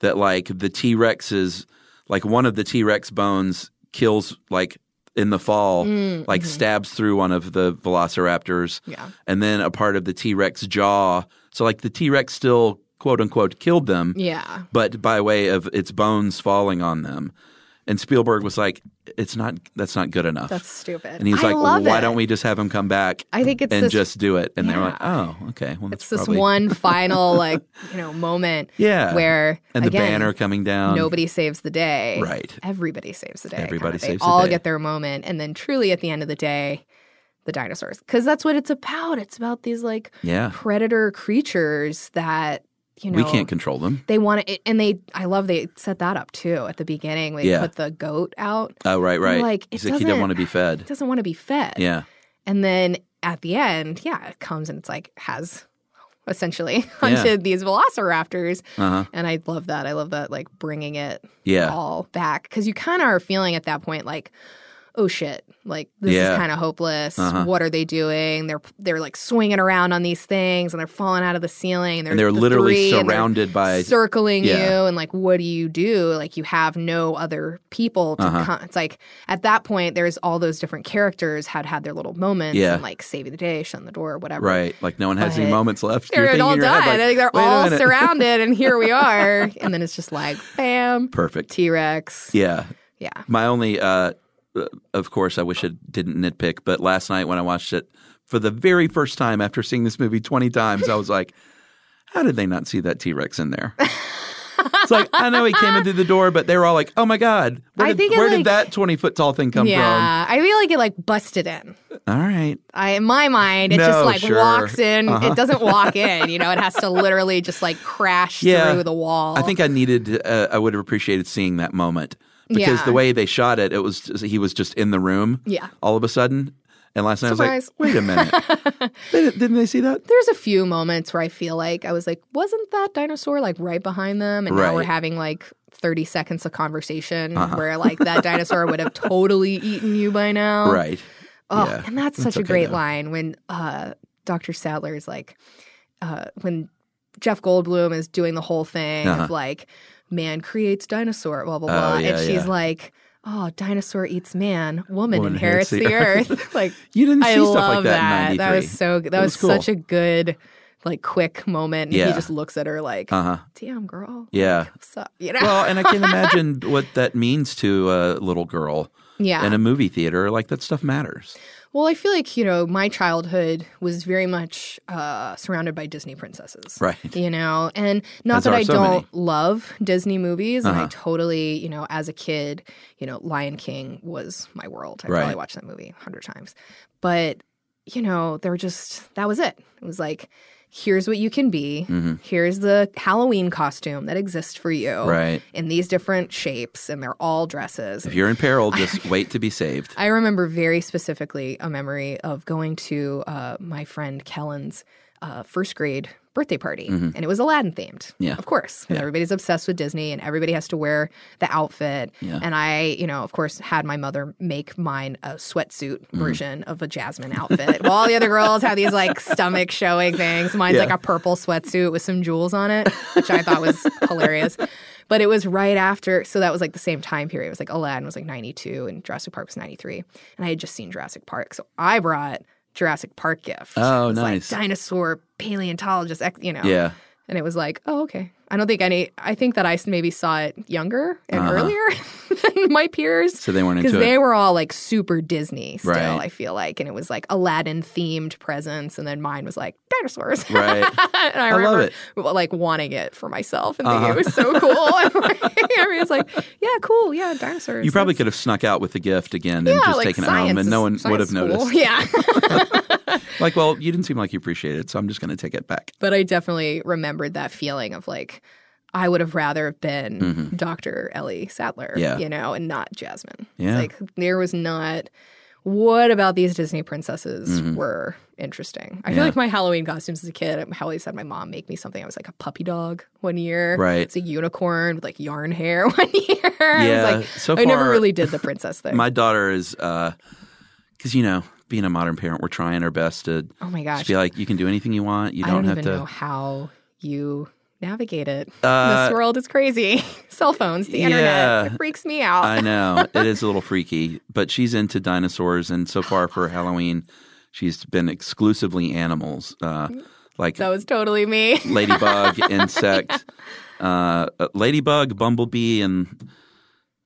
That like the T Rex's, like one of the T Rex bones kills like in the fall, Mm-hmm. like stabs through one of the Velociraptors. Mm, Yeah. and then a part of the T Rex jaw. So like the T Rex still quote unquote killed them Yeah, but by way of its bones falling on them. And Spielberg was like, "It's not. That's not good enough." That's stupid. and he's I like, love "Why it. don't we just have him come back I think it's and this, just do it?" And they were like, Yeah. "Oh, okay. Well, that's it's this probably- one final like you know moment Yeah. where and the again, banner coming down. nobody saves the day. Right. Everybody saves the day. kind of Everybody thing. saves the All day. get their moment, and then truly at the end of the day, the dinosaurs, because that's what it's about. It's about these like Yeah. predator creatures that you know we can't control them. They want to, and they. I love they set that up too at the beginning. They Yeah. put the goat out. Oh, right, They're right. Like he's it like, he doesn't doesn't- want to be It fed. doesn't want to be fed. Yeah. And then at the end, yeah, it comes and it's like has essentially hunted these velociraptors. Uh huh. And I love that. I love that, like bringing it Yeah. all back because you kind of are feeling at that point like, oh shit, like this Yeah. is kind of hopeless. Uh-huh. What are they doing? They're they're like swinging around on these things and they're falling out of the ceiling. And they're, And they're the literally three, and they're surrounded by. circling yeah. you and like what do you do like you have no other people to Uh-huh. con- it's like at that point there's all those different characters had had their little moments Yeah. and like saving the day shutting the door whatever Right. Like no one has any But moments left. You're they're thinking all in your head, done like, Like, they're "Wait a all minute." surrounded and here we are and then it's just like bam Perfect. t-rex Yeah. yeah, My only, uh, uh, of course, I wish it didn't nitpick, but last night when I watched it for the very first time after seeing this movie 20 times, I was like, how did they not see that T Rex in there? it's like, I know he came in through the door, but they were all like, oh my God, where I did, think it, where did like- that 20 foot tall thing come yeah. I feel like it like busted in. from? All right. I, in my mind, it No, just like sure. walks in. Uh-huh. It doesn't walk in. You know, it has to literally just like crash Yeah. through the wall. I think I needed, uh, I would have appreciated seeing that moment because Yeah. the way they shot it, it was he was just in the room Yeah. all of a sudden. And last night Surprise. I was like, wait a minute. They didn't- didn't they see that? there's a few moments where I feel like I was like, wasn't that dinosaur like right behind them? And now we're Right. Uh-huh. having like 30 seconds of conversation where like that dinosaur would have totally eaten you by now. Right. Oh, Yeah, and that's such that's a okay, great though. line when uh, Dr. Sadler is like, uh, when Jeff Goldblum is doing the whole thing Uh-huh. of like, man creates dinosaur, blah, blah, Oh, blah. yeah, and she's yeah. like, oh, dinosaur eats man, woman, Woman inherits the, inherits the earth. like, You didn't see I stuff love like that, in 93. that. was so that It was, was cool. such a good like quick moment. And Yeah. he just looks at her like, Uh huh. "Damn girl, Yeah. what's up?" You know? Well, and I can imagine what that means to a little girl yeah. in a movie theater. Like that stuff matters. well, I feel like you know my childhood was very much uh, surrounded by Disney princesses. Right. You know, and not As that are I so don't many. love Disney movies, and I Uh-huh. totally, you know, as a kid, you know, Lion King was my world. I Right. probably watched that movie a hundred times, but you know, there were just that was it. It was like, here's what you can be. Mhm. Here's the Halloween costume that exists for you Right. in these different shapes, and they're all dresses. If you're in peril, just wait to be saved. I remember very specifically a memory of going to uh, my friend Kellen's uh, first grade birthday party, and it was Aladdin themed. Mm-hmm. Yeah. of course, 'cause Yeah. everybody's obsessed with Disney, and everybody has to wear the outfit. Yeah. And I, you know, of course, had my mother make mine a sweatsuit Mm. version of a Jasmine outfit. While all the other girls had these like stomach showing things, mine's Yeah. like a purple sweatsuit with some jewels on it, which I thought was hilarious. But it was right after, so that was like the same time period. It was like Aladdin was like 92 and Jurassic Park was 93. And I had just seen Jurassic Park. So I brought Jurassic Park gift. Oh, It was, like, nice. dinosaur paleontologist, ex- you know. Yeah. And it was like, oh, okay. I don't think any, I think that I s- maybe saw it younger and Uh-huh. earlier than my peers. So they weren't Because into they it. were all like super Disney still, Right. I feel like. And it was like Aladdin themed presents. And then mine was like dinosaurs. Right. and I, I love remember it. w- like wanting it for myself and Uh-huh. thinking it was so cool. And, like, I mean, it's like, yeah, cool. Yeah, dinosaurs. You probably that's- could have snuck out with the gift again and yeah, just like taken it science home, and no is- one would science have is cool. noticed. Yeah. Like, well, you didn't seem like you appreciated it, so I'm just going to take it back. but I definitely remembered that feeling of like, I would have rather have been Mhm. Dr. Ellie Sattler, Yeah. you know, and not Jasmine. Yeah. It's like there was not. What about these Disney princesses Mhm. were interesting? I Yeah. feel like my Halloween costumes as a kid, um, I always had my mom make me something. I was like a puppy dog one year. Right. It's a unicorn with like yarn hair one year. yeah. I was like, so far, I never really did the princess thing. My daughter is, because, you know, being a modern parent, we're trying our best to oh my just gosh. be like, you can do anything you want. You I don't have even to. know how you navigate it. Uh, this world is crazy. Cell phones, the internet, yeah. it freaks me out. I know it is a little freaky, but she's into dinosaurs, and so far for Halloween, she's been exclusively animals, uh, like that was totally me. ladybug, insect, uh, uh, ladybug, bumblebee, and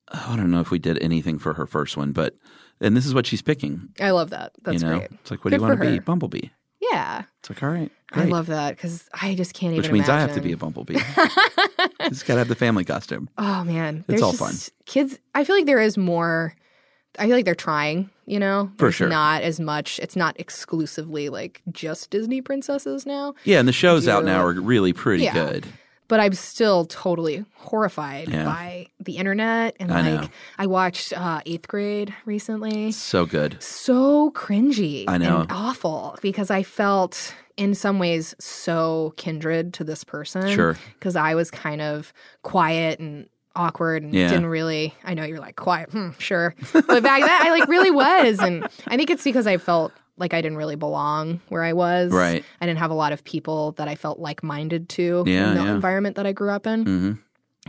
I don't know if we did anything for her first one, but and this is what she's picking. I love that. That's you know, great. it's like, what do Good you want for to be? her. Bumblebee. Yeah. It's like, all right, great. I love that because I just can't Which even. means I have to be a imagine. bumblebee. just gotta have the family costume. Oh man, It's There's all just- fun. Kids, I feel like there is more. I feel like they're trying. You know, For There's sure. Not as much. It's not exclusively like just Disney princesses now. Yeah, and the shows out now are Do- really pretty Yeah. good. But I'm still totally horrified Yeah. by the internet and I like know. I watched uh, Eighth Grade recently. So good. so cringy I know. and awful because I felt in some ways so kindred to this person. Sure. Because I was kind of quiet and awkward and Yeah. didn't really I know you're like quiet, hmm, sure. But back then I like really was. And I think it's because I felt like I didn't really belong where I was. Right. I didn't have a lot of people that I felt like minded to Yeah, in the yeah. environment that I grew up in. hmm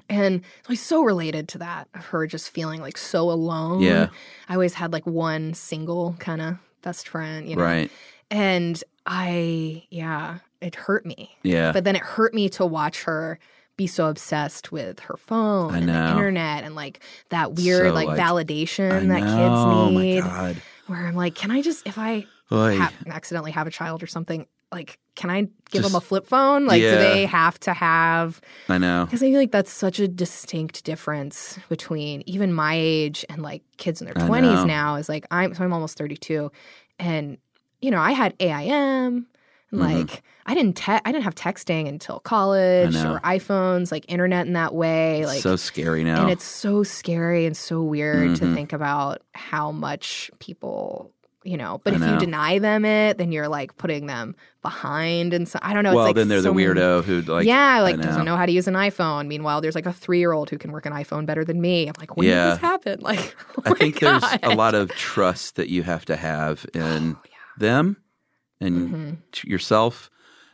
And so I so related to that of her just feeling like so alone. Yeah. I always had like one single kind of best friend, you know. Right. And I yeah, it hurt me. Yeah. But then it hurt me to watch her be so obsessed with her phone I and the know. internet and like that weird So, like, like- I validation that know, kids need. Oh my god. Where I'm like, can I just if I Oy. ha- accidentally have a child or something, like can I give Just- them a flip phone? Like Yeah. do they have to have I know. because I feel like that's such a distinct difference between even my age and like kids in their I know. twenties now. Is like I'm so I'm almost thirty two, and you know I had AIM. and, Mhm. Like I didn't te- I didn't have texting until college I know. or iPhones, like internet in that way. Like so scary now. and it's so scary and so weird Mhm. to think about how much people you know but I if know. you deny them it then you're like putting them behind and so i don't know well, it's like then they're so the weirdo who like yeah, I like doesn't know how to use an iPhone. Meanwhile, there's like a three year old who can work an iPhone better than me. I'm like, when Yeah. did this happen? Like, oh I my think God. there's a lot of trust that you have to have in Oh, yeah. them and Mhm. t- yourself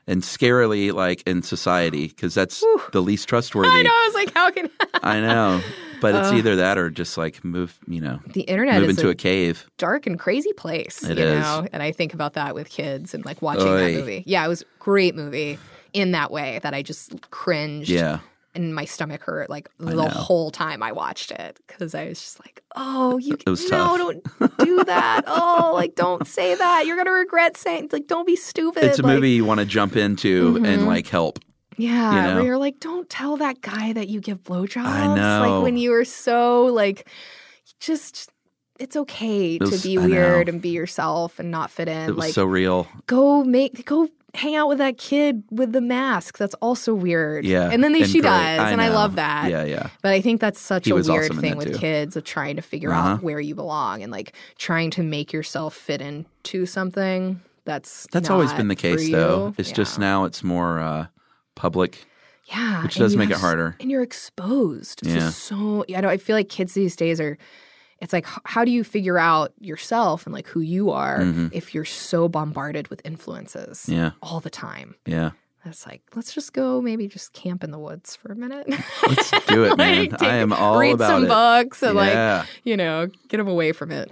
and scarily like in society because that's Whew. the least trustworthy. I know. I was like, how can I know. But it's Ugh. either that or just like move, you know, the internet move is into a, a cave. dark and crazy place? It you is. know, and I think about that with kids and like watching Oy. that movie. Yeah, it was a great movie in that way that I just cringed Yeah. and my stomach hurt like I the know. whole time I watched it because I was just like, oh, you It was tough. no, don't do that. oh, like don't say that. You're gonna regret saying like don't be stupid. It's a like, movie you want to jump into and Mhm. like help. Yeah, you know? where you're like, don't tell that guy that you give blowjobs. know. Like when you were so like, just it's okay was- to be I know. weird and be yourself and not fit in. It was like, so real. go make go hang out with that kid with the mask. That's also weird. Yeah. and then they, she great. does, and I know. love that. Yeah, yeah. But I think that's such He a was weird awesome in thing that with too. kids of trying to figure Uh-huh. out where you belong and like trying to make yourself fit into something. That's That's always not been the for case though. you. It's just Yeah. now it's more uh public. Yeah, Which and does you make have it s- harder. And you're exposed. It's Yeah. just so I don't. I feel like kids these days are. It's like h- how do you figure out yourself and like who you are Mhm. if you're so bombarded with influences Yeah. all the time? Yeah. It's like let's just go maybe just camp in the woods for a minute. Let's do it, man. Like, I am all read about some it. books and yeah. like you know get them away from it.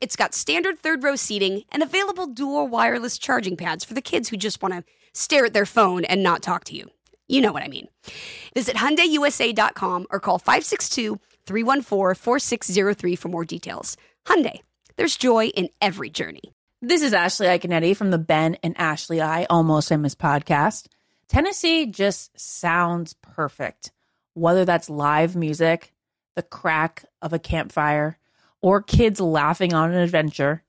it's got standard third row seating and available dual wireless charging pads for the kids who just want to stare at their phone and not talk to you. You know what I mean. Visit HyundaiUSA.com or call 562 314 4603 for more details. Hyundai, there's joy in every journey. This is Ashley Iconetti from the Ben and Ashley I Almost Famous podcast. Tennessee just sounds perfect, whether that's live music, the crack of a campfire, or kids laughing on an adventure.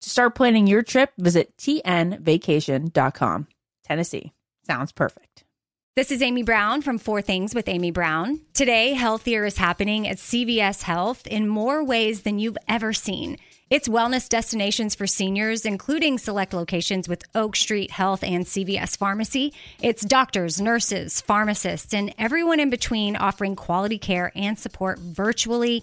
To start planning your trip, visit tnvacation.com. Tennessee sounds perfect. This is Amy Brown from Four Things with Amy Brown. Today, healthier is happening at CVS Health in more ways than you've ever seen. It's wellness destinations for seniors, including select locations with Oak Street Health and CVS Pharmacy. It's doctors, nurses, pharmacists, and everyone in between offering quality care and support virtually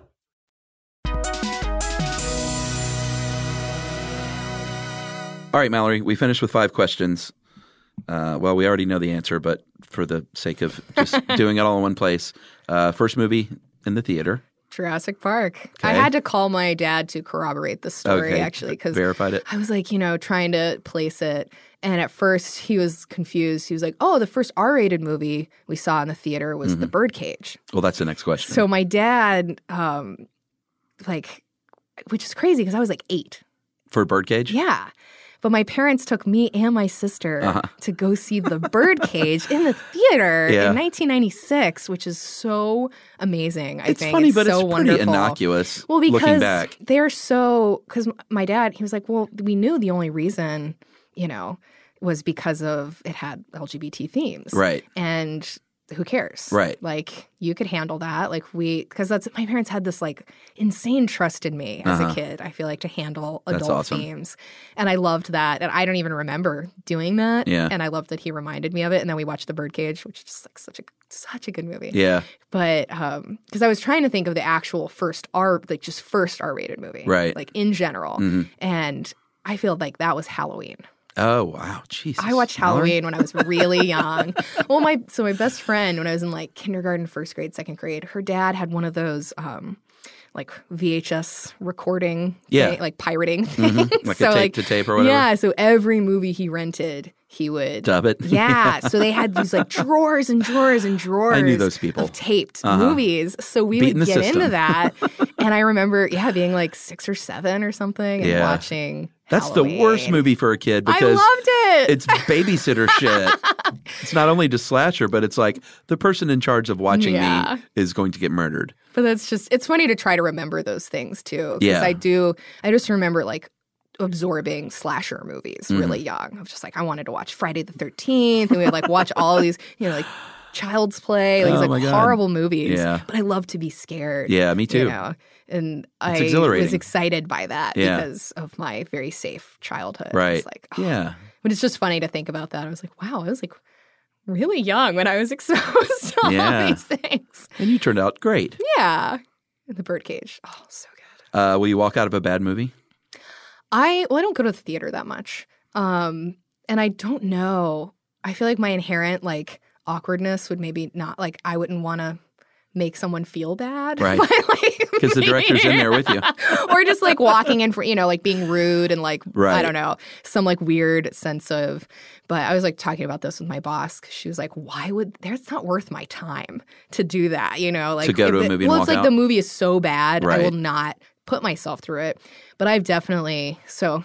All right, Mallory, we finished with five questions. Uh, well, we already know the answer, but for the sake of just doing it all in one place, uh, first movie in the theater. Jurassic Park. I Okay. had to call my dad to corroborate the story Okay, actually because verified it. I was like, you know, trying to place it. And at first he was confused. He was like, oh, the first R rated movie we saw in the theater was The Birdcage. Well, Mm-hmm. that's the next question. So my dad, um, like, which is crazy because I was like eight. for Birdcage? Yeah. But my parents took me and my sister Uh-huh. to go see The Birdcage in the theater Yeah. in 1996, which is so amazing. I it's think funny, it's but so it's wonderful. pretty innocuous. Well, looking because back, they're so because my dad he was like, well, we knew the only reason, you know, was because of it had LGBT themes, right? And who cares, Right. Like you could handle that, like we because that's my parents had this like insane trust in me as Uh-huh. a kid. I feel like to handle That's adult awesome. themes, and I loved that, and I don't even remember doing that, Yeah. And I loved that he reminded me of it, and then we watched The Birdcage, which is just like such a such a good movie, Yeah, but um because i was trying to think of the actual first r like just first r-rated movie Right. like in general Mhm. and i feel like that was halloween Oh wow, Jesus! i watched Mallory? halloween when i was really young well my so my best friend when i was in like kindergarten first grade second grade her dad had one of those um like vhs recording Yeah. thing, like pirating Mhm. things. Like so a tape like to tape or whatever. yeah so every movie he rented he would Dub it. yeah. So they had these like drawers and drawers and drawers. I knew those people. Of taped Uh-huh. movies. So we Beating the would get system. into that. and I remember, yeah, being like six or seven or something and Yeah. watching. That's the worst Halloween. movie for a kid I because loved it. it's babysitter shit. It's not only just slasher, but it's like the person in charge of watching Yeah. me is going to get murdered. But that's just, it's funny to try to remember those things too. Yeah. Because I do, I just remember like absorbing slasher movies Mm-hmm. really young. I was just like, I wanted to watch Friday the 13th. And we would like watch all these, you know, like Child's Play, like, Oh these my like God. horrible movies. Yeah. But I love to be scared. Yeah, me too. You know? And I was exhilarating. excited by that Yeah. because of my very safe childhood. Right? It's like, oh. yeah. But it's just funny to think about that. I was like, wow, I was like really young when I was exposed to Yeah. all these things. And you turned out great. Yeah. And the birdcage. Oh, so good. Uh, will you walk out of a bad movie? I well, I don't go to the theater that much. Um, and I don't know. I feel like my inherent like awkwardness would maybe not like I wouldn't want to make someone feel bad. Right. Because Because the director's in there with you. or just like walking in for you know like being rude and like Right. i don't know some like weird sense of but i was like talking about this with my boss 'cause she was like why would that's not worth my time to do that you know like go to if a it- movie and well walk it's like out? the movie is so bad i Right. will not put myself through it but i've definitely so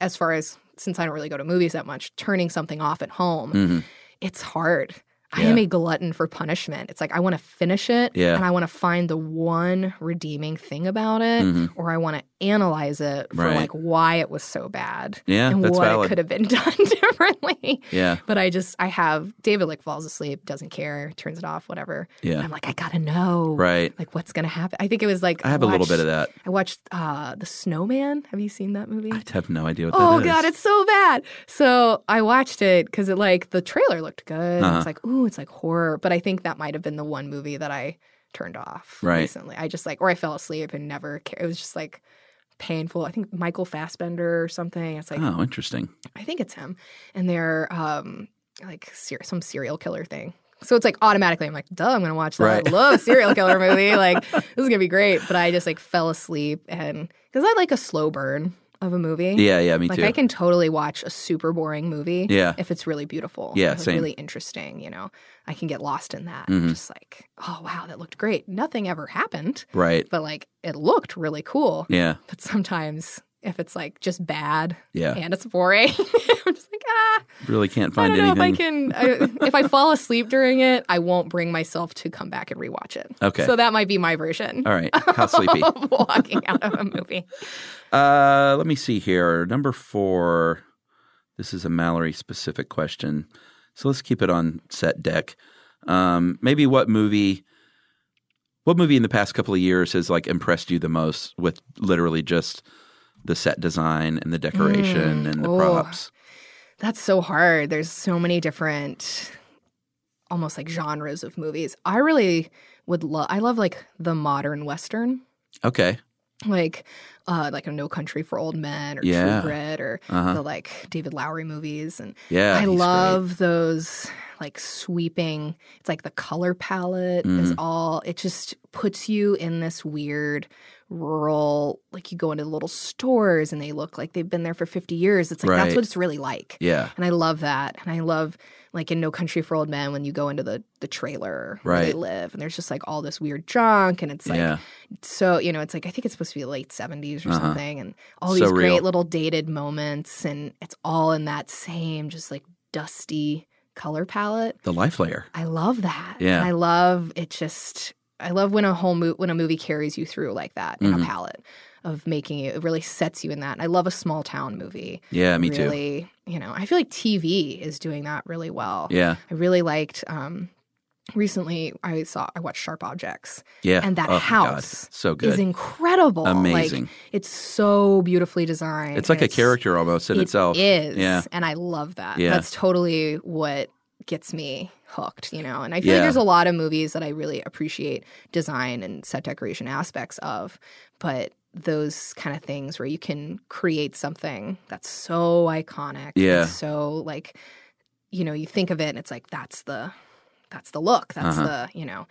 as far as since i don't really go to movies that much turning something off at home hmm it's hard. I Yeah. am a glutton for punishment. It's like I want to finish it Yeah. and I want to find the one redeeming thing about it Mhm. or I want to analyze it for Right. like why it was so bad Yeah, and that's what valid. it could have been done differently. Yeah, But I just I have David like falls asleep, doesn't care, turns it off, whatever. Yeah. And I'm like I got to know. right. Like what's going to happen? I think it was like I have a little bit of watched- that. I watched uh The Snowman. Have you seen that movie? I have no idea what Oh that is. god, it's so bad. So I watched it because it like the trailer looked good. Uh-huh. It's like ooh, it's like horror. But I think that might have been the one movie that I turned off Right. recently. I just like or I fell asleep and never. Care. It was just like painful. I think Michael Fassbender or something. It's like oh, interesting. I think it's him, and they're um like ser- some serial killer thing. So it's like automatically, I'm like, duh, I'm gonna watch that. Right. I love serial killer movie. Like this is gonna be great. But I just like fell asleep and because I like a slow burn of a movie. Yeah, yeah, me Like too. I can totally watch a super boring movie Yeah. if it's really beautiful. Yeah, if it's same. really interesting, you know. I can get lost in that. Mhm. Just like, oh wow, that looked great. Nothing ever happened, right. but like it looked really cool. Yeah, But sometimes if it's like just bad yeah. and it's boring, I'm just like, ah, Really can't I find don't know if I anything. can. I, if I fall asleep during it, I won't bring myself to come back and rewatch it. Okay. So that might be my version All right. How sleepy. of walking out of a movie. Uh, let me see here. Number four. This is a Mallory specific question. So let's keep it on set deck. Um, maybe what movie what movie in the past couple of years has like impressed you the most with literally just the set design and the decoration and the oh. props? That's so hard. There's so many different, almost like genres of movies. I really would love. I love like the modern western. Okay. like uh like a No Country for Old Men or Yeah. True Grit or Uh-huh. the like David Lowery movies and Yeah. I he's great. love those like sweeping it's like the color palette is Mm. all it just puts you in this weird rural like you go into little stores and they look like they've been there for 50 years it's like Right. that's what it's really like Yeah. and I love that. And I love like in No Country for Old Men when you go into the the trailer where they Right. live and there's just like all this weird junk and it's like Yeah. so you know it's like I think it's supposed to be late seventies or Uh-huh. something and all So these great real. little dated moments and it's all in that same just like dusty color palette. The life layer. I love that. Yeah. I love it. Just I love when a whole mo- when a movie carries you through like that in Mhm. a palette of making you. It really sets you in that. I love a small town movie Yeah, me too. really, you know, I feel like TV is doing that really well. Yeah. I really liked um recently I saw I watched Sharp Objects. Yeah. And that Oh, my God. house So It's good. incredible. Like, Amazing. it's so beautifully designed. it's like and a character almost in it itself. is. Yeah. And I love that. Yeah. That's totally what gets me hooked, you know. And I feel Yeah. like there's a lot of movies that I really appreciate design and set decoration aspects of, but those kind of things where you can create something that's so iconic. and Yeah. So like, you know, you think of it and it's like that's the that's the look. That's Uh-huh. the, you know,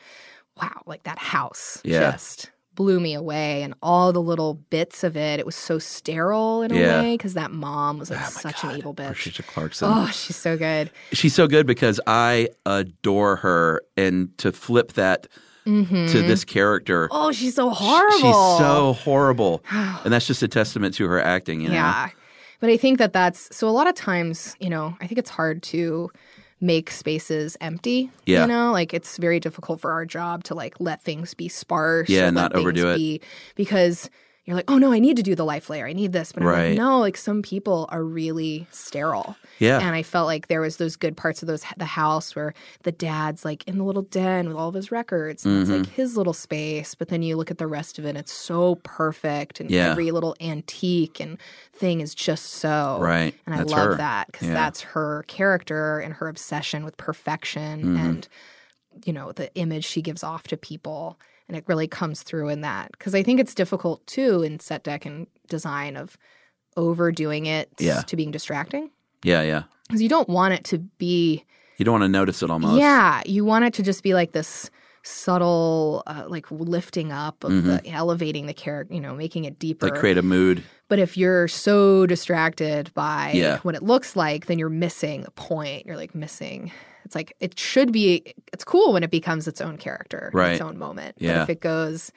wow, like that house Yeah. just blew me away and all the little bits of it. It was so sterile in Yeah. a way because that mom was like Oh, my such God. an evil bitch. Patricia Clarkson. Oh, she's so good. She's so good because I adore her, and to flip that Mhm. to this character, Oh, she's so sh- horrible. She's so horrible, and that's just a testament to her acting. You know? Yeah. But I think that that's so a lot of times, you know, I think it's hard to make spaces empty. Yeah. You know, like it's very difficult for our job to like let things be sparse. Yeah, or let not things overdo it. Be, because you're like, oh no, I need to do the life layer. I need this. But I'm Right. like, no, like some people are really sterile. yeah, And I felt like there was those good parts of those the house where the dad's like in the little den with all of his records, and it's Mm-hmm. like his little space. But then you look at the rest of it, and it's so perfect, and Yeah. every little antique and thing is just so Right. oh, And I That's love her. that because Yeah. that's her character and her obsession with perfection Mm-hmm. and you know the image she gives off to people and it really comes through in that because i think it's difficult too in set deck and design of overdoing it Yeah. to being distracting yeah, yeah. because you don't want it to be You don't want to notice it almost. yeah you want it to just be like this subtle uh, like lifting up of the elevating the character you know making it deeper like Mm-hmm. create a mood. but if you're so distracted by Yeah. what it looks like then you're missing the point you're like missing it's like it should be it's cool when it becomes its own character and Right. its own moment Yeah. but if it goes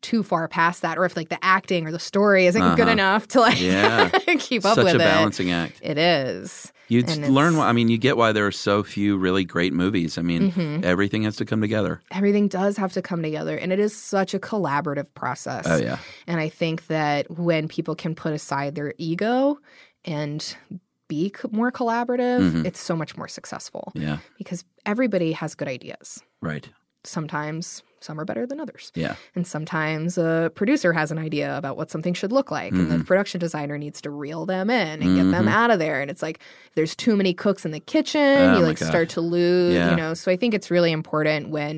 too far past that or if like the acting or the story isn't good enough to like Uh-huh. Yeah. keep up Such with a it balancing act. it is You And learn. it's- Why, I mean, you get why there are so few really great movies. I mean, Mm-hmm. everything has to come together. everything does have to come together and it is such a collaborative process Oh yeah, and i think that when people can put aside their ego and be c- more collaborative Mhm. it's so much more successful yeah, because everybody has good ideas right. sometimes some are better than others Yeah, and sometimes a producer has an idea about what something should look like Mm-hmm. and the production designer needs to reel them in and get them out of there and it's like if there's too many cooks in the kitchen Oh, you my like God. start to lose Yeah. you know so i think it's really important when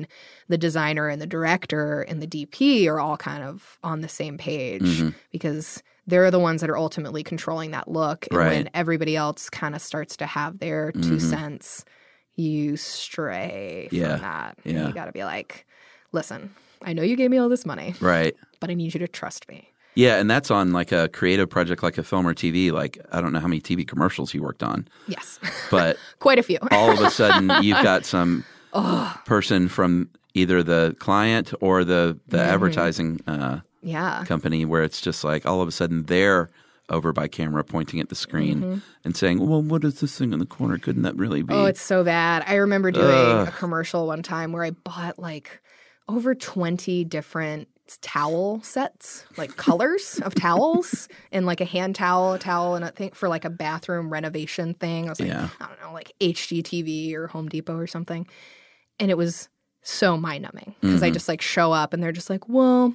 the designer and the director and the dp are all kind of on the same page Mm-hmm. because they're the ones that are ultimately controlling that look and Right. Mm-hmm. when everybody else kind of starts to have their 2 cents you stray Yeah. from that Yeah. you got to be like listen I know you gave me all this money, right. but I need you to trust me. Yeah, and that's on like a creative project, like a film or TV. Like I don't know how many TV commercials he worked on, Yes. but Quite a few. all of a sudden you've got some person from either the client Mm-hmm. or the the advertising uh, yeah. company where it's just like all of a sudden they're over by camera, pointing at the screen and saying, "Well, what is this thing in the corner? Couldn't that really be?" Mm-hmm. Oh, it's so bad. I remember doing Ugh. a commercial one time where I bought like over 20 different towel sets, like colors of towels, and like a hand towel, a towel, and I think for like a bathroom renovation thing. I was like, Yeah. I don't know, like HGTV or Home Depot or something. And it was so mind numbing because Mm-hmm. I just like show up and they're just like, well,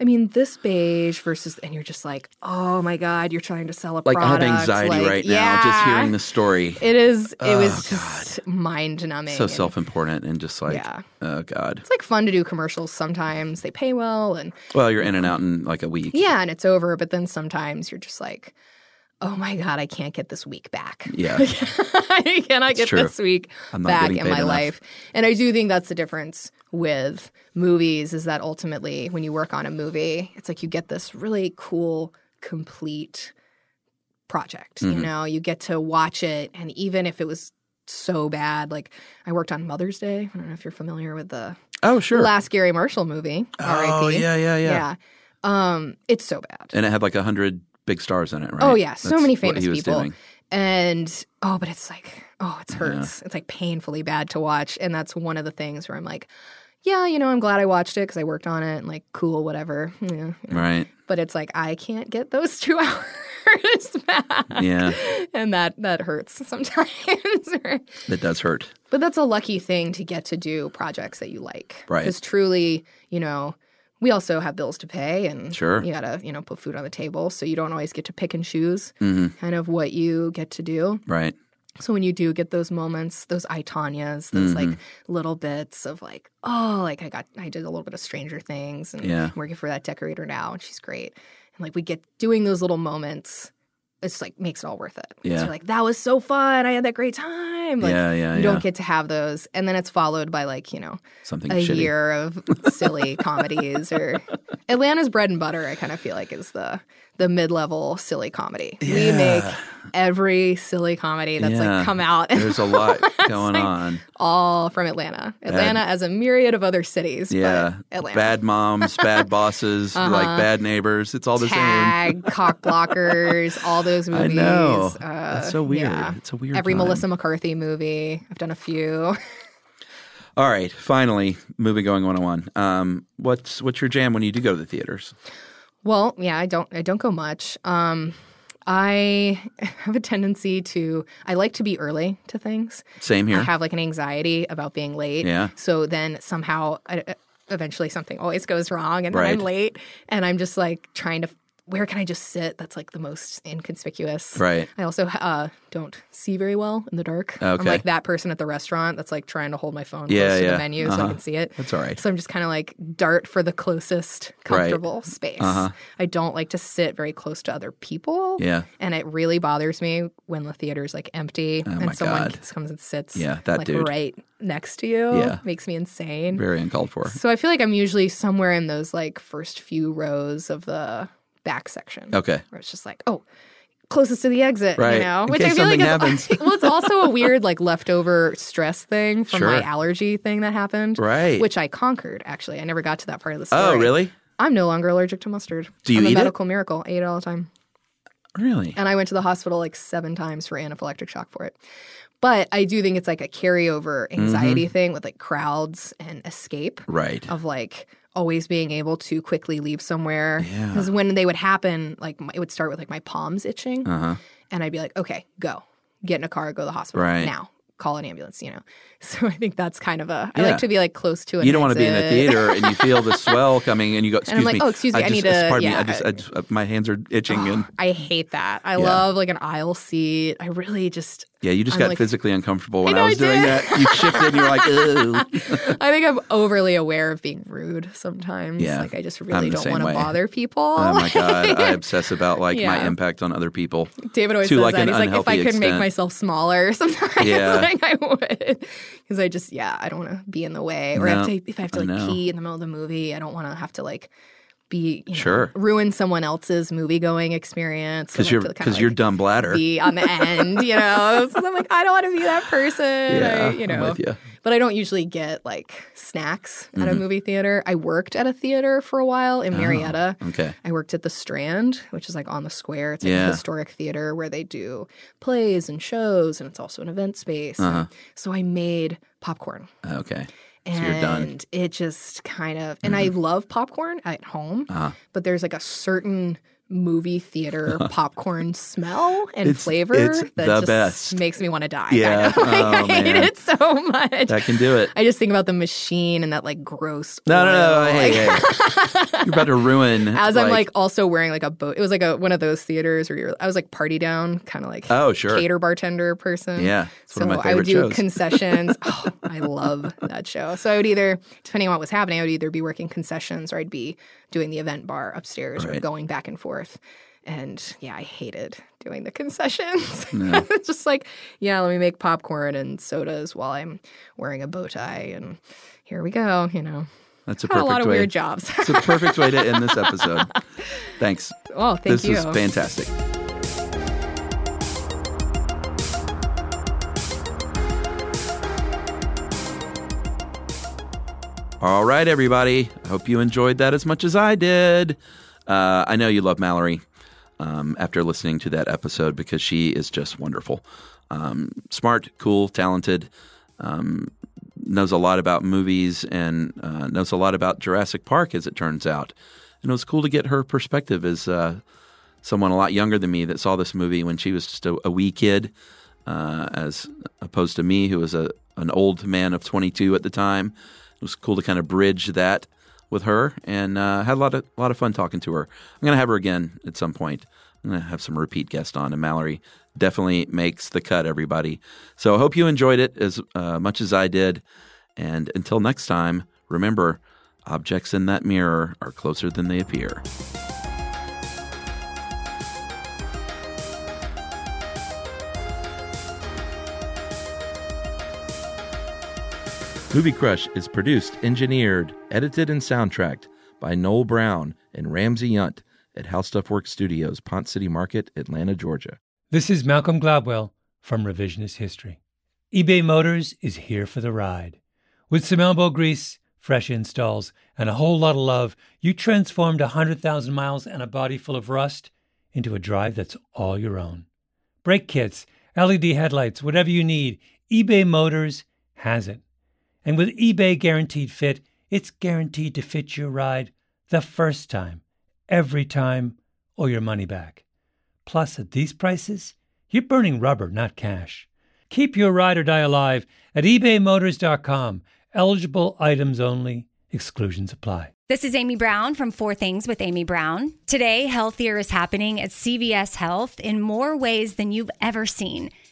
I mean, this beige versus, and you're just like, oh my God, you're trying to sell a like product. I have anxiety like, right now just yeah. hearing the story. It is. It Oh, was just mind numbing. so self-important and just like, Yeah. oh god. It's like fun to do commercials sometimes. They pay well, and Well, you're in and out in like a week. yeah, and it's over. But then sometimes you're just like, oh my god, I can't get this week back. Yeah. I cannot get true. this week I'm not back getting in paid my enough. life. And I do think that's the difference with movies is that ultimately when you work on a movie, it's like you get this really cool, complete project. Mm-hmm. You know, you get to watch it and even if it was so bad, like I worked on Mother's Day. I don't know if you're familiar with the Oh, sure. last Gary Marshall movie. oh, RIP. yeah, yeah, yeah, Yeah. Um, it's so bad. And it had like a hundred big stars in it, right? Oh yeah, so That's many what famous he was people. doing. And oh, but it's like oh, it hurts. It's like painfully bad to watch, and that's one of the things where I'm like, yeah, you know, I'm glad I watched it because I worked on it, and like cool, whatever. Yeah. Right. But it's like I can't get those two hours back. Yeah. and that that hurts sometimes. right? That does hurt. But that's a lucky thing to get to do projects that you like. Right. Because truly, you know, we also have bills to pay and Sure. you gotta, you know, put food on the table. So you don't always get to pick and choose hmm kind of what you get to do. Right. So when you do get those moments, those I Tanyas, those Mhm. like little bits of like, oh, like I got I did a little bit of Stranger Things and Yeah. I'm working for that decorator now and she's great. And like we get doing those little moments, it's like makes it all worth it. Yeah. So you're like, that was so fun. I had that great time. Like yeah, yeah, you yeah. don't get to have those. And then it's followed by like, you know, Something a shitty. year of silly comedies or Atlanta's bread and butter, I kind of feel like is the the mid level silly comedy. We make Yeah. every silly comedy that's Yeah. like come out There's a lot going like- on. all from Atlanta. Atlanta as a myriad of other cities. Yeah. But Atlanta. Uh-huh. Bad moms, bad bosses, like bad neighbors. It's all the same. Tag, cock blockers, all those I movies. know. Uh, That's so weird. yeah. It's a weird Every time. Melissa McCarthy movie. I've done a few. All right, finally, movie going 101. Um, what's what's your jam when you do go to the theaters? Well, yeah, I don't I don't go much. Um I have a tendency to I like to be early to things. Same I here. have like an anxiety about being late. Yeah. So then somehow I, I- eventually something always goes wrong and then Right. I'm late and I'm just like trying to where can I just sit that's like the most inconspicuous. Right. I also uh, don't see very well in the dark. Okay. I'm like that person at the restaurant that's like trying to hold my phone Yeah, close to yeah. the menu so Uh-huh. I can see it. That's all right. So I'm just kind of like dart for the closest Right. comfortable space. Uh-huh. I don't like to sit very close to other people. Yeah. And it really bothers me when the theater's like empty and Oh my someone God. comes and sits Yeah, that like dude. right next to you. Yeah. Makes me insane. Very uncalled for. So I feel like I'm usually somewhere in those like first few rows of the back section Okay. where it's just like, oh, closest to the exit, Right. you know? In Which case I feel like something is happens. well, it's also a weird like leftover stress thing from Sure. my allergy thing that happened, Right. Which I conquered actually. I never got to that part of the story. Oh, really? I'm no longer allergic to mustard. Do you I'm eat it? a medical miracle. I eat it all the time, Really? and I went to the hospital like seven times for anaphylactic shock for it. But I do think it's like a carryover anxiety Mm-hmm. thing with like crowds and escape Right. of like always being able to quickly leave somewhere Yeah. because when they would happen like my, it would start with like my palms itching Uh huh. and I'd be like, okay, go get in a car, go to the hospital Right. now, call an ambulance, you know. So I think that's kind of a. I Yeah. like to be like close to it. You don't want to be in a theater and you feel the swell coming and you go, excuse I'm like, me. "Oh, excuse me, I just, need to- Pardon me. I yeah." just, I just, uh, my hands are itching. and I hate that. I Yeah. love like an aisle seat. I really just. yeah, you just I'm got like- physically uncomfortable when I, know I was doing did. that. You shifted and you were like, ooh. I think I'm overly aware of being rude sometimes. Yeah. Like I just the really don't same want to way. bother people. Oh my God. I obsess about like my Yeah. impact on other people. David always to, says like, an that. He's like, if I unhealthy could make extent. myself smaller sometimes, Yeah. like I would. Because I just, yeah, I don't want to be in the way. Or No, if, I, if I have to I know. like pee in the middle of the movie, I don't want to have to like be, you know, Sure. ruin someone else's movie going experience. I Because like you're, to kinda, because you're like, dumb bladder. Be on the end, you know? so I'm like, I don't want to be that person. I, Yeah. you I'm know. with you. Mm-hmm. But but I don't usually get like snacks at a movie theater. I worked at a theater for a while Oh. in Marietta. Okay. I worked at the Strand, which is like on the square. It's like Yeah. a historic theater where they do plays and shows, and it's also an event space. Uh-huh. So I made popcorn. Okay. So And you're done. Mm-hmm. it just kind of, and I love popcorn at home, Uh-huh. but there's like a certain movie theater popcorn smell and It's- flavor it's that the just best. makes me want to die. Yeah. I, know. Like, Oh, I hate man. it so much. That can do it. I just think about the machine and that like gross. No, no, Oh, oil, no. Hey, like- hey. You're about to ruin. As I'm like also wearing like a boat. It was like a one of those theaters where you're. I was like party down, kind of like oh, sure. cater bartender person. Yeah. It's So one of my I would favorite do shows. concessions. oh, I love that show. So I would either, depending on what was happening, I would either be working concessions or I'd be doing the event bar upstairs or Right. going back and forth. And yeah, I hated doing the concessions. No. It's just like, yeah, let me make popcorn and sodas while I'm wearing a bow tie. And here we go. You know, That's a had a perfect lot of way. weird jobs. It's a perfect way to end this episode. Thanks. oh, thank this you. is fantastic. All right, everybody. I hope you enjoyed that as much as I did. Uh, I know you love Mallory um, after listening to that episode because she is just wonderful. Um, smart, cool, talented, um, knows a lot about movies and uh, knows a lot about Jurassic Park, as it turns out. And it was cool to get her perspective as uh, someone a lot younger than me that saw this movie when she was just a, a wee kid, uh, as opposed to me, who was a an old man of 22 at the time. It was cool to kind of bridge that with her, and uh, had a lot of a lot of fun talking to her. I'm gonna have her again at some point. I'm gonna have some repeat guest on, and Mallory definitely makes the cut. Everybody, so I hope you enjoyed it as uh, much as I did. And until next time, remember, objects in that mirror are closer than they appear. Movie Crush is produced, engineered, edited, and soundtracked by Noel Brown and Ramsey Yunt at How Stuff Works Studios, Pont City Market, Atlanta, Georgia. This is Malcolm Gladwell from Revisionist History. eBay Motors is here for the ride. With some elbow grease, fresh installs, and a whole lot of love, you transformed 100,000 miles and a body full of rust into a drive that's all your own. Brake kits, LED headlights, whatever you need, eBay Motors has it. And with eBay Guaranteed Fit, it's guaranteed to fit your ride the first time, every time, or your money back. Plus, at these prices, you're burning rubber, not cash. Keep your ride or die alive at ebaymotors.com. Eligible items only, exclusions apply. This is Amy Brown from Four Things with Amy Brown. Today, healthier is happening at CVS Health in more ways than you've ever seen.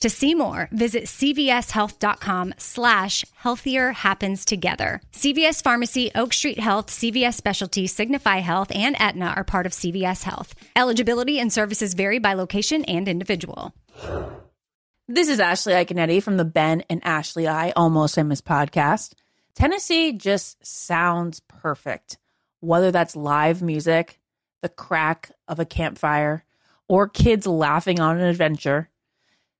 To see more, visit cvshealth.com slash healthier happens together. CVS Pharmacy, Oak Street Health, CVS Specialty, Signify Health, and Aetna are part of CVS Health. Eligibility and services vary by location and individual. This is Ashley Iconetti from the Ben and Ashley I Almost Famous podcast. Tennessee just sounds perfect, whether that's live music, the crack of a campfire, or kids laughing on an adventure.